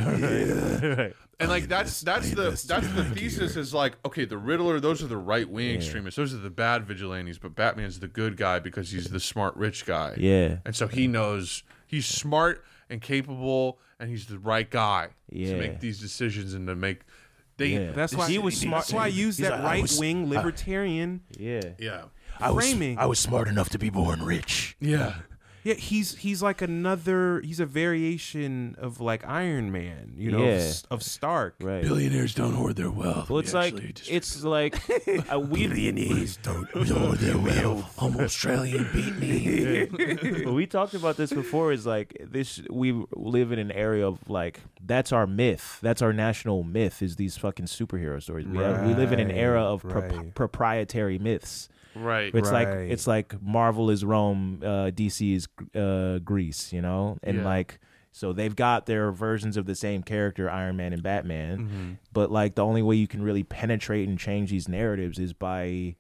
S2: Oh,
S1: and like that's that's the that's the thesis is like, okay, the Riddler, those are the right wing extremists, those are the bad vigilantes, but Batman's the good guy because he's the smart rich guy,
S2: Yeah.
S1: and so he knows he's smart and capable, and he's the right guy to
S2: Yeah.
S1: make these decisions and to make they
S2: Yeah.
S3: That's why
S2: He was smart.
S3: That's why I use
S6: He's
S3: that
S6: like, I
S3: right
S6: was-
S3: wing libertarian.
S2: Yeah.
S1: yeah
S6: I was,
S3: Framing.
S6: I was smart enough to be born rich.
S1: yeah.
S3: Yeah, he's he's like another. He's a variation of like Iron Man, you know, of
S2: Yeah.
S3: S- of, Stark.
S2: Right.
S6: Billionaires don't hoard their wealth.
S2: Well, it's
S6: We
S2: like
S6: actually just-
S2: it's like uh, we
S6: Billionaires don't hoard their wealth. I'm Australian, beat me.
S2: we talked about this before. Is like this we live in an area of like that's our myth. That's our national myth. Is these fucking superhero stories. We, we live in an era of pro-
S3: right.
S2: proprietary myths.
S1: right
S2: It's
S3: Right.
S2: like it's like Marvel is Rome, uh, DC is uh, Greece, you know, and
S1: Yeah.
S2: like so they've got their versions of the same character, Iron Man and Batman,
S1: Mm-hmm.
S2: but like the only way you can really penetrate and change these narratives is by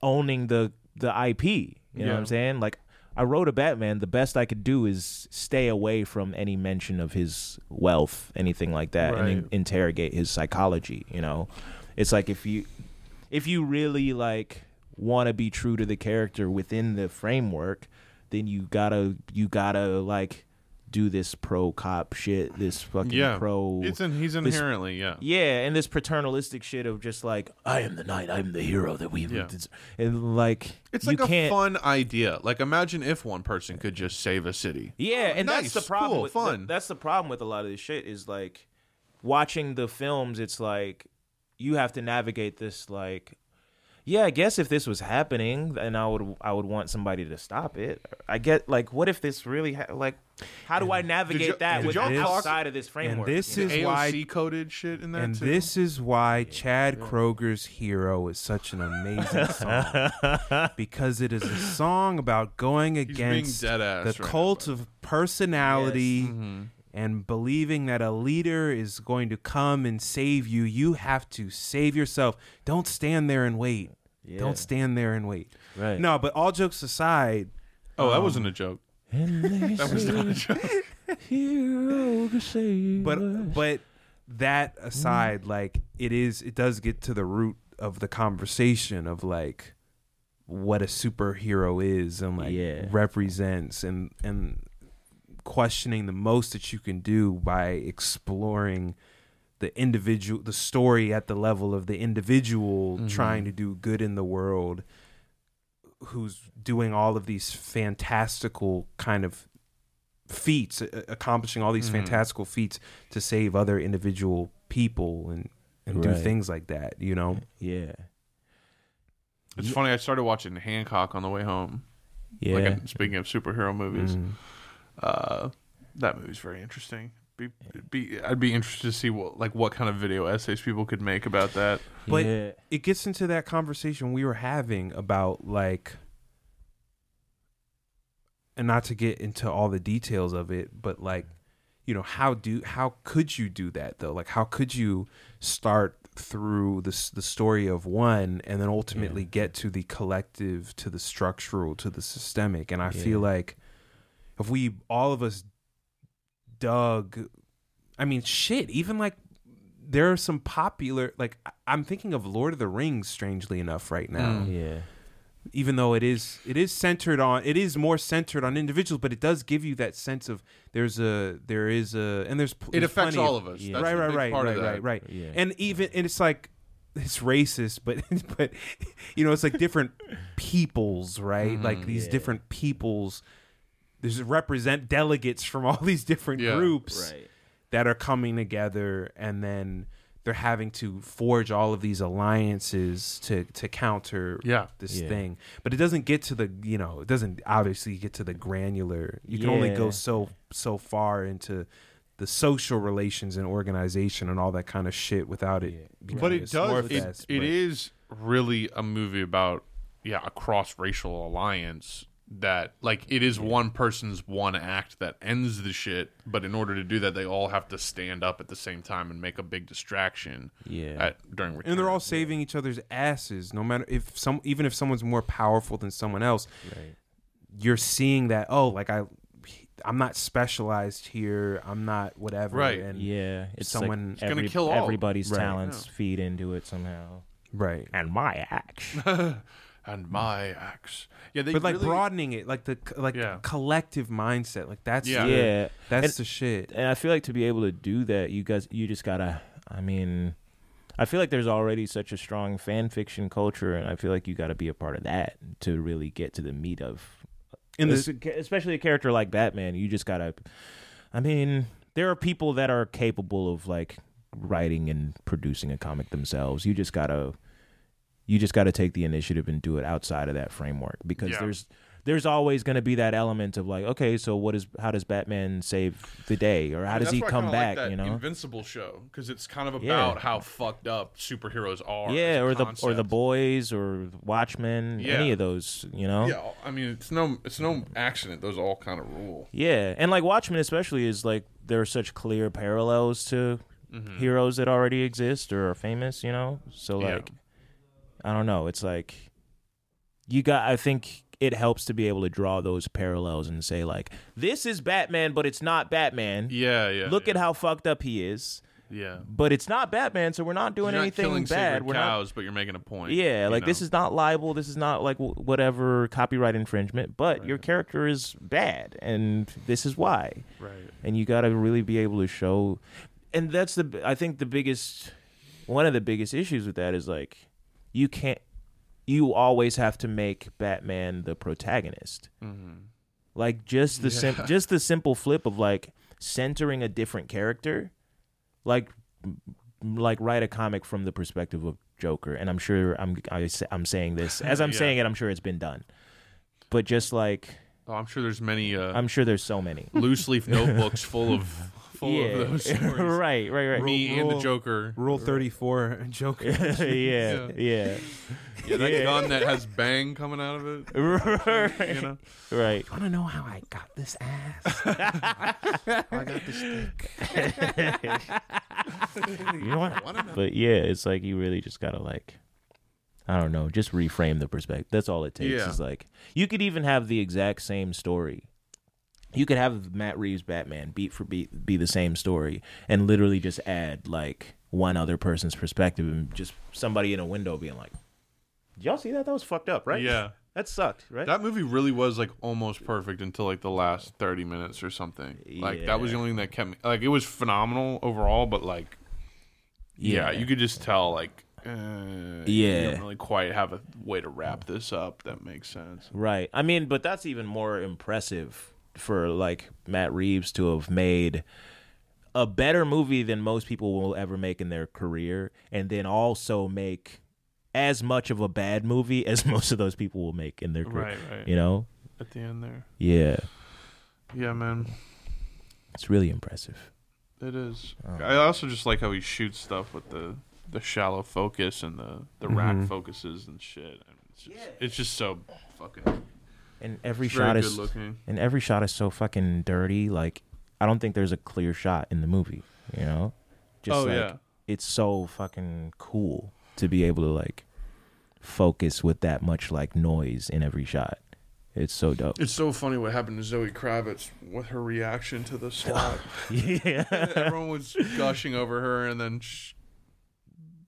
S2: owning the the IP. You know what I'm saying? Like I wrote a Batman. The best I could do is stay away from any mention of his wealth, anything like that, and in- interrogate his psychology. You know, it's like if you if you really like want to be true to the character within the framework, then you gotta you gotta like do this pro cop shit, this fucking
S1: yeah
S2: pro
S1: it's in, he's
S2: this-
S1: inherently yeah
S2: yeah, and this paternalistic shit of just like
S6: I am the knight. I'm the hero that we
S1: Yeah.
S2: and like
S1: It's
S2: you
S1: like a
S2: can't,
S1: fun idea. Like, imagine if one person could just save a city.
S2: Yeah, and
S1: nice,
S2: that's the problem.
S1: cool,
S2: with,
S1: fun.
S2: th- that's the problem with a lot of this shit is like watching the films. It's like you have to navigate this. Like, yeah, I guess if this was happening, then I would I would want somebody to stop it. I get like, what if this really ha- like? How do I navigate
S1: y'all-
S2: that
S1: did
S2: with
S1: y'all talk-
S2: outside of this
S3: And
S2: framework?
S3: this
S2: you know?
S3: is why.
S1: AOC coded shit in there
S3: And
S1: too.
S3: this is why Chad Kroger's "Hero" is such an amazing song because it is a song about going
S1: being
S3: against
S1: dead ass
S3: the
S1: right now,
S3: cult of personality and believing that a leader is going to come and save you. You have to save yourself. Don't stand there and wait. Don't stand there and wait.
S2: Right.
S3: No, but all jokes aside,
S1: oh, that wasn't a joke. That was not a joke.
S3: but but that aside like it is it does get to the root of the conversation of like what a superhero is and like
S2: Yeah.
S3: represents and and questioning the most that you can do by exploring the individual the story at the level of the individual trying to do good in the world who's doing all of these fantastical kind of feats, a- accomplishing all these fantastical feats to save other individual people and and do
S2: Right.
S3: things like that. You know,
S2: yeah,
S1: It's funny. I started watching Hancock on the way home.
S2: yeah. Mm.
S1: Like, I'm- speaking of superhero movies, uh, that movie's very interesting. Be, be, I'd be interested to see what like what kind of video essays people could make about that.
S3: but
S2: Yeah.
S3: it gets into that conversation we were having about like. And not to get into all the details of it, but like, you know, how do how could you do that though? Like, how could you start through this the story of one and then ultimately get to the collective, to the structural, to the systemic? And I feel like if we all of us dug i mean shit even like there are some popular like I- i'm thinking of lord of the rings strangely enough right now
S1: Hmm.
S2: yeah,
S3: even though it is it is centered on it is more centered on individuals but it does give you that sense of there's a there is a and there's pl-
S1: It
S3: there's
S1: affects
S3: plenty
S1: all of us. That's
S3: right
S1: the
S3: right
S1: big
S3: right
S1: part of
S3: right
S1: that.
S3: right right
S2: Yeah.
S3: and even and it's like it's racist but but you know it's like different peoples right
S1: Hmm.
S3: like these different peoples there's represent delegates from all these different
S1: Yeah.
S3: groups
S2: Right.
S3: that are coming together and then they're having to forge all of these alliances to to counter
S1: Yeah.
S3: this
S2: Yeah.
S3: thing but it doesn't get to the you know it doesn't obviously get to the granular you can only go
S2: Yeah.
S3: so so far into the social relations and organization and all that kind of shit without it becoming
S1: but
S3: a
S1: it does. It,
S3: slurfest,
S1: it
S3: but-
S1: is really a movie about yeah a cross racial alliance that like it is one person's one act that ends the shit but in order to do that they all have to stand up at the same time and make a big distraction
S2: Yeah.
S1: at, during return.
S3: and they're all saving each other's asses no matter if some even if someone's more powerful than someone else you're seeing that oh like i i'm not specialized here i'm not whatever
S1: Right.
S3: and
S2: Yeah, it's
S3: Someone-
S2: someone
S3: It's
S1: gonna
S2: every,
S1: kill all.
S2: everybody's
S3: Right.
S2: talents feed into it somehow.
S3: right
S2: And my action.
S1: and my axe yeah they
S3: but like
S1: really-
S3: broadening it like the c- like
S1: Yeah.
S3: collective mindset like that's
S1: Yeah.
S3: yeah,
S2: yeah,
S3: that's
S2: And-
S3: the shit
S2: and I feel like to be able to do that, you guys, you just gotta. I mean, I feel like there's already such a strong fan fiction culture, and I feel like you gotta be a part of that to really get to the meat of.
S3: In
S2: Es-
S3: this-
S2: especially a character like Batman, you just gotta. I mean, there are people that are capable of like writing and producing a comic themselves. You just gotta. You just gotta take the initiative and do it outside of that framework because
S1: Yeah.
S2: there's there's always going to be that element of like, okay, so what is how does Batman save the day, or how does
S1: That's
S2: he
S1: why I
S2: come
S1: kinda like
S2: back?
S1: that
S2: you know,
S1: invincible show because it's kind of
S2: Yeah.
S1: about how fucked up superheroes are as
S2: yeah,
S1: a
S2: or the or
S1: concept.
S2: the boys or Watchmen,
S1: Yeah.
S2: any of those, you know,
S1: yeah i mean it's no it's no accident those all kind of rule
S2: Yeah, and like Watchmen especially is like there are such clear parallels to heroes that already exist or are famous, you know. So
S1: Mm-hmm. Yeah.
S2: like, I don't know. It's like you got. I think it helps to be able to draw those parallels and say like, this is Batman, but it's not Batman.
S1: yeah yeah
S2: Look
S1: yeah,
S2: at how fucked up he is.
S1: yeah
S2: but it's not Batman, so we're not doing
S1: you're not
S2: anything
S1: killing
S2: bad.
S1: sacred
S2: We're
S1: cows but you're making a point
S2: not, yeah,
S1: you
S2: like this
S1: know?
S2: is not libel. This is not like wh- whatever copyright infringement. But your character is bad, and this is why.
S1: right
S2: And you got to really be able to show. And that's the I think the biggest one of the biggest issues with that is like you can't you always have to make Batman the protagonist.
S1: Mm-hmm.
S2: Like just the sim- just the simple flip of like centering a different character, like like write a comic from the perspective of Joker. And I'm sure I'm I, say- I'm saying this as I'm
S1: Yeah.
S2: saying it. I'm sure it's been done, but just like
S1: oh i'm sure there's many uh
S2: I'm sure there's so many.
S1: loose leaf notebooks full of full of those stories.
S2: right, right, right.
S1: Me and the Joker.
S3: rule 34 joker
S2: yeah, yeah, yeah.
S1: Yeah, that gun that has bang coming out of it.
S2: right.
S1: You know,
S3: want to know how i got this ass
S2: You know what? But yeah, it's like you really just gotta like, I don't know, just reframe the perspective. That's all it takes.
S1: Yeah.
S2: Is like you could even have the exact same story. You could have Matt Reeves Batman beat for beat be the same story, and literally just add like one other person's perspective, and just somebody in a window being like, "Did y'all see that? That was fucked up, right?
S1: Yeah.
S2: that sucked, right?
S1: that movie really was like almost perfect until like the last thirty minutes or something. Like that was the
S2: Yeah.
S1: only thing that kept me. Like it was phenomenal overall, but like, yeah, you could just tell like, uh, you
S2: Yeah.
S1: don't really quite have a way to wrap this up that makes sense.
S2: Right. I mean, but that's even more impressive for like Matt Reeves to have made a better movie than most people will ever make in their career and then also make as much of a bad movie as most of those people will make in their career.
S1: right.
S2: You know?
S1: At the end there,
S2: Yeah.
S1: yeah, man,
S2: It's really impressive.
S1: it is.
S2: Oh.
S1: I also just like how he shoots stuff with the the shallow focus and the the
S2: Mm-hmm.
S1: rack focuses and shit. And it's just, it's just so fucking
S2: And every
S1: It's very
S2: shot is
S1: good looking.
S2: and every shot is so fucking dirty like I don't think there's a clear shot in the movie, you know? Just
S1: Oh,
S2: like
S1: yeah.
S2: it's so fucking cool to be able to like focus with that much like noise in every shot. It's so dope.
S1: It's so funny what happened to Zoe Kravitz with her reaction to the slap.
S2: yeah.
S1: Everyone was gushing over her, and then she,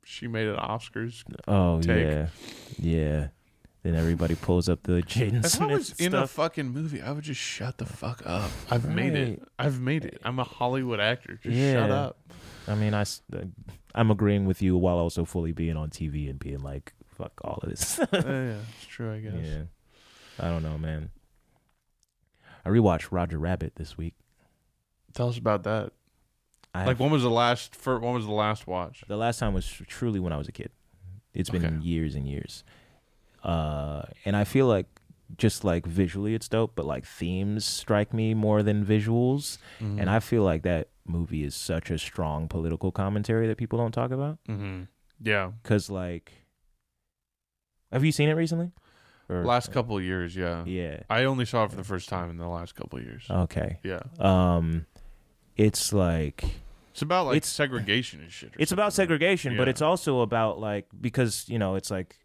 S1: she made an Oscars.
S2: Oh
S1: Take.
S2: yeah. Yeah. Then everybody pulls up the Jaden
S1: If I
S2: Smith
S1: was
S2: stuff.
S1: in a fucking movie, I would just shut the fuck up. I've made it. I've made it. I'm a Hollywood actor. Just shut
S2: Yeah.
S1: up.
S2: I mean, I s- uh, I'm agreeing with you while also fully being on TV and being like fuck all of this.
S1: Oh, yeah, it's true. I guess.
S2: Yeah. I don't know, man. I rewatched Roger Rabbit this week.
S1: Tell us about that.
S2: I
S1: Like, when was the last? For when was the last watch?
S2: the last time was tr- truly when I was a kid. It's been
S1: Okay.
S2: years and years. Uh, and I feel like just like visually it's dope, but like themes strike me more than visuals.
S1: Mm. Mm-hmm.
S2: And I feel like that movie is such a strong political commentary that people don't talk about.
S1: Mm-hmm. Yeah.
S2: Cause like, have you seen it recently? Or-
S1: Last couple of years, yeah.
S2: Yeah. Oh.
S1: I only saw it for the first time in the last couple of years.
S2: Okay.
S1: yeah.
S2: Um, it's like
S1: It's about like
S2: It's-
S1: segregation and shit. or
S2: it's about
S1: something, right?
S2: segregation, but
S1: Yeah.
S2: it's also about like because you know it's like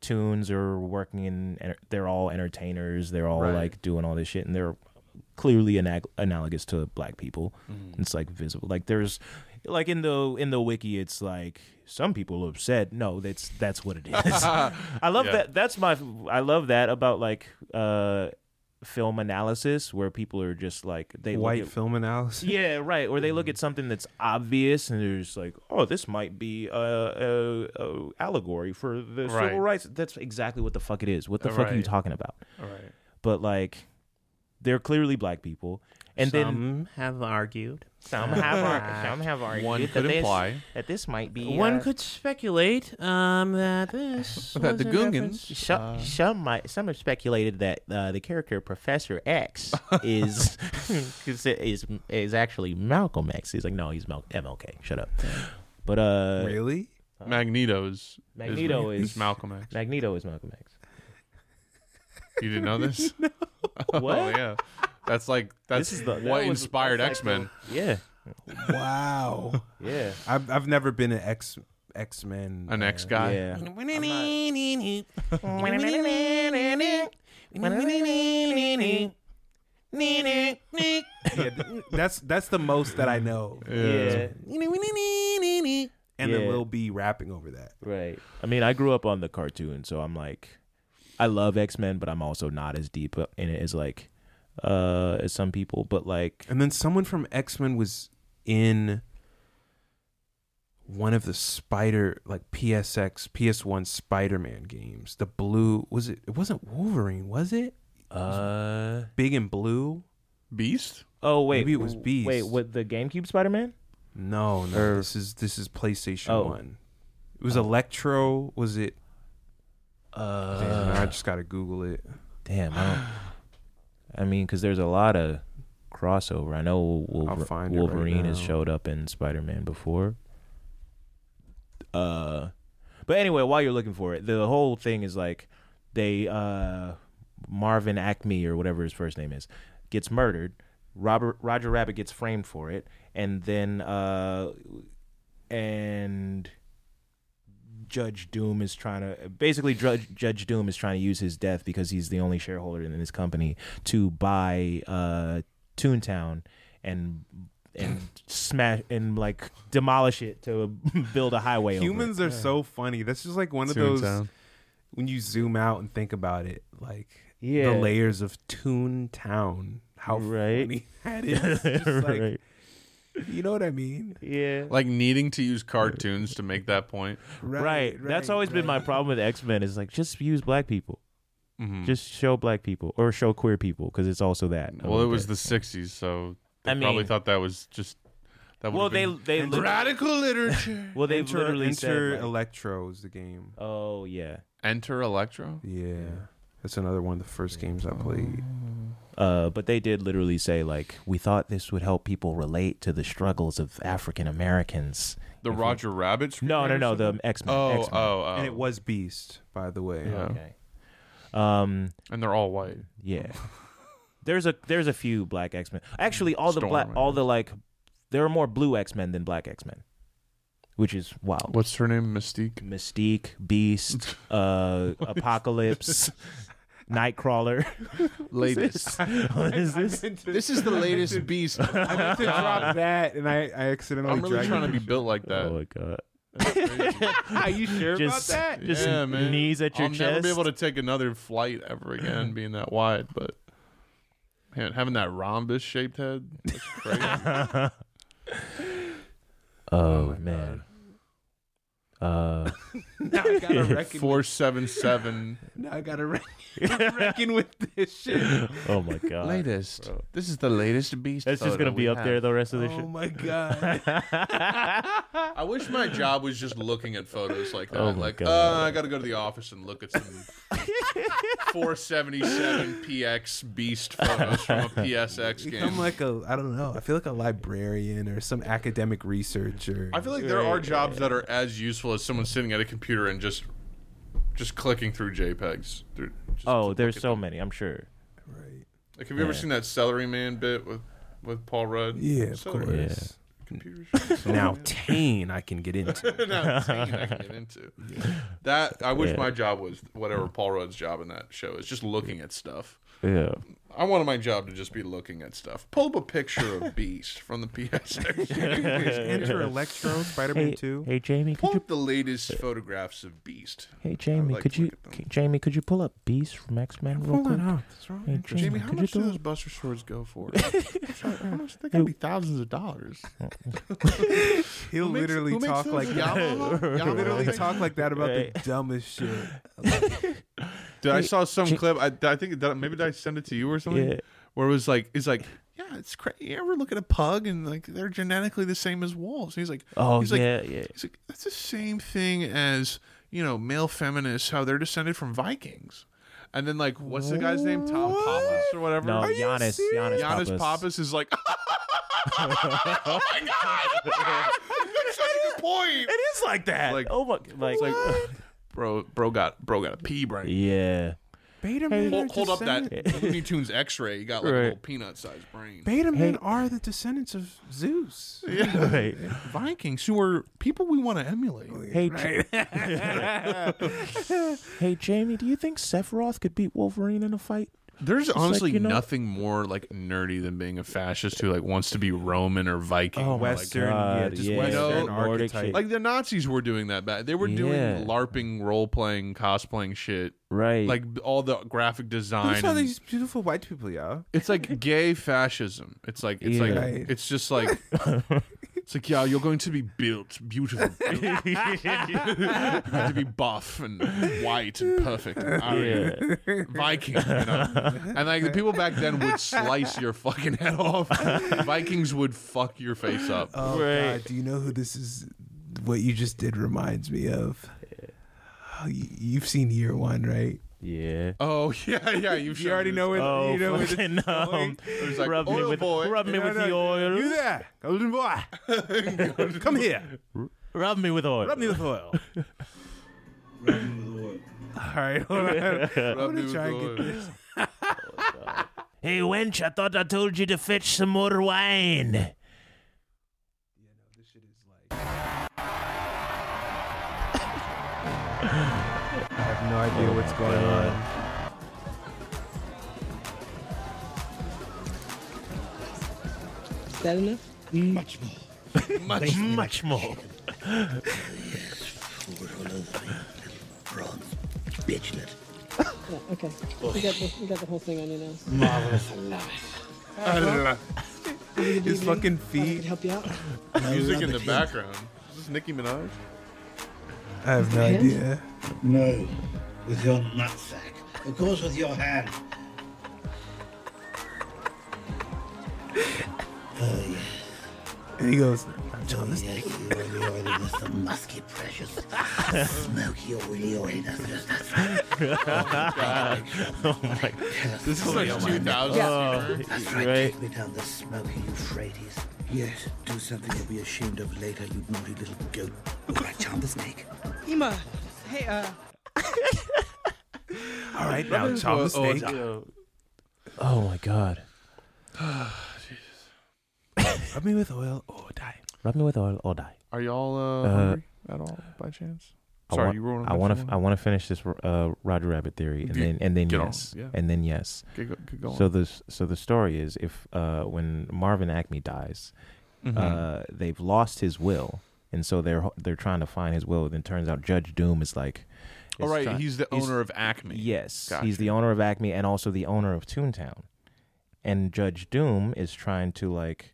S2: tunes are working in enter- they're all entertainers, they're all
S1: Right.
S2: like doing all this shit, and they're clearly anag- analogous to black people.
S1: Mm-hmm.
S2: It's like visible, like there's like in the in the wiki, it's like some people are upset. No, that's that's what it is. I love
S1: Yeah.
S2: that. That's my I love that about like uh film analysis where people are just like they look
S3: White
S2: at-
S3: film analysis.
S2: yeah, right. Or they look at something that's obvious and they're just like, "Oh, this might be a, a, a allegory for the
S1: Right.
S2: civil rights." That's exactly what the fuck it is. What the fuck are you
S1: Right.
S2: talking about?
S1: Right.
S2: But like, they're clearly black people, and then
S10: have argued.
S2: some have ar- some have argued
S1: One
S2: that
S1: could
S2: this-
S1: imply
S2: that this might be
S10: One
S2: uh,
S10: could speculate um, that this
S1: that
S10: was
S1: the
S10: a reference-
S1: Gungans.
S2: Some, some might some have speculated that uh, the character Professor X is is is- is actually Malcolm X. He's like, no, he's Mal- MLK. Shut up. But uh,
S3: Really?
S1: Magneto is
S2: Magneto
S1: is,
S2: is-
S1: Malcolm X.
S2: Magneto is Malcolm X.
S1: You didn't know this?
S2: What?
S1: Oh yeah. That's like that's
S2: is the- that
S1: what
S2: was-
S1: inspired
S2: that's
S1: X
S2: like
S1: Men.
S2: Yeah,
S3: Wow.
S2: yeah,
S3: I've I've never been an X X Men.
S1: An X guy.
S2: yeah.
S3: That's that's the most that I know.
S2: Yeah,
S3: And then
S2: Yeah.
S3: Lil B rapping over that.
S2: right. I mean, I grew up on the cartoon, so I'm like, I love X Men, but I'm also not as deep in it as like, uh, as some people. But like,
S3: And then someone from X Men was in one of the Spider like PSX PS1 Spider Man games. The blue was it? It wasn't Wolverine, was it?
S2: uh,
S3: Big and blue.
S1: Beast?
S2: oh wait,
S3: Maybe it was
S2: w- Wait,
S3: Beast.
S2: what the GameCube Spider Man?
S3: No, no.
S2: Or-
S3: this is this is PlayStation
S2: Er, Oh.
S3: One. It was Electro. Was it? Damn,
S2: Uh,
S3: I just gotta Google it.
S2: Damn, I, don't, I mean, because there's a lot of crossover. I know Wolver-
S3: find it right
S2: Wolverine has
S3: now.
S2: showed up in Spider Man before. Uh, but anyway, while you're looking for it, the whole thing is like they uh Marvin Acme or whatever his first name is gets murdered. Robert Roger Rabbit gets framed for it, and then uh and Judge Doom is trying to basically Judge, Judge Doom is trying to use his death because he's the only shareholder in his company to buy uh, Toontown and and smash and like demolish it to build a highway. over it.
S3: Humans are so funny. That's just like one of those when you zoom out and think about it, like
S2: Yeah.
S3: the layers of Toontown. How
S2: Right.
S3: funny that is. Just like,
S2: Right.
S3: You know what I mean?
S2: Yeah.
S1: Like needing to use cartoons to make that point.
S2: Right. That's always been my problem with X Men is like just use black people.
S1: Mm-hmm.
S2: Just show black people or show queer people because it's also that. a
S1: Well, it
S2: little
S1: was
S2: bit.
S1: the '60s, so they
S2: I
S1: probably
S2: mean-
S1: thought that was just that.
S2: well
S1: would've
S2: they
S1: been-
S2: they lit-
S1: radical literature.
S2: well they
S3: Enter,
S2: literally
S3: enter
S2: said like,
S3: Electro is the game.
S2: oh yeah
S1: Enter Electro.
S3: Yeah. That's another one of the first games I played.
S2: Uh, but they did literally say like we thought this would help people relate to the struggles of African Americans.
S1: The Roger Rabbit.
S2: No, no,
S1: screenwriter
S2: no,
S1: or
S2: the
S1: something?
S2: X Men.
S1: Oh,
S2: X-Men.
S1: oh, oh,
S3: And it was Beast, by the way.
S1: Yeah.
S2: Okay. Um.
S1: and they're all white.
S2: Yeah. there's a there's a few black X Men. Actually, all the
S1: Storm,
S2: black
S1: I
S2: all the like there are more blue X Men than black X Men, which is wild.
S1: What's her name? Mystique.
S2: Mystique, Beast, uh, Apocalypse, Nightcrawler.
S1: Latest.
S2: what is this?
S1: this is the latest beast.
S3: I meant to drop that and I, I accidentally
S1: I'm really
S3: dragged
S1: trying to
S3: it.
S1: be built like
S2: Oh
S1: that.
S2: my god.
S3: Are you sure
S2: Just,
S3: about that?
S2: just
S1: yeah, man.
S2: knees at your
S1: I'll
S2: chest.
S1: never be able to take another flight ever again, being that wide. But man, having that rhombus shaped head, that's crazy.
S2: Oh, man. Uh,
S3: Now I gotta reckon
S1: Four seven seven.
S3: Now I gotta reckon, reckon with this shit.
S2: oh my god.
S1: latest. This is the latest beast.
S2: That's just gonna be up there the rest of the
S3: Oh my god.
S2: shit.
S1: I wish my job was just looking at photos like that.
S2: Oh my
S1: like,
S2: God.
S1: uh, I got to go to the office and look at some 477 PX beast photos from a PSX
S3: Become
S1: game.
S3: like a I don't know. I feel like a librarian or some academic researcher.
S1: I feel like there are jobs that are as useful as someone sitting at a computer and just just clicking through JPEGs. Through, just
S2: Oh,
S1: look
S2: there's
S1: at
S2: so
S1: them.
S2: many. I'm sure.
S1: Like, have you ever
S2: yeah.
S1: seen that Celery Man bit with with Paul Rudd?
S7: Yeah, of
S1: Celery
S7: course.
S1: Man. Computer shop.
S3: Now Tane, I can get into.
S1: now it's something I can get into. That I wish
S2: Yeah.
S1: my job was whatever Paul Rudd's job in that show is just looking at stuff.
S2: Yeah.
S1: I wanted my job to just be looking at stuff. Pull up a picture of Beast from the PSX.
S3: Enter Electro, Spider-Man
S2: Hey,
S3: Two.
S2: hey Jamie, could
S1: Pull
S2: you?
S1: up the latest photographs of Beast.
S2: Hey Jamie,
S1: like
S2: could
S1: to
S2: you?
S1: look at them.
S2: c- Jamie, could you pull up Beast from X Men real quick? Hey, Jamie,
S7: Jamie, how
S2: could you
S7: much do
S2: do
S7: those Buster swords go for? how much? They gotta be thousands of dollars.
S3: He'll
S7: Who makes-
S3: literally
S7: who makes
S3: talk
S7: those?
S3: like that.
S7: Yamaha?
S3: He'll
S7: Yamaha
S3: literally
S7: makes-
S3: talk like that about
S2: Right.
S3: the dumbest shit.
S1: Dude, I
S2: Hey,
S1: saw some
S2: J-
S1: clip. I, I think that maybe did I send it to you or something?
S2: Yeah.
S1: Where it was like, it's like,
S7: Yeah, it's crazy. You ever look at a pug and like they're genetically the same as wolves? He's like,
S2: Oh
S7: he's like,
S2: yeah, yeah.
S7: he's like, that's the same thing as you know male feminists how they're descended from Vikings,
S1: and then like, what's the guy's name? Tom Pappas or whatever.
S2: No, Giannis, Giannis,
S1: Giannis
S2: Papas.
S1: Pappas. is like, oh my god, that's such a good point.
S2: It is like that.
S1: Like-
S2: oh my, like,
S1: It's like, bro, bro got, bro got a pea brain.
S2: yeah.
S3: Beta
S2: Hey,
S3: men are
S1: Hold, hold up that
S2: descended-
S1: Looney Tunes X-ray. You got like a
S2: Right.
S1: little peanut-sized brain.
S3: Beta men
S2: Hey.
S3: are the descendants of Zeus.
S2: Right.
S7: Vikings who are people we want to emulate.
S2: Hey, Ja- hey, Jamie, do you think Sephiroth could beat Wolverine in a fight?
S1: There's honestly
S2: you know-
S1: nothing more like nerdy than being a fascist who like wants to be Roman or Viking.
S2: Oh,
S1: Like,
S3: Western, yeah,
S2: God,
S3: just
S2: yeah.
S1: You
S3: Western
S1: know,
S2: Nordic
S3: archetype.
S2: shit.
S1: Like the Nazis were doing that back. They were
S2: Yeah.
S1: doing LARPing, role playing, cosplaying shit.
S2: Right.
S1: Like all the graphic design.
S3: Who's all
S1: and-
S3: these beautiful white people, y'all?
S1: it's like gay fascism. It's like it's
S2: Yeah.
S1: like it's just like it's like yeah, you're going to be built beautiful. built. you're going to be buff and white and perfect. And
S2: yeah.
S1: Aryan. Viking, you know? and like the people back then would slice your fucking head off. Vikings would fuck your face up.
S3: Oh
S2: Right.
S3: God! Do you know who this is? What you just did reminds me of. Oh, you- You've seen Year One, right?
S2: yeah.
S1: oh yeah, yeah, you've
S3: You already know it.
S2: Oh,
S3: you know it.
S2: fucking um,
S1: It was like
S2: rub me
S1: oil
S2: with,
S1: boy.
S2: rub me
S3: No,
S2: with
S3: no,
S2: the oil,
S3: You there, golden boy? Come here.
S2: rub me with oil.
S3: Rub me with oil. All right, hold on. I'm
S1: Rub me
S3: gonna
S1: with
S3: try and
S1: oil.
S3: get this.
S2: Hey, wench, I thought I told you to fetch some more wine.
S3: I have no idea what's going on.
S11: that enough?
S6: Much more.
S2: Much, much more.
S6: Forward, all over. Bronze. Bitch nut.
S11: Yeah, okay. We got, the, we got the whole thing on you now.
S6: Marvelous alive.
S3: His fucking
S11: I can
S3: feet.
S11: help you out.
S1: Music in the background. Is this Nicki Minaj?
S3: I have no idea.
S6: No, with your nutsack. Of course, with your hand. Oh, yeah.
S3: And he goes,
S6: Thomas, you and your oiliness, the musky precious. Smoke your willy oiliness, just that's right.
S1: This is like 2000.
S6: That's
S2: Right.
S6: right, take me down the smoky Euphrates. Yes, do something you'll be ashamed of later, you naughty little goat. All right, charm the snake.
S11: Ima, hey, uh,
S3: "All right, now chop
S1: oil. Oh,
S3: the snake."
S2: Oh my God.
S3: Rub me with oil or die.
S2: Rub me with oil or die.
S1: Are y'all uh,
S2: Uh,
S1: hungry at all by chance? Sorry,
S2: I want,
S1: you were on.
S2: I want to. I want to finish this uh, Roger Rabbit theory, and
S1: Dude,
S2: then and then
S1: get on,
S2: yes,
S1: yeah.
S2: and then yes.
S1: Get, go- get going.
S2: So the so the story is if uh, when Marvin Acme dies,
S1: Mm-hmm.
S2: uh, they've lost his will, and so they're they're trying to find his will. And then turns out Judge Doom is like,
S1: all
S2: is
S1: right,
S2: try-
S1: he's the
S2: he's-
S1: owner of Acme.
S2: Yes, he's
S1: Gotcha.
S2: the owner of Acme and also the owner of Toontown. And Judge Doom is trying to like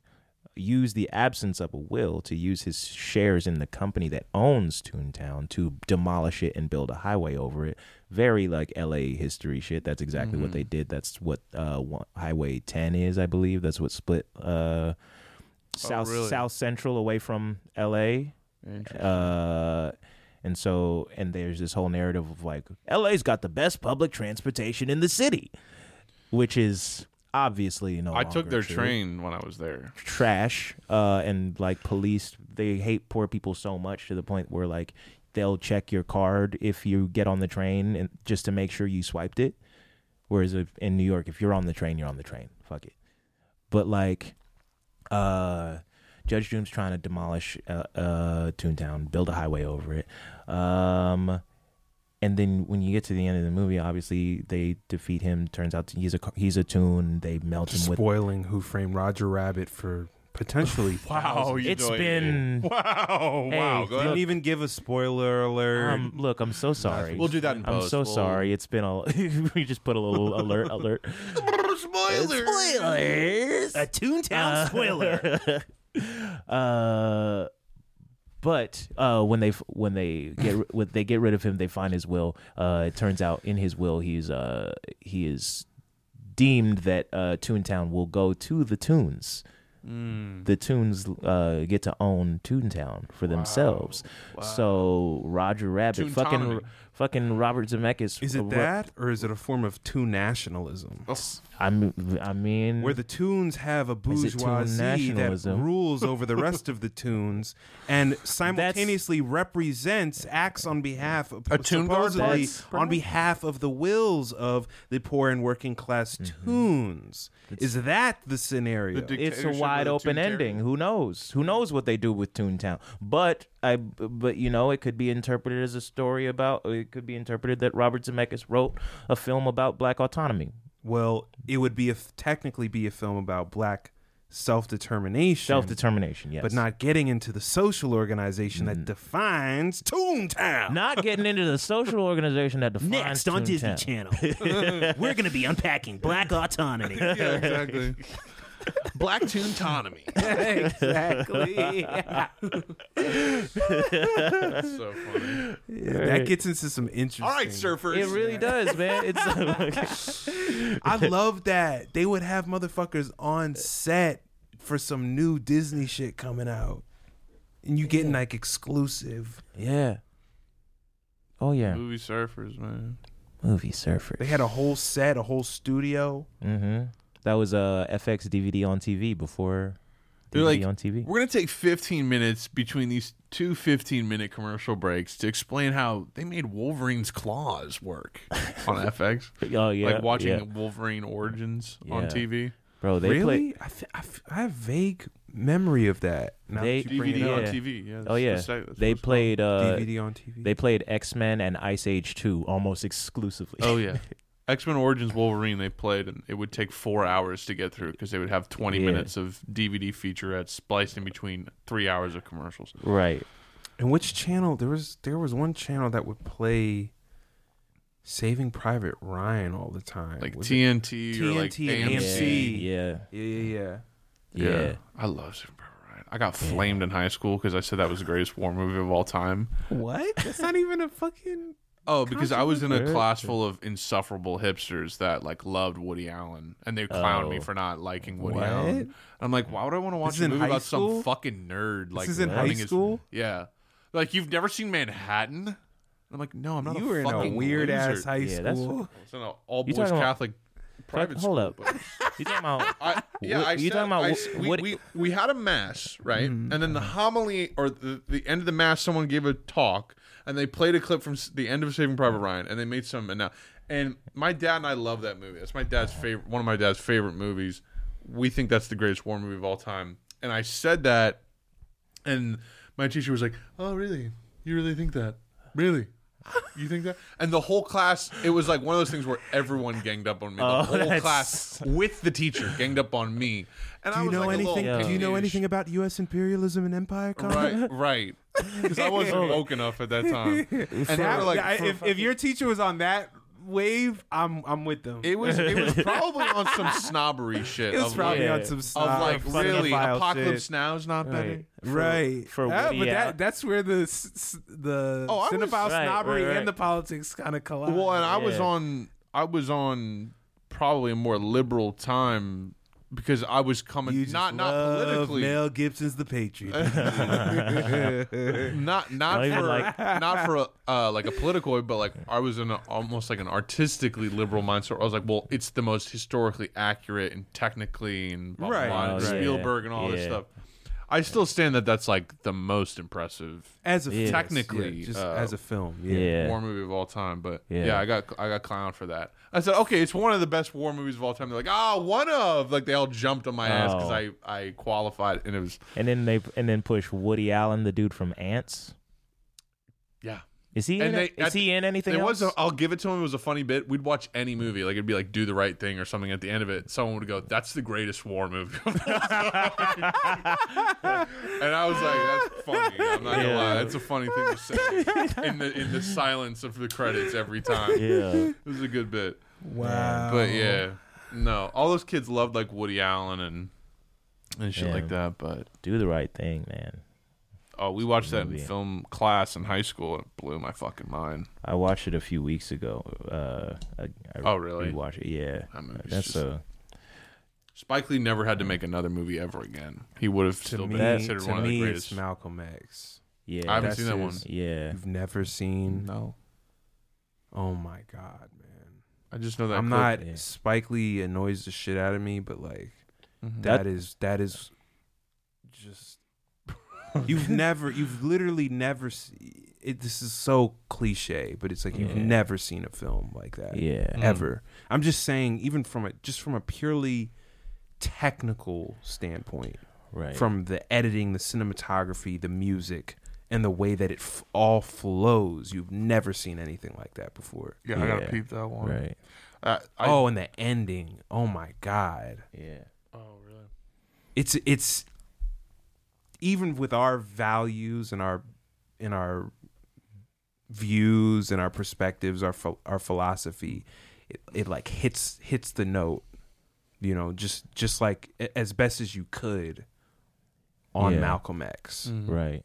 S2: use the absence of a will to use his shares in the company that owns Toontown to demolish it and build a highway over it. Very like LA history shit. That's exactly
S1: Mm-hmm.
S2: what they did. That's what uh one, Highway 10 is, I believe. That's what split uh South
S1: Oh, really?
S2: South Central away from LA uh, and so and there's this whole narrative of like LA's got the best public transportation in the city, which is obviously no.
S1: I took
S2: longer
S1: their
S2: true.
S1: train when I was there.
S2: Trash uh, and like police, they hate poor people so much to the point where like they'll check your card if you get on the train and just to make sure you swiped it. Whereas if, in New York, if you're on the train, you're on the train. Fuck it. But like, uh, Judge Doom's trying to demolish uh, uh, Toontown, build a highway over it. Um, and then when you get to the end of the movie, obviously they defeat him. Turns out he's a he's a Toon. They melt him with
S3: spoiling Who Framed Roger Rabbit for potentially.
S1: Wow,
S3: thousands.
S1: you
S2: It's
S1: doing-
S2: been-
S1: wow,
S2: Hey,
S1: wow. Go
S3: didn't
S1: ahead.
S3: even give a spoiler alert.
S2: Um, look, I'm so sorry.
S1: We'll do that in
S2: I'm
S1: post.
S2: so
S1: We'll-
S2: sorry. It's been a. we just put a little alert, alert. Spoilers.
S5: A Toontown spoiler.
S2: Uh, but uh, when they when they get when they get rid of him, they find his will. Uh, it turns out in his will, he's uh he is deemed that uh Toontown will go to the Toons.
S3: Hmm.
S2: The Toons uh, get to own Toontown for themselves. So Roger Rabbit, fucking
S1: Toontonomy.
S2: fucking Robert Zemeckis.
S3: is it
S2: ru-
S3: that, or is it a form of Toon nationalism,
S1: Oh,
S2: I'm, I mean,
S3: where the Toons have a
S2: Is it Toon
S3: bourgeoisie that
S2: nationalism?
S3: rules over the rest of the Toons and simultaneously represents, acts on behalf of
S1: A Toon Guard?
S3: supposedly
S1: That's-
S3: on behalf of the wills of the poor and working class Toons? Is that the scenario?
S1: The dic-
S2: it's a
S1: dictatorship
S2: wide
S1: of the
S2: open
S1: Toontown.
S2: ending. Who knows? Who knows what they do with Toontown? But I, but you know, it could be interpreted as a story about. It could be interpreted that Robert Zemeckis wrote a film about black autonomy,
S3: well, it would be a, technically be a film about black self-determination.
S2: self determination. Yes,
S3: but not getting into the social organization that defines Toontown.
S2: not getting into the social organization that defines
S5: Next on Disney
S2: Toontown.
S5: Channel, we're going to be unpacking Black Autonomy.
S1: Yeah, exactly.
S10: Black Toontonomy.
S3: exactly.
S1: That's so funny.
S3: That gets into some interesting.
S1: All right, surfers.
S2: It really does, man. It's
S3: I love that they would have motherfuckers on set for some new Disney shit coming out, and you getting like exclusive.
S2: yeah. Oh yeah,
S1: Movie surfers, man.
S2: movie surfer.
S3: They had a whole set, a whole studio.
S2: Mm-hmm. That was a uh, FX DVD on TV before
S1: They're
S2: DVD
S1: like,
S2: on TV.
S1: We're going to take 15 minutes between these two 15 minute commercial breaks to explain how they made Wolverine's claws work on FX.
S2: Oh yeah,
S1: like watching
S2: yeah.
S1: Wolverine Origins on
S2: Yeah.
S1: TV.
S2: bro. They
S3: really?
S2: play.
S3: I, th- I, f- I have vague memory of that. Now
S2: They-
S3: that you bring it
S1: DVD
S3: up.
S1: on
S2: yeah.
S1: TV. Yeah,
S2: Oh
S1: that's-
S2: yeah,
S1: that's- that's what
S2: they
S1: it's called.
S2: played. Uh,
S3: DVD on TV.
S2: they played X Men and Ice Age Two almost exclusively.
S1: Oh yeah. X Men Origins Wolverine they played and it would take four hours to get through because they would have twenty
S2: Yeah.
S1: minutes of DVD featurettes spliced in between three hours of commercials.
S2: right.
S3: And which channel? There was there was one channel that would play Saving Private Ryan all the time.
S1: Like
S3: Was it-
S1: TNT, or like AMC.
S3: TNT and AMC.
S2: Yeah,
S3: Yeah, yeah, yeah.
S2: yeah, yeah.
S1: I love Super Private Ryan. I got flamed in high school because I said that was the greatest war movie of all time.
S3: What? That's not even a fucking.
S1: Oh, because I was in a
S2: Controversial.
S1: class full of insufferable hipsters that like loved Woody Allen, and they clowned me
S2: Oh.
S1: for not liking Woody
S3: What?
S1: Allen. I'm like, why would I want to watch
S3: is
S1: a
S3: in
S1: movie
S3: high
S1: about
S3: school?
S1: some fucking nerd? Like
S3: is in
S1: running
S3: high
S1: his-
S3: school?
S1: yeah, like you've never seen Manhattan. I'm like, no, I'm not.
S3: You were in a
S1: fucking
S3: weird ass
S1: loser."
S3: high
S2: Yeah, that's-
S3: school.
S1: It's in an all
S2: You
S1: boys
S2: talking about-
S1: Catholic private
S2: Fuck, hold
S1: school,
S2: up.
S1: but-
S2: You talking about?
S1: I, yeah,
S2: What-
S1: I
S2: you
S1: said-
S2: talking about
S1: I-
S2: what-
S1: we,
S2: what- Mm.
S1: we we had a mass right, and then the homily or the, the end of the mass, someone gave a talk, and they played a clip from s- the end of Saving Private Ryan, and they made some and now, and my dad and I love that movie. That's my dad's favorite, one of my dad's favorite movies. We think that's the greatest war movie of all time, and I said that, and my teacher was like, "Oh, really? You really think that? Really?" You think that? And the whole class, it was like one of those things where everyone ganged up on me. The
S3: Oh,
S1: whole
S2: that's-
S1: class with the teacher ganged up on me. And I
S3: Do you
S1: was
S3: know
S1: like a little
S3: anything? Do you know
S1: piggish.
S3: anything about U.S. imperialism and empire? Colin?
S1: Right, right. Because I wasn't woke enough at that time. And they
S3: That-
S1: were like,
S3: Oh. I-
S1: for-
S3: if, if your teacher was on that wave, I'm I'm with them.
S1: it was it was probably on some snobbery shit.
S3: It was
S1: of
S3: probably
S1: like,
S3: on some
S1: of
S3: snob,
S1: like
S3: fucking
S1: really
S3: file
S1: apocalypse
S3: shit.
S1: now's not better.
S3: Right
S2: for
S3: Ah, but
S2: Woody Allen.
S3: that, that's where the s- s- the
S1: Oh, I was-
S3: cinephile
S2: Right,
S3: snobbery
S2: right, right.
S3: and the politics kind of collide.
S1: Well, and I was
S2: Yeah.
S1: on I was on probably a more liberal time because I was coming
S3: You just
S1: not not
S3: love
S1: politically
S3: Mel Gibson's The Patriot.
S1: not not
S2: Not even
S1: for
S2: like-
S1: not for a, uh, like a political way, but like I was in a, almost like an artistically liberal mindset. I was like, well, it's the most historically accurate and technically and blah, blah,
S3: Right.
S1: blah, and
S2: Oh, yeah.
S1: Spielberg and all this
S2: Yeah.
S1: stuff. I still stand that that's like the most impressive
S3: As a film.
S1: technically
S3: Yeah, just
S1: uh,
S3: as a film. Yeah.
S2: Yeah.
S1: war movie of all time. But yeah.
S2: Yeah.
S1: I got I got clown for that. I said, okay, it's one of the best war movies of all time. They're like, ah, one of like they all jumped on my ass because
S2: Oh.
S1: I I qualified and it was
S2: And then they and then push Woody Allen, the dude from Ants.
S1: yeah.
S2: Is he in
S1: And
S2: it?
S1: they-
S2: Is he in anything
S1: It
S2: else?
S1: was. A, uh, I'll give it to him. It was a funny bit. We'd watch any movie. Like it'd be like Do the Right Thing or something. At the end of it, someone would go, "That's the greatest war movie." of all time." and I was like, "That's funny. I'm not gonna lie. That's a funny thing to say in the in the silence of the credits every time."
S2: yeah.
S1: It was a good bit. Wow. But yeah, no, all those kids loved like Woody Allen and and shit
S2: Yeah.
S1: like that. But
S2: Do the right thing, man.
S1: oh, we watched that in
S2: Movie.
S1: film class in high school. and It blew my fucking mind.
S2: I watched it a few weeks ago. Uh, I, I
S1: Oh, really?
S2: Rewatched it. Yeah.
S1: That movie's
S2: That's
S1: just-
S2: a
S1: Spike Lee never had to make another movie ever again. He would have
S3: To
S1: still
S3: me,
S1: been considered
S3: to
S1: one of the
S3: me
S1: greatest.
S3: it's Malcolm X.
S2: yeah.
S1: I haven't
S3: That's
S1: seen that one.
S3: his-
S2: yeah.
S3: You've never seen.
S1: No,
S3: Oh my god, man.
S1: I just know that.
S3: I'm
S1: clip.
S3: not
S2: Yeah.
S3: Spike Lee annoys the shit out of me, but like
S1: Mhm.
S3: that is that is just you've never you've literally never se- it, this is so cliche, but it's like you've
S2: Yeah.
S3: never seen a film like that
S1: Mm.
S2: Yeah.
S3: ever. I'm just saying even from a just from a purely technical standpoint
S2: Right.
S3: from the editing, the cinematography, the music and the way that it f- all flows. You've never seen anything like that before.
S7: Yeah, I gotta
S2: Yeah.
S7: peep that one.
S2: right.
S1: Uh, I,
S3: oh, and the ending. Oh my god.
S2: Yeah.
S3: It's it's even with our values and our and our views and our perspectives, our ph- our philosophy, it, it like hits hits the note, you know, just just like a- as best as you could on
S2: Yeah. Mm.
S3: Malcolm X.
S1: Mm.
S2: Right.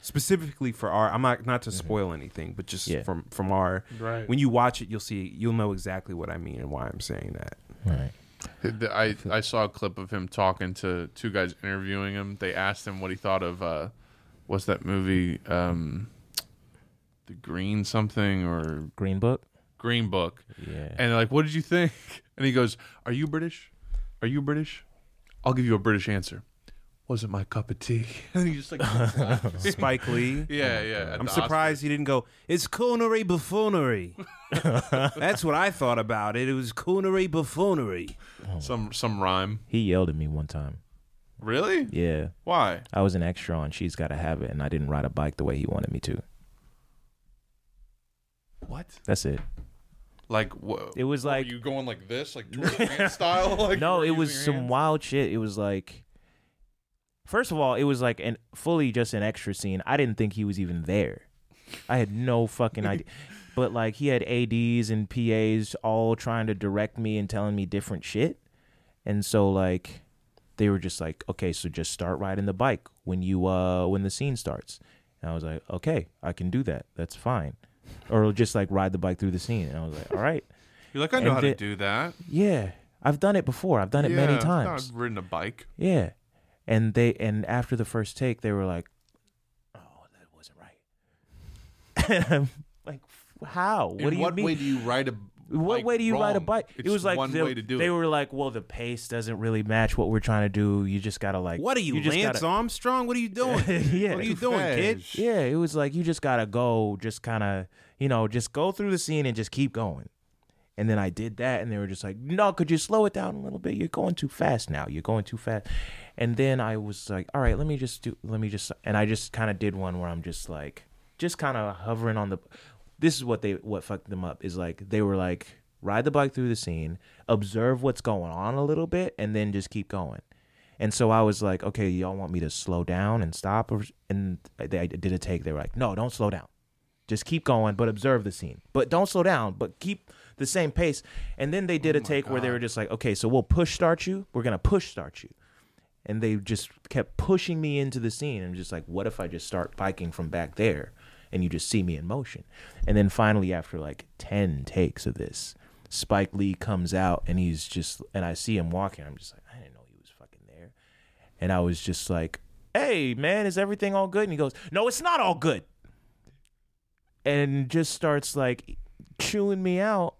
S3: Specifically for our I'm not not to spoil anything, but just
S2: Mm-hmm. Yeah.
S3: from from our
S1: Right.
S3: when you watch it, you'll see you'll know exactly what I mean and why I'm saying that.
S2: Right.
S1: The- I I saw a clip of him talking to two guys interviewing him. They asked him what he thought of uh, what's that movie, um, the Green something or
S2: Green Book.
S1: Green Book,
S2: Yeah.
S1: and they're like, "What did you think?" And he goes, "Are you British? Are you British? I'll give you a British answer." Wasn't my cup of tea.
S2: Oh
S1: And he just like, yeah,
S3: Spike Lee.
S1: yeah. at
S3: I'm
S1: the
S3: surprised he didn't go, it's culinary buffoonery. That's what I thought about it. It was culinary buffoonery.
S1: Oscars. some some rhyme.
S2: he yelled at me one time.
S1: Really?
S2: Yeah.
S1: Why?
S2: I was an extra on She's Gotta Have It, and I didn't ride a bike the way he wanted me to.
S1: What?
S2: That's it.
S1: Like what?
S2: It was
S1: were
S2: like
S1: you going like this, like George Grant style. Like you
S2: no,
S1: were
S2: it was
S1: using
S2: some
S1: your hands?
S2: wild shit. It was like, first of all, it was like an fully just an extra scene. I didn't think he was even there. I had no fucking idea. But like he had ads and pas all trying to direct me and telling me different shit, and so like they were just like, okay, so just start riding the bike when you uh when the scene starts. And I was like, okay, I can do that. That's fine. Or just like ride the bike through the scene. And I was like, all right,
S1: You're like I know
S2: and
S1: how to
S2: the-
S1: do that.
S2: yeah, I've done it before. I've done it
S1: Yeah,
S2: many
S1: I've
S2: times.
S1: not ridden a bike.
S2: Yeah. And they and after the first take they were like, "Oh, that wasn't right." and I'm like, "How? What do
S1: In
S2: you
S1: what
S2: mean?
S1: way do you ride a?
S2: what
S1: bike
S2: way do you ride a
S1: wrong?
S2: bike?"
S1: It's
S2: it was like
S1: one
S2: they,
S1: way to do
S2: they
S1: it.
S2: were like, "Well, the pace doesn't really match what we're trying to do. You just got to like
S3: What are you,
S2: just
S3: Lance
S2: gotta-
S3: Armstrong? What are you doing?
S2: Yeah.
S3: What are you doing, kid?
S2: Yeah, it was like you just gotta go, just kind of, you know, just go through the scene and just keep going. And then I did that, and they were just like, "No, could you slow it down a little bit? You're going too fast now. You're going too fast." And then I was like, "All right, let me just do, let me just," and I just kind of did one where I'm just like, just kind of hovering on the. This is what they what fucked them up is like they were like ride the bike through the scene, observe what's going on a little bit, and then just keep going. And so I was like, okay, y'all want me to slow down and stop? Or, and they I did a take. They were like, no, don't slow down. Just keep going, but observe the scene. But don't slow down, but keep the same pace. And then they did a take where they were just like, okay, so we'll push start you. We're going to push start you. And they just kept pushing me into the scene. And just like, what if I just start biking from back there and you just see me in motion? And then finally, after like 10 takes of this, Spike Lee comes out and he's just, and I see him walking. I'm just like, I didn't know he was fucking there. And I was just like, hey, man, is everything all good? And he goes, no, it's not all good. And just starts like chewing me out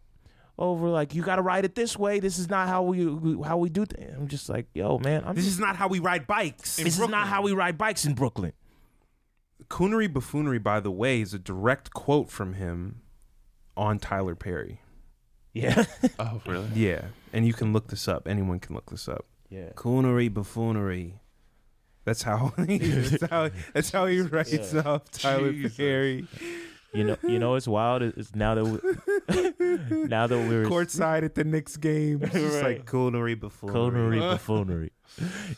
S2: over like you got to ride it this way. This is not how we how we do. Th-. I'm just like, yo, man. I'm
S3: This
S2: just-
S3: is not how we ride bikes.
S2: this is not how we ride bikes in Brooklyn.
S3: Coonery buffoonery, by the way, is a direct quote from him on Tyler Perry.
S2: Yeah.
S1: Oh, really?
S3: Yeah, and you can look this up. Anyone can look this up.
S2: Yeah.
S3: Coonery buffoonery. That's how. that's how. That's how he writes up Tyler
S1: Jesus.
S3: Perry.
S2: You know, you know, it's wild. It's now that we, now that we're
S3: Courtside at the Knicks game. It's just like coonery buffoonery.
S2: Culinary buffoonery.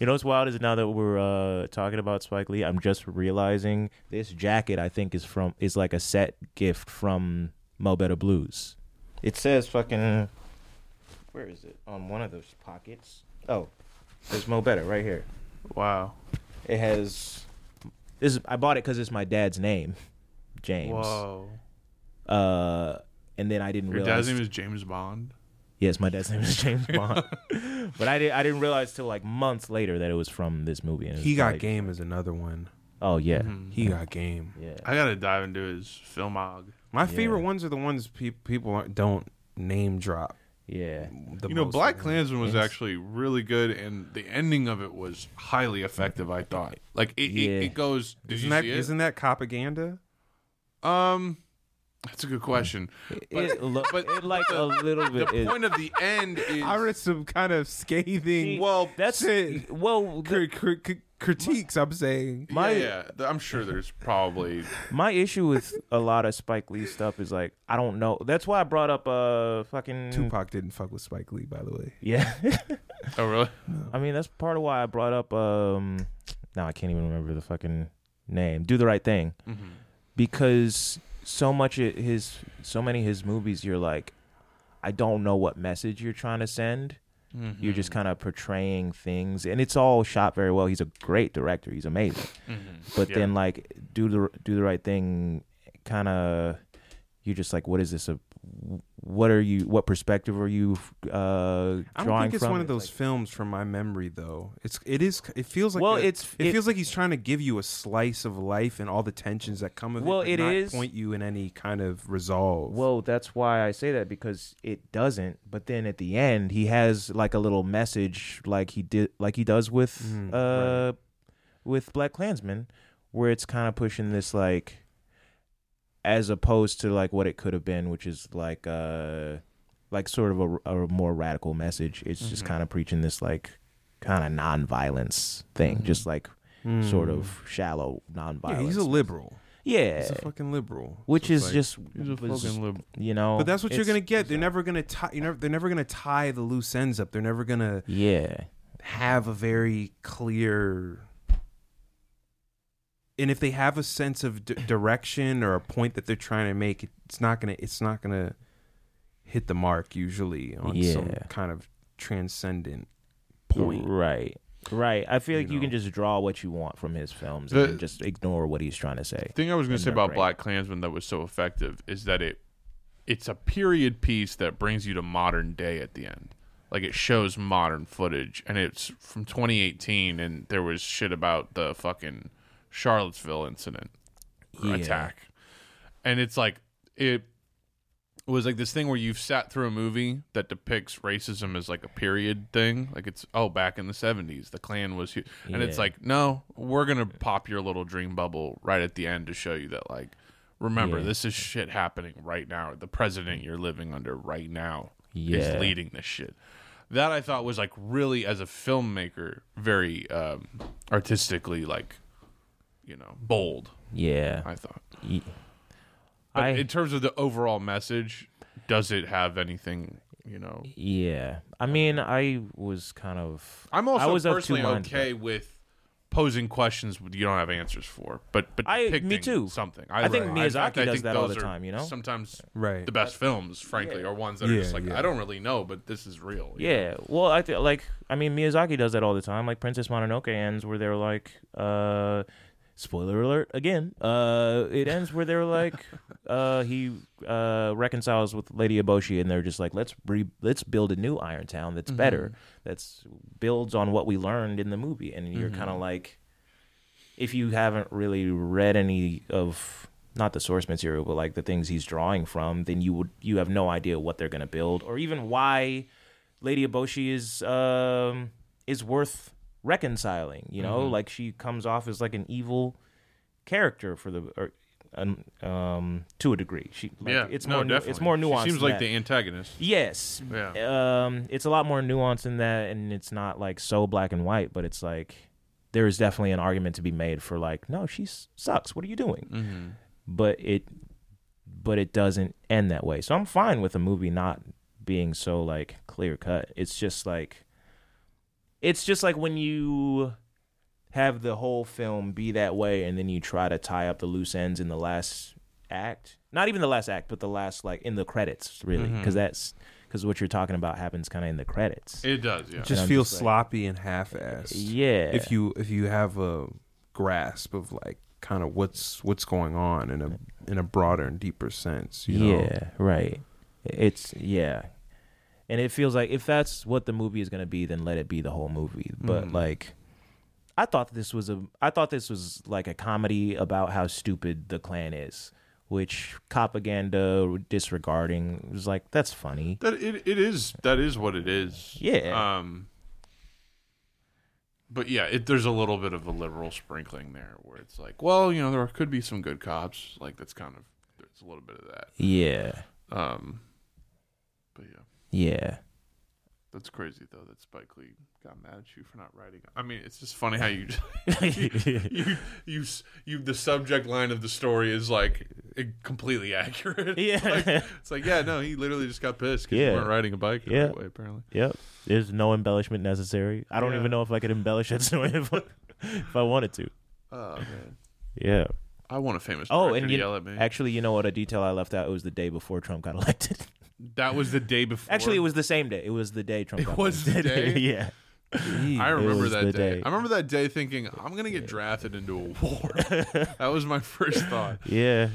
S2: You know what's wild is now that we're uh, talking about Spike Lee, I'm just realizing this jacket I think is from is like a set gift from Mo Better Blues. It says fucking where is it on one of those pockets? Oh, there's Mo Better right here.
S7: Wow.
S2: It has this. Is, I bought it because it's my dad's name, James.
S7: Whoa.
S2: Uh, and then I didn't
S1: Your
S2: realize
S1: dad's name is James Bond.
S2: Yes, my dad's name is James Bond. but I didn't I didn't realize till like months later that it was from this movie. And it
S3: He
S2: was
S3: got
S2: like,
S3: game is another one.
S2: Oh yeah.
S1: Mm-hmm.
S3: He got game.
S2: Yeah.
S1: I gotta dive into his filmog.
S3: My favorite ones are the ones pe- people aren't- don't name drop.
S2: Yeah.
S3: The
S1: You know,
S3: most.
S1: Black Klansman was actually really good, and the ending of it was highly effective. I thought, like, it,
S2: Yeah.
S1: it, it goes. Did
S3: Isn't
S1: you
S3: that
S1: see it?
S3: isn't that propaganda?
S1: Um, that's a good question. But
S2: it, lo-
S1: but-
S2: it like a little
S1: the
S2: bit is-
S1: point of the end is
S3: I read some kind of scathing
S1: well.
S2: that's
S3: shit.
S2: well the-
S3: cri- cri- cri- critiques. I'm saying
S1: My, yeah, yeah, I'm sure there's probably
S2: my issue with a lot of Spike Lee stuff is like I don't know. That's why I brought up uh fucking
S3: Tupac didn't fuck with Spike Lee, by the way.
S2: Yeah.
S1: oh really
S2: I mean that's part of why I brought up um now I can't even remember the fucking name. Do the right thing.
S3: Mm-hmm.
S2: Because so much of his so many of his movies you're like I don't know what message you're trying to send. You're just
S3: Mm.
S2: kind of portraying things, and it's all shot very well. He's a great director. He's amazing.
S1: Mm-hmm.
S2: But then, like, do the do the right thing. Kind of, you're just like, what is this? A what are you? What perspective are you uh, drawing
S3: I don't think it's
S2: from
S3: one of
S2: it?
S3: those films from my memory, though. It's it is it feels like
S2: Well,
S3: a-
S2: it's-
S3: it,
S2: it-
S3: feels like he's trying to give you a slice of life and all the tensions that come with
S2: Well,
S3: it.
S2: it
S3: but not
S2: is-
S3: point you in any kind of resolve.
S2: Well, that's why I say that because it doesn't. But then at the end, he has like a little message, like he did, like he does with
S3: Mm,
S2: uh, with Black Klansman, where it's kind of pushing this like, as opposed to like what it could have been, which is like uh, like sort of a, a more radical message. It's just
S3: Mm-hmm.
S2: kind of preaching this like kind of non-violence thing, just like sort of shallow
S3: Mm-hmm. Mm. yeah,
S2: non-violence.
S3: he's a liberal.
S2: yeah.
S3: He's a fucking liberal.
S2: which
S3: So it's
S2: is
S3: like-
S2: just was- you know
S3: But that's what you're
S2: it's-
S3: gonna get. They're never gonna tie. You never. They're never gonna tie the loose ends up. They're never gonna
S2: Yeah.
S3: have a very clear. And if they have a sense of d- direction or a point that they're trying to make, it's not gonna. It's not gonna hit the mark usually on some
S2: Yeah.
S3: kind of transcendent point.
S2: Right. Right. I feel
S3: You
S2: like you can
S3: know.
S2: just draw what you want from his films
S1: The-
S2: and then just ignore what he's trying to say.
S1: thing I was going
S2: And
S1: to say
S2: they're
S1: about
S2: great.
S1: Black Klansman that was so effective is that it it's a period piece that brings you to modern day at the end. Like it shows modern footage, and it's from 2018, and there was shit about the fucking Charlottesville incident or
S2: Yeah.
S1: attack, and it's like it was like this thing where you've sat through a movie that depicts racism as like a period thing. Like it's oh, back in the seventies, the Klan was, huge. and it's
S2: Yeah.
S1: like no, we're gonna pop your little dream bubble right at the end to show you that like, remember
S2: Yeah.
S1: this is shit happening right now. The president you're living under right now
S2: Yeah.
S1: is leading this shit. That I thought was like really as a filmmaker very um, artistically like, you know, bold.
S2: Yeah.
S1: I thought.
S2: Ye-
S1: But
S2: I-
S1: in terms of the overall message, does it have anything? You know,
S2: Yeah. I mean, I was kind of
S1: I'm also
S2: I was of two
S1: personally
S2: minds,
S1: okay with posing questions you don't have answers for, but but
S2: I- me
S1: depicting
S2: too.
S1: something.
S2: I think
S1: in fact,
S2: Miyazaki
S1: I
S2: does
S1: think
S2: that all
S1: those
S2: the
S1: are
S2: time, you know?
S1: sometimes
S3: Right.
S1: the best films, frankly, are ones that are
S3: Yeah,
S1: just like
S3: yeah.
S1: I don't really know, but this is real. you
S2: Yeah. Well, I th- like I mean Miyazaki does that all the time. Like Princess Mononoke ends where they're like uh spoiler alert again. Uh it ends where they're like uh he uh reconciles with Lady Eboshi and they're just like let's re- let's build a new Iron Town that's better. That's builds on what we learned in the movie and you're kind of like if you haven't really read any of not the source material, but like the things he's drawing from, then you would you have no idea what they're gonna build or even why Lady Eboshi is um is worth reconciling. You
S1: Mm-hmm.
S2: know, like she comes off as like an evil character for the or, um, um to a degree. She like,
S1: yeah,
S2: it's
S1: no,
S2: more nu-
S1: definitely.
S2: it's more
S1: She
S2: nuanced.
S1: seems
S2: than
S1: like
S2: that.
S1: the antagonist.
S2: Yes. Um, it's a lot more nuanced than that, and it's not like so black and white, but it's like there is definitely an argument to be made for like, no, she s- sucks. What are you doing?
S1: Mhm.
S2: But it, but it doesn't end that way. So I'm fine with a movie not being so like clear cut. It's just like, it's just like when you have the whole film be that way, and then you try to tie up the loose ends in the last act. Not even the last act, but the last like in the credits, really,
S1: Mhm.
S2: because that's because what you're talking about happens kind of in the credits.
S1: It does, yeah.
S2: And
S3: just
S2: I'm
S3: feels
S2: like-
S3: sloppy and half-assed.
S2: Yeah.
S3: If you if you have a grasp of like kind of what's what's going on in a in a broader and deeper sense, you know.
S2: Yeah, right. It's yeah, and it feels like if that's what the movie is gonna be, then let it be the whole movie. But
S3: Mhm.
S1: Mm.
S2: like, I thought this was a I thought this was like a comedy about how stupid the Klan is, which propaganda disregarding was like that's funny.
S1: That it, it is that is what it is.
S2: Yeah.
S1: Um. But yeah, it, there's a little bit of a liberal sprinkling there, where it's like, well, you know, there could be some good cops. Like that's kind of there's a little bit of that.
S2: Yeah,
S1: Um. But yeah,
S2: yeah.
S1: that's crazy though that Spike Lee got mad at you for not writing. I mean, it's just funny how you you, you you s- you the subject line of the story is like completely accurate.
S2: Yeah.
S1: Like, it's like yeah, no, he literally just got pissed because
S2: Yeah.
S1: you weren't riding a bike the
S2: Yeah.
S1: right way apparently.
S2: Yep. There's no embellishment necessary. I don't
S1: Yeah.
S2: even know if I could embellish it so if, I- if I wanted to.
S1: Oh man.
S2: Yeah.
S1: I want a famous
S2: Oh,
S1: director
S2: and
S1: to
S2: you,
S1: yell at me.
S2: actually, you know what? A detail I left out. It was the day before Trump got elected.
S1: that was the day before.
S2: Actually, it was the same day. It was the day Trump.
S1: It
S2: got
S1: was the
S2: elected.
S1: day?
S2: yeah.
S1: I remember
S2: was
S1: that
S2: the
S1: day.
S2: day.
S1: I remember that day thinking I'm gonna get drafted into a war. that was my first thought,
S2: Yeah.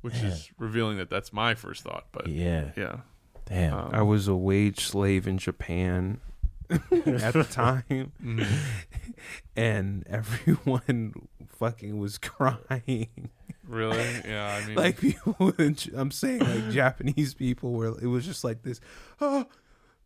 S1: which is revealing that that's my first thought. But
S2: Yeah.
S1: yeah.
S2: Damn.
S1: Um,
S3: I was a wage slave in Japan at the time. And everyone fucking was crying.
S1: Really? Yeah. I mean,
S3: Like people, in J- I'm saying like Japanese people were. It was just like this. Ah,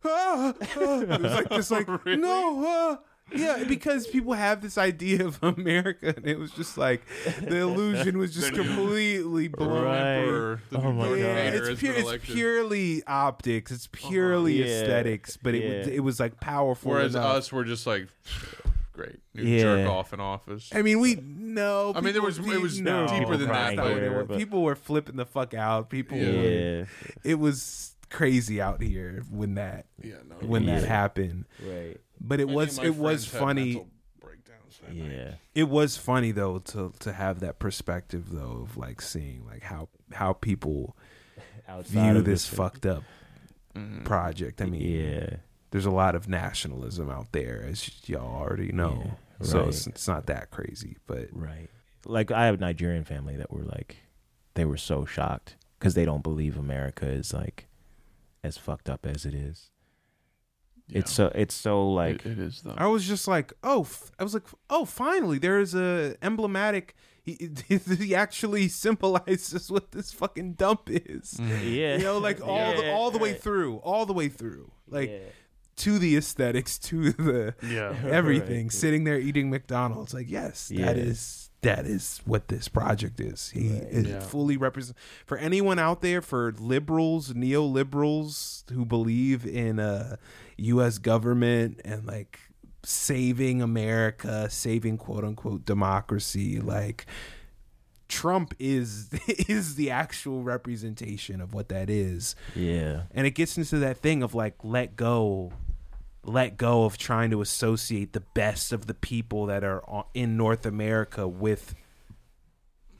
S3: ah, ah. It was like this, like no, ah. yeah, because people have this idea of America, and it was just like the illusion was just
S1: The new-
S3: completely blown.
S2: Right.
S1: Emperor, the
S2: Oh
S1: new
S2: my
S1: Darth
S2: God.
S1: Vader
S3: it's,
S1: has
S3: pure,
S1: been
S3: it's
S1: elected.
S3: purely optics. It's purely
S2: Yeah.
S3: aesthetics, but it was
S2: Yeah.
S3: it was like powerful.
S1: Whereas
S3: enough.
S1: us, we're just like, great, new
S2: Yeah.
S1: jerk off in office.
S3: I mean, we no.
S1: I mean, there
S3: people
S1: was- it
S3: did-
S1: was
S3: no,
S1: deeper
S2: than that,
S3: That's not what
S2: though.
S3: it was.
S2: But-
S3: People were flipping the fuck out. People,
S1: Yeah.
S3: were-
S2: yeah.
S3: it was crazy out here when that
S1: yeah, no.
S3: when that
S2: Yeah.
S3: happened.
S2: Right.
S3: But it
S1: Many of
S3: was
S1: my
S3: it was
S1: friends had
S3: funny.
S1: mental breakdowns that night.
S2: Yeah.
S3: It was funny though to to have that perspective though of like seeing like how how people
S2: Outside
S3: view
S2: of
S3: this
S2: the-
S3: fucked up
S1: Mm-hmm.
S3: project. I mean,
S2: Yeah.
S3: there's a lot of nationalism out there as y'all already know.
S2: Yeah,
S3: So
S2: right.
S3: it's, it's not that crazy, but
S2: Right. Like I have a Nigerian family that were like, they were so shocked because they don't believe America is like as fucked up as it is.
S1: Yeah.
S2: It's so it's so like
S1: it, it is though.
S3: I was just like, oh, f- I was like, oh, finally, there is a emblematic. He, he actually symbolizes what this fucking dump is.
S2: yeah,
S3: You know, like all the
S2: Yeah,
S3: all the way
S2: right.
S3: through, all the way through, like
S2: Yeah.
S3: to the aesthetics, to the
S1: yeah.
S3: everything. Sitting there eating McDonald's, like yes,
S2: Yeah.
S3: that is that is what this project is. He is
S1: Yeah.
S3: fully represent for anyone out there for liberals, neoliberals who believe in a U.S. government and like saving America, saving quote unquote democracy, like. Trump is is the actual representation of what that is
S2: yeah,
S3: and it gets into that thing of like let go let go of trying to associate the best of the people that are on- in North America with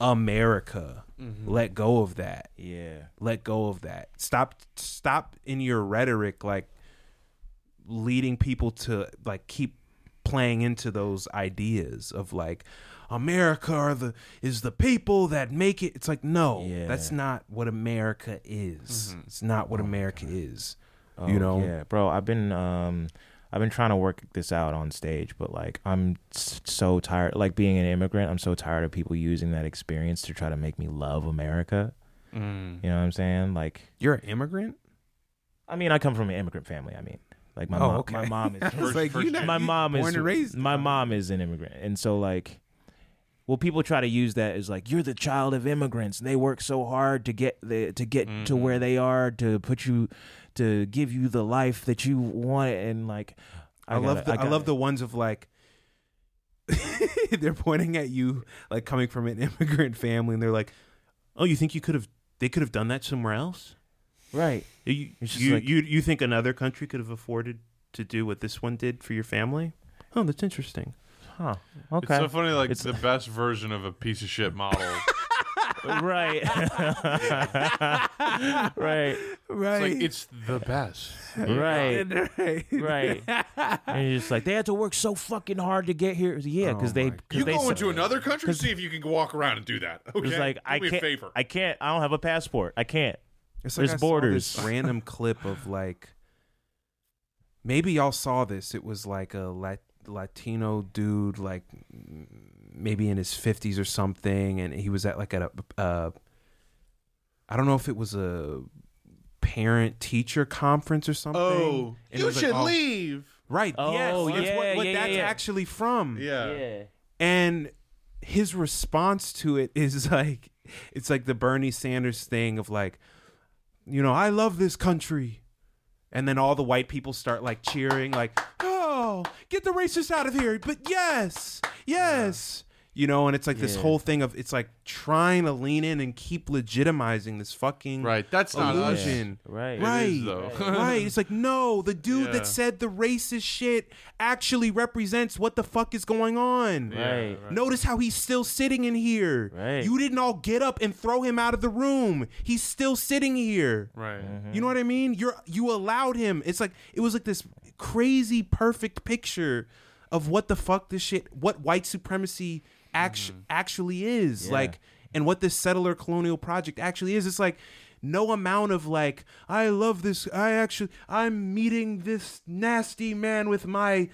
S3: America let go of that
S2: yeah,
S3: let go of that stop stop in your rhetoric like leading people to like keep playing into those ideas of like America are the is the people that make it. It's like no,
S2: Yeah.
S3: that's not what Mm-hmm. America is. It's not what America is.
S2: Oh,
S3: you know,
S2: yeah, bro. I've been um, I've been trying to work this out on stage, but like I'm s- so tired. Like being an immigrant, I'm so tired of people using that experience to try to make me love America.
S3: Mm.
S2: You know what I'm saying? Like
S3: You're an immigrant?
S2: I mean, I come from an immigrant family. I mean, like my
S3: Oh,
S2: mom,
S3: okay.
S2: my mom is
S3: I was like, you're not-
S2: my
S3: you
S2: mom
S3: born
S2: is
S3: and raised.
S2: my mom is an immigrant, and so like, well, people try to use that as like you're the child of immigrants. They work so hard to get the, to get to
S3: Mm-hmm.
S2: where they are to put you to give you the life that you want, and like,
S3: I, love
S2: gotta-
S3: the I,
S2: gotta-
S3: love the ones of like they're pointing at you like coming from an immigrant family and they're like, "Oh, you think you could have they could have done that somewhere else?"
S2: right.
S3: You
S2: It's just
S3: you,
S2: like-
S3: you you think another country could have afforded to do what this one did for your family? Oh, that's interesting.
S2: Huh.
S1: It's so funny, like the best version of a piece of shit model.
S2: right. right.
S1: It's
S3: Right.
S1: like it's the best.
S2: Right.
S3: right.
S2: Right. and you're just like, they had to work so fucking hard to get here.
S3: Oh
S2: Yeah, because they. Cause
S1: You
S2: they
S1: go
S2: s-
S1: into another country, see if you can walk around and do that. Okay,
S2: It's like
S1: do
S2: I
S1: me a
S2: can't.
S1: favor.
S2: I can't. I don't have a passport. I can't.
S3: It's
S2: There's
S3: I saw
S2: borders.
S3: this random clip of like, maybe y'all saw this. It was like a Lat- Latino dude, like m- maybe in his fifties or something, and he was at like at a, uh, I don't know if it was a parent teacher conference or something.
S1: Oh,
S3: And it
S1: you
S3: was like,
S1: should
S3: oh,
S1: leave.
S3: Right?
S2: Oh,
S3: yes, that's
S2: yeah,
S3: what, what
S2: yeah,
S3: that's
S2: yeah.
S3: actually from
S2: Mm.
S1: Yeah.
S3: and his response to it is like it's like the Bernie Sanders thing of like you know I love this country and then all the white people start like cheering like oh get the racists out of here but yes yes you know and it's like this
S2: Yeah.
S3: whole thing of it's like trying to lean in and keep legitimizing this fucking
S1: Right, that's not us.
S3: illusion
S2: Right.
S3: right
S1: is, though.
S3: right it's like no the dude
S1: Yeah.
S3: that said the racist shit actually represents what the fuck is going on
S2: Right.
S3: Notice how he's still sitting in here.
S2: Right.
S3: You didn't all get up and throw him out of the room. He's still sitting here.
S1: Right.
S2: Mm-hmm.
S3: You know what I mean? You're you allowed him. It's like it was like this crazy perfect picture of what the fuck this shit what white supremacy act-
S2: Mm-hmm.
S3: actually is. Like and what this settler colonial project actually is. It's like no amount of like I love this I actually I'm meeting this nasty man with my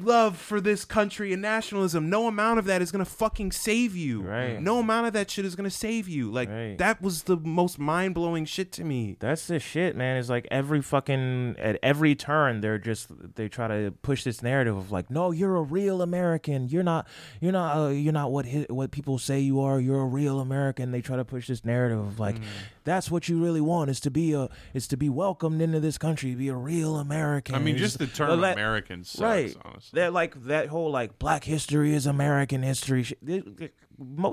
S3: love for this country and nationalism. No amount of that is gonna fucking save you.
S2: Right.
S3: No amount of that shit is gonna save you. Like
S2: Right.
S3: that was the most mind blowing shit to me.
S2: That's the shit, man. It's like every fucking at every turn they're just they try to push this narrative of like, no, you're a real American. You're not. You're not. Uh, you're not what hi- what people say you are. You're a real American. They try to push this narrative of like,
S3: Mm.
S2: that's what you really want is to be a is to be welcomed into this country, be a real American.
S1: I mean,
S2: It's
S1: just the term
S2: well, that-
S1: American sucks,
S2: right?
S1: honestly.
S2: That like that whole like Black history is American history.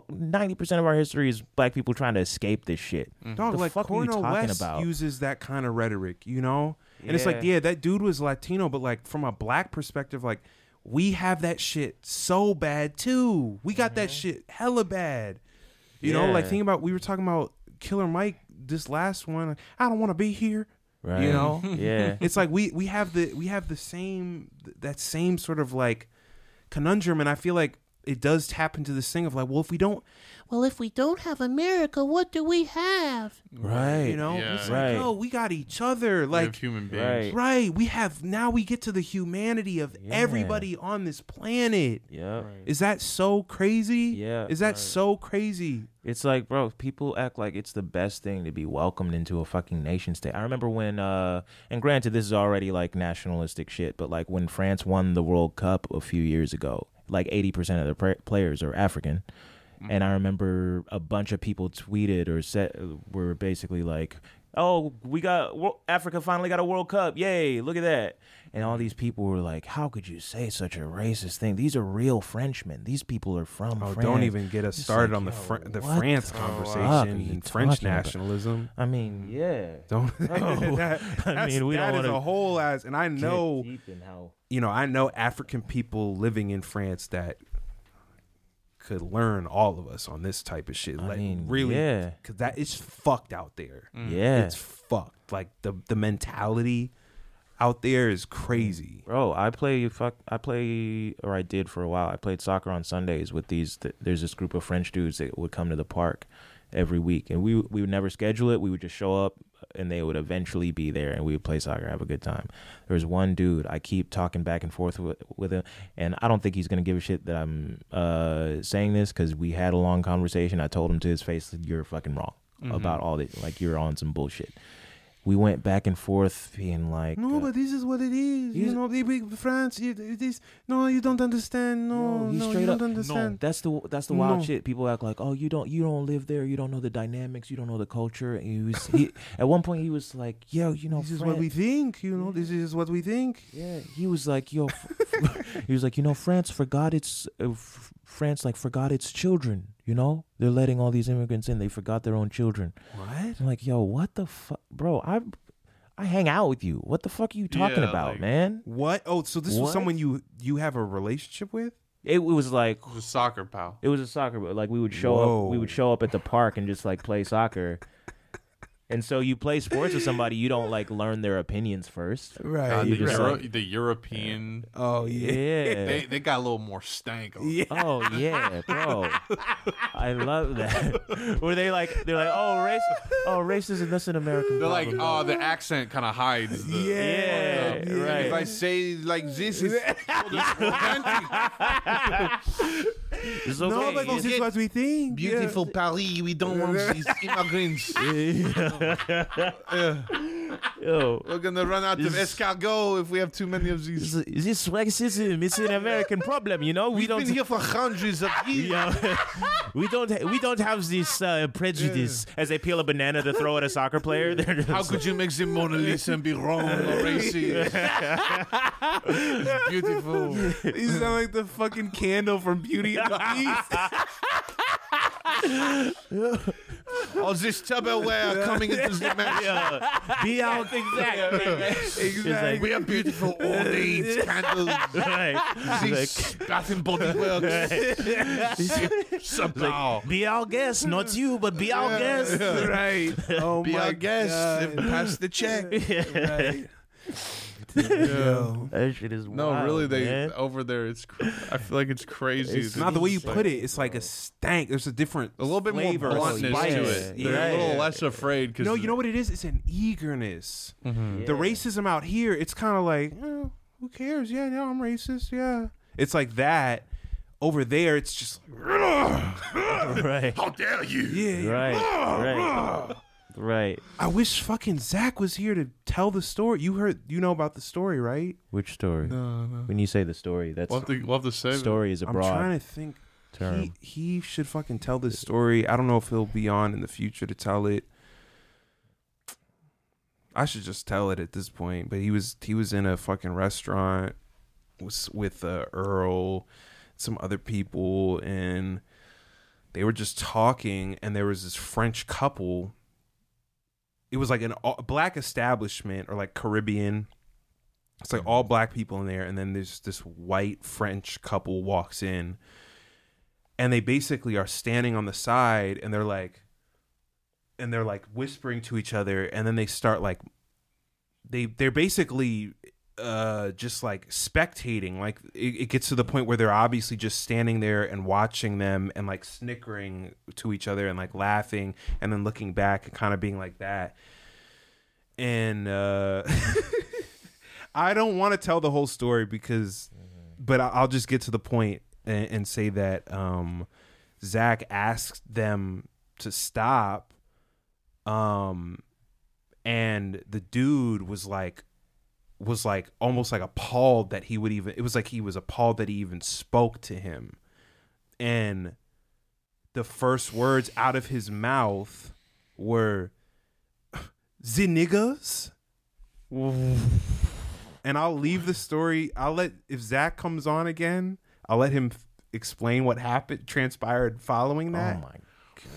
S2: Ninety percent of our history is Black people trying to escape this shit.
S1: Mm-hmm.
S3: Dog,
S2: The
S3: like
S2: fuck are you
S3: Cornel
S2: talking
S3: West
S2: about?
S3: uses that kind of rhetoric, you know? And it's like,
S2: Yeah.
S3: yeah, that dude was Latino, but like from a black perspective, like we have that shit so bad too. We got that shit hella bad. You know,
S2: Mm-hmm.
S3: like
S2: Yeah.
S3: think about we were talking about Killer Mike this last one. Like, I don't want to be here.
S2: Right.
S3: You know?
S2: Yeah.
S3: it's like we we have the we have the same that same sort of like conundrum and i feel like it does tap into this thing of like well if we don't
S10: Well, if we don't have America, what do we have?
S2: Right.
S3: you know
S1: Yeah.
S3: it's
S2: Right.
S3: like oh we got each other
S1: We have
S3: like
S1: human beings.
S2: right.
S3: right we have now we get to the humanity of everybody on this planet
S2: Yeah.
S3: is that so crazy
S2: Yeah,
S3: is that so crazy
S2: It's like, bro, people act like it's the best thing to be welcomed into a fucking nation state. I remember when uh and granted this is already like nationalistic shit, but like when France won the World Cup a few years ago, like 80% of the pra- players are African. And I remember a bunch of people tweeted or said were basically like, "Oh, we got Wo- Africa finally got a World Cup! Yay! Look at that!" And all these people were like, "How could you say such a racist thing? These are real Frenchmen. These people are from
S3: Oh,
S2: France."
S3: don't even get us
S2: It's
S3: started
S2: like,
S3: on the
S2: yo,
S3: Fr- the
S2: what
S3: France
S2: the fuck are
S3: conversation
S2: you
S3: and French
S2: talking about?
S3: nationalism.
S2: I mean, yeah.
S3: Don't.
S2: No.
S3: that,
S2: I
S3: I
S2: mean, we don't wanna
S3: a whole ass, and I know
S2: deep in how.
S3: you know, I know African people living in France that could learn all of us on this type of shit.
S2: I
S3: like,
S2: mean,
S3: really,
S2: yeah.
S3: because that is fucked out
S1: Mm.
S3: there.
S2: Yeah.
S3: It's fucked. Like the the mentality out there is crazy.
S2: Bro, I play fuck. I play or I did for a while. I played soccer on Sundays with these. Th- there's this group of French dudes that would come to the park every week, and we we would never schedule it. We would just show up. and they would eventually be there and we would play soccer, have a good time. There was one dude I keep talking back and forth with, with him, and I don't think he's gonna give a shit that I'm uh, saying this because we had a long conversation. I told him to his face, "You're fucking wrong
S3: Mhm.
S2: about all that. Like you're on some bullshit." We went back and forth, being like, uh,
S3: No, but this is what it is. You know, they big France. It, it is no, you don't understand. No,
S2: No,
S3: no,
S2: he's
S3: you
S2: straight
S3: don't
S2: up.
S3: understand.
S2: No, that's the that's the wild
S3: No.
S2: shit. People act like, oh, you don't you don't live there, you don't know the dynamics, you don't know the culture. And he was he, at one point he was like, yo, you know,
S3: This is what we think. You know, this is what we think.
S2: Yeah, he was like, yo, he was like, you know, France forgot its uh, f- France like forgot its children. You know, they're letting all these immigrants in. They forgot their own children.
S3: What?
S2: I'm like, yo, what the fuck, bro? I I hang out with you. What the fuck are you talking
S3: Yeah,
S2: about,
S3: like-
S2: man?
S3: What? Oh, so this was
S2: What?
S3: someone you you have a relationship with?
S2: It, was like
S1: a soccer pal.
S2: It was a soccer, but like we would show up, we would show up at the park and just like play soccer. And so you play sports with somebody, you don't like learn their opinions first,
S1: God,
S2: You
S1: the,
S2: just,
S1: Euro-
S2: like-
S1: the European.
S3: Oh
S2: yeah. Yeah.
S1: they, they got a little more stank. On.
S2: Oh yeah, bro. I love that. Where they like they're like, oh race oh racism, that's an American.
S1: They're like,
S2: problem."
S1: oh, the accent kind of hides. The,
S2: Yeah,
S1: the-
S2: yeah, right.
S1: If I say like this, is
S2: It's
S3: No,
S2: okay.
S3: but this is what we think.
S1: beautiful Paris. We don't want these immigrants. Yeah.
S2: Yo,
S1: We're gonna run out of escargot if we have too many of these.
S2: This is racism. It's an American problem. You know, we
S1: We've
S2: don't
S1: been here for hundreds of years.
S2: Yeah. we don't ha- we don't have this uh, prejudice. As they peel a banana to throw at a soccer player, they're just
S1: How could you make the Mona Lisa and be wrong or racist? it's beautiful.
S3: You sound like the fucking candle from Beauty and the
S1: All this Tupperware coming into the mansion.
S2: be out exactly. Exactly.
S1: We are beautiful all these candles.
S2: Right.
S1: These Bath and Body Works. Somehow.
S2: Be our guest, not you, but be our guest.
S3: Right. Oh
S1: Be
S3: my
S1: our guest
S3: God.
S1: and pass the check.
S3: Right.
S2: That shit is
S1: No,
S2: wild,
S1: really, they
S2: man.
S1: over there. It's cr- I feel like it's crazy.
S3: It's not the way you put it. It's like a stank. There's a different
S1: A little bit more
S3: flavor,
S1: bluntness
S3: spice.
S1: to it.
S3: Yeah.
S1: They're a little less afraid because
S3: No, you know what it is? It's an eagerness. The
S2: Yeah.
S3: racism out here, it's kind of like, "Oh, who cares? Yeah, no, I'm racist. Yeah. It's like that. Over there, it's just like,
S2: right,
S1: How dare you?
S3: yeah, yeah.
S2: right, right, right.
S3: I wish fucking Zach was here to tell the story. You heard, you know about the story, right?
S2: Which story?
S1: No, no.
S2: When you say the story, that's
S1: We'll have to, we'll have to save it.
S2: story is a
S3: I'm
S2: broad
S3: trying to think.
S2: term.
S3: He, he should fucking tell this story. I don't know if he'll be on in the future to tell it. I should just tell it at this point. But he was he was in a fucking restaurant was with uh, Earl, some other people, and they were just talking. And there was this French couple. It was like an all, black establishment or like Caribbean. It's like all black people in there, and then there's this white French couple walks in and they basically are standing on the side and they're like and they're like whispering to each other and then they start like they they're basically uh just like spectating like it, it gets to the point where they're obviously just standing there and watching them and like snickering to each other and like laughing and then looking back and kind of being like that and uh I don't want to tell the whole story because, but I- I'll just get to the point and, and say that um, Zach asked them to stop, um, and the dude was like, was like almost like appalled that he would even. It was like he was appalled that he even spoke to him, and the first words out of his mouth were, "The niggas." and I'll leave the story. I'll let if Zach comes on again, I'll let him f- explain what happened, transpired following
S2: oh
S3: that.
S2: my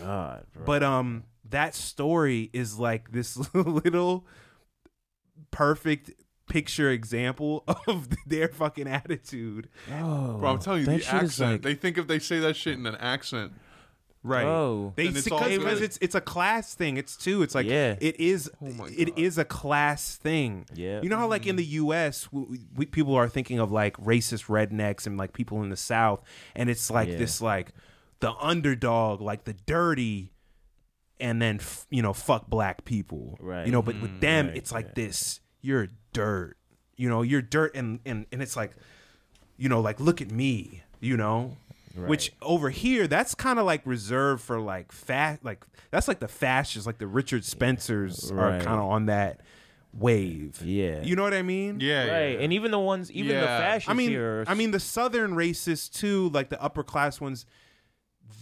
S2: god, bro.
S3: but um, that story is like this little perfect picture example of their fucking attitude,
S2: Bro,
S1: Bro, I'm telling you,
S2: that
S1: the
S2: shit is
S1: accent.
S2: like,
S1: They think if they say that shit in an accent,
S3: right?
S2: Bro.
S3: They
S1: Then it's all
S3: because
S1: good.
S3: it's it's a class thing. It's too. It's like
S2: Yeah.
S3: it is
S1: Oh my
S3: it
S1: God.
S3: is a class thing.
S2: Yeah.
S3: You know how like in the U.S. We, we- we, people are thinking of like racist rednecks and like people in the South, and it's like
S2: Yeah.
S3: this like the underdog, like the dirty. and then f- you know fuck black people
S2: Right.
S3: you know but
S1: Mm-hmm.
S3: with
S2: Mm,
S3: them
S2: right,
S3: it's like this you're dirt you know you're dirt and and and it's like you know like look at me you know which over here that's kind of like reserved for like fat like that's like the fascists like the richard spencers are
S2: Right.
S3: kind of on that wave
S2: Yeah.
S3: you know what i mean
S1: Yeah, yeah.
S2: right. And even the ones, even the
S1: Yeah.
S2: fascists
S3: I mean,
S2: here. are-
S3: I mean the southern races too, like the upper class ones.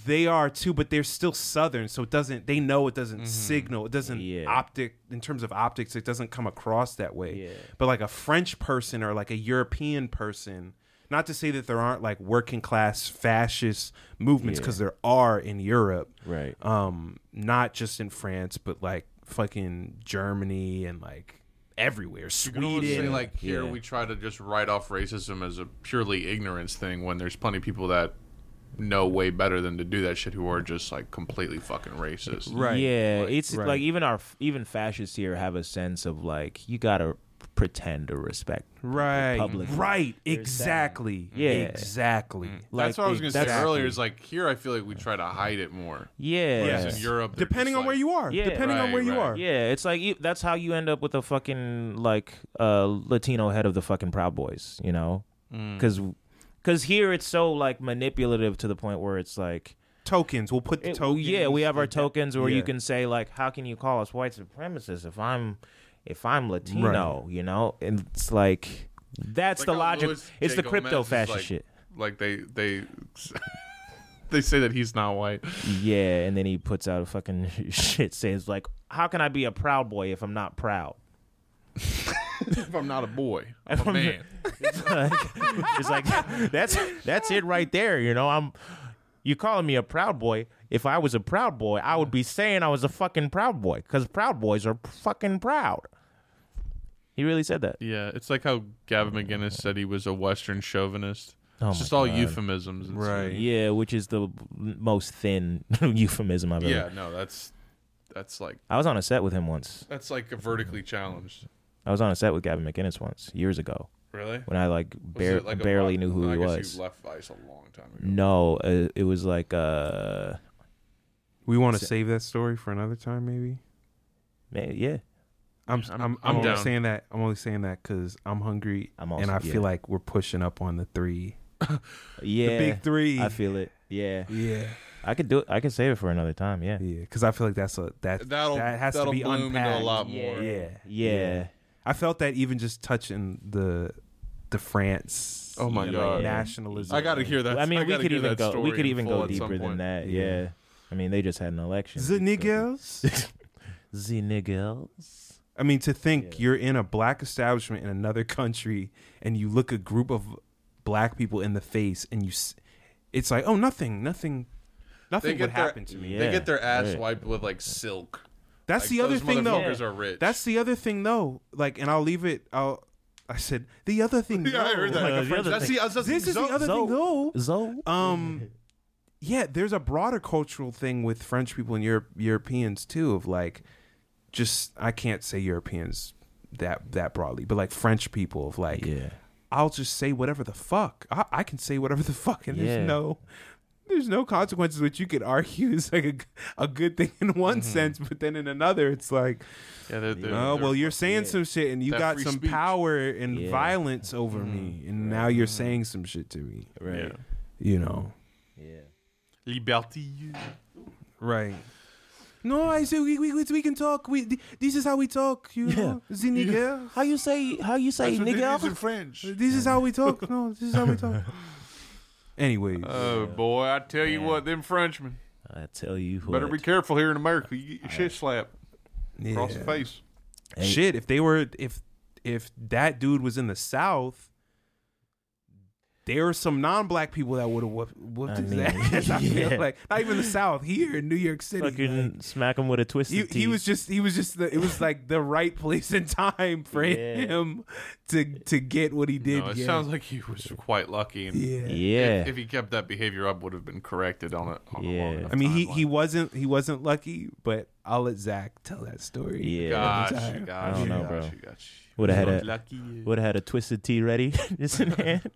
S3: They are too, but they're still southern, so it doesn't. They know it doesn't signal. It doesn't
S2: Yeah.
S3: optic in terms of optics. It doesn't come across that way.
S2: Yeah.
S3: But like a French person or like a European person. Not to say that there aren't like working class fascist movements because there are in Europe,
S2: Right.
S3: Um, not just in France, but like fucking Germany and like everywhere,
S1: You can almost
S3: Sweden.
S1: say like here
S2: Yeah.
S1: we try to just write off racism as a purely ignorance thing when there's plenty of people that know way better than to do that shit who are just like completely fucking racist.
S3: Right.
S2: Yeah, it's
S3: right.
S2: like even our even fascists here have a sense of like you gotta pretend to respect.
S3: right
S2: public.
S3: right exactly
S2: Yeah.
S3: exactly
S2: Like,
S1: that's what I was gonna say
S2: that's-
S1: earlier. Is like here, I feel like we try to hide it more.
S2: Yeah,
S1: Whereas in Europe, they're
S3: depending
S1: just like-
S3: on where you are
S2: Yeah.
S3: depending on
S1: Right,
S3: where you
S1: right.
S3: are
S2: yeah. It's like you, that's how you end up with a fucking like uh, Latino head of the fucking Proud Boys, you know?
S1: Mm.
S2: Because here it's so like manipulative to the point where it's like.
S3: tokens we'll put the
S2: it-
S3: tokens
S2: yeah, we have our
S3: like that.
S2: tokens, or
S3: Yeah.
S2: you can say like, how can you call us white supremacists if I'm if I'm Latino? You know, and it's like that's
S1: Like
S2: the
S1: how
S2: logic.
S1: Louis
S2: it's
S1: J.
S2: the crypto
S1: Gomez is,
S2: fascist
S1: like-
S2: shit.
S1: Like they they they say that he's not white.
S2: Yeah, and then he puts out a fucking shit says like, how can I be a proud boy if I'm not proud?
S1: if I'm not a boy, I'm a man.
S2: It's like that's that's it right there. You know, I'm you calling me a proud boy. If I was a proud boy, I would be saying I was a fucking proud boy because proud boys are fucking proud. He really said that.
S1: Yeah, it's like how Gavin McGinnis said he was a Western chauvinist.
S2: Oh
S1: it's just
S2: my
S1: all
S2: God.
S1: euphemisms. It's-
S3: right
S2: Yeah, which is the most thin euphemism I've ever.
S1: Yeah, no, that's that's like
S2: I was on a set with him once.
S1: that's like a vertically challenged.
S2: I was on a set with Gavin McInnes once years ago
S1: Really?
S2: when I like,
S1: Was
S2: bar-
S1: it like a
S2: barely
S1: rock-
S2: knew who
S1: I
S2: he
S1: guess
S2: was.
S1: You left Vice a long time ago.
S2: no, uh, it was like uh,
S3: we want to save that story for another time maybe
S2: man, yeah.
S3: i'm
S1: I'm-
S3: i'm, I'm,
S1: I'm
S3: only
S1: down.
S3: saying that i'm only saying that because i'm hungry
S2: I'm also
S3: and i
S2: yeah.
S3: feel like we're pushing up on the three
S2: yeah,
S3: the big three
S2: I feel it. Yeah,
S3: yeah
S2: I could do it. I could save it for another time. Yeah,
S3: yeah because i feel like that's a that
S1: That'll
S3: that has
S1: that'll
S3: to be
S1: bloom
S3: unpacked
S1: into a lot more.
S3: yeah
S2: yeah.
S3: i felt that even just touching the the france
S1: Oh my
S3: you know,
S1: God.
S3: nationalism
S1: I got to hear that.
S2: I mean, we
S1: gotta
S2: could
S1: hear
S2: even
S1: that
S2: go. We
S1: story
S2: could
S1: in
S2: even
S1: full
S2: go
S1: at some
S2: deeper than
S1: point.
S2: that.
S3: Yeah.
S2: Yeah. I mean, they just had an election.
S3: the niggas
S2: The niggas.
S3: I mean, to think you're in a black establishment in another country and you look a group of black people in the face and you, s- it's like, oh, nothing, nothing,
S1: They
S3: nothing would
S1: get their-
S3: happen to me.
S1: They
S2: Yeah,
S1: get their ass
S2: right.
S1: wiped with like silk.
S3: That's
S1: Like,
S3: the other
S1: those
S3: thing, though.
S1: Motherfuckers are rich.
S3: That's the other thing, though. Like, and I'll leave it. I'll. I said the other thing.
S1: yeah, I
S3: though.
S1: heard that.
S2: Uh, the
S1: Like,
S2: other
S1: that's
S2: thing-
S1: the, that's
S3: This is the
S1: so-
S3: other thing, though.
S2: Zo. Uh,
S3: Um, yeah, there's a broader cultural thing with French people and Europe, Europeans too, of like, just I can't say Europeans that that broadly, but like French people of like,
S2: Yeah.
S3: I'll just say whatever the fuck. I, I can say whatever the fuck, and
S2: Yeah.
S3: there's no, there's no consequences. Which you could argue is like a, g- a good thing in one
S2: Mm-hmm.
S3: sense, but then in another, it's like,
S1: Yeah, they're, they're,
S3: oh
S1: they're-
S3: well, you're saying some shit, and you
S1: That
S3: got
S1: free
S3: some
S1: speech. Mm-hmm.
S3: power and
S2: Yeah. Mm-hmm.
S3: violence over me, and now you're saying some shit to me.
S1: yeah.
S2: Right.
S3: You know,
S2: Yeah.
S1: Liberty.
S3: right. No, I say we, we, we, we can talk. We th- this is how we talk. You know, the nigger.
S2: How you say? How you say, nigga?
S1: French.
S3: This is how we talk. No, this is how we talk. Anyways,
S1: Oh boy, I tell you
S2: Yeah.
S1: what, them Frenchmen
S2: I tell you what.
S1: better be careful here in America. You get your shit slapped across
S3: yeah.
S1: the face.
S2: Hey.
S3: Shit, if they were if if that dude was in the South, there are some non-black people that would have whooped, whooped
S2: I
S3: his
S2: mean,
S3: ass. I
S2: yeah.
S3: feel like not even the South here in New York City. like,
S2: Fucking smack him with a twisted
S3: he, he
S2: teeth.
S3: was just he was just the, it was like the right place and time for
S2: Yeah.
S3: him to to get what he did.
S1: No, it
S3: get.
S1: sounds like he was quite lucky. And
S3: yeah.
S2: Yeah.
S1: If, if he kept that behavior up, would have been corrected on it. On
S2: Yeah.
S1: a long enough
S3: I mean, he,
S1: timeline.
S3: he wasn't he wasn't lucky, but I'll let Zach tell that story.
S2: Yeah.
S1: Gotcha,
S3: I
S1: gotcha,
S2: don't know,
S1: gotcha,
S2: bro.
S1: gotcha.
S2: Would have
S1: He's
S2: had a
S1: lucky.
S2: would have had a twisted tea ready just in hand.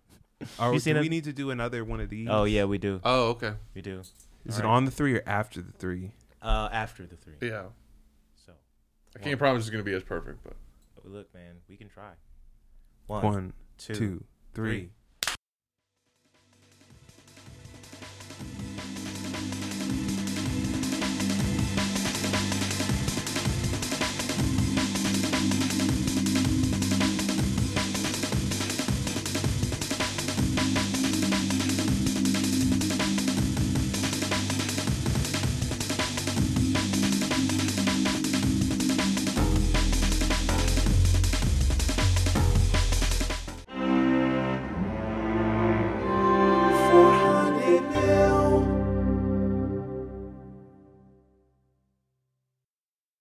S3: Are,
S2: You
S3: do
S2: seen
S3: we
S2: him?
S3: need to do another one of these?
S2: Oh yeah, we do.
S1: Oh, okay.
S2: We do.
S3: Is
S2: All right.
S3: it on the three or after the three?
S2: Uh, after the three.
S1: Yeah.
S2: So
S1: I can't promise it's gonna be as perfect, but
S2: look, man, we can try.
S3: One, two, three.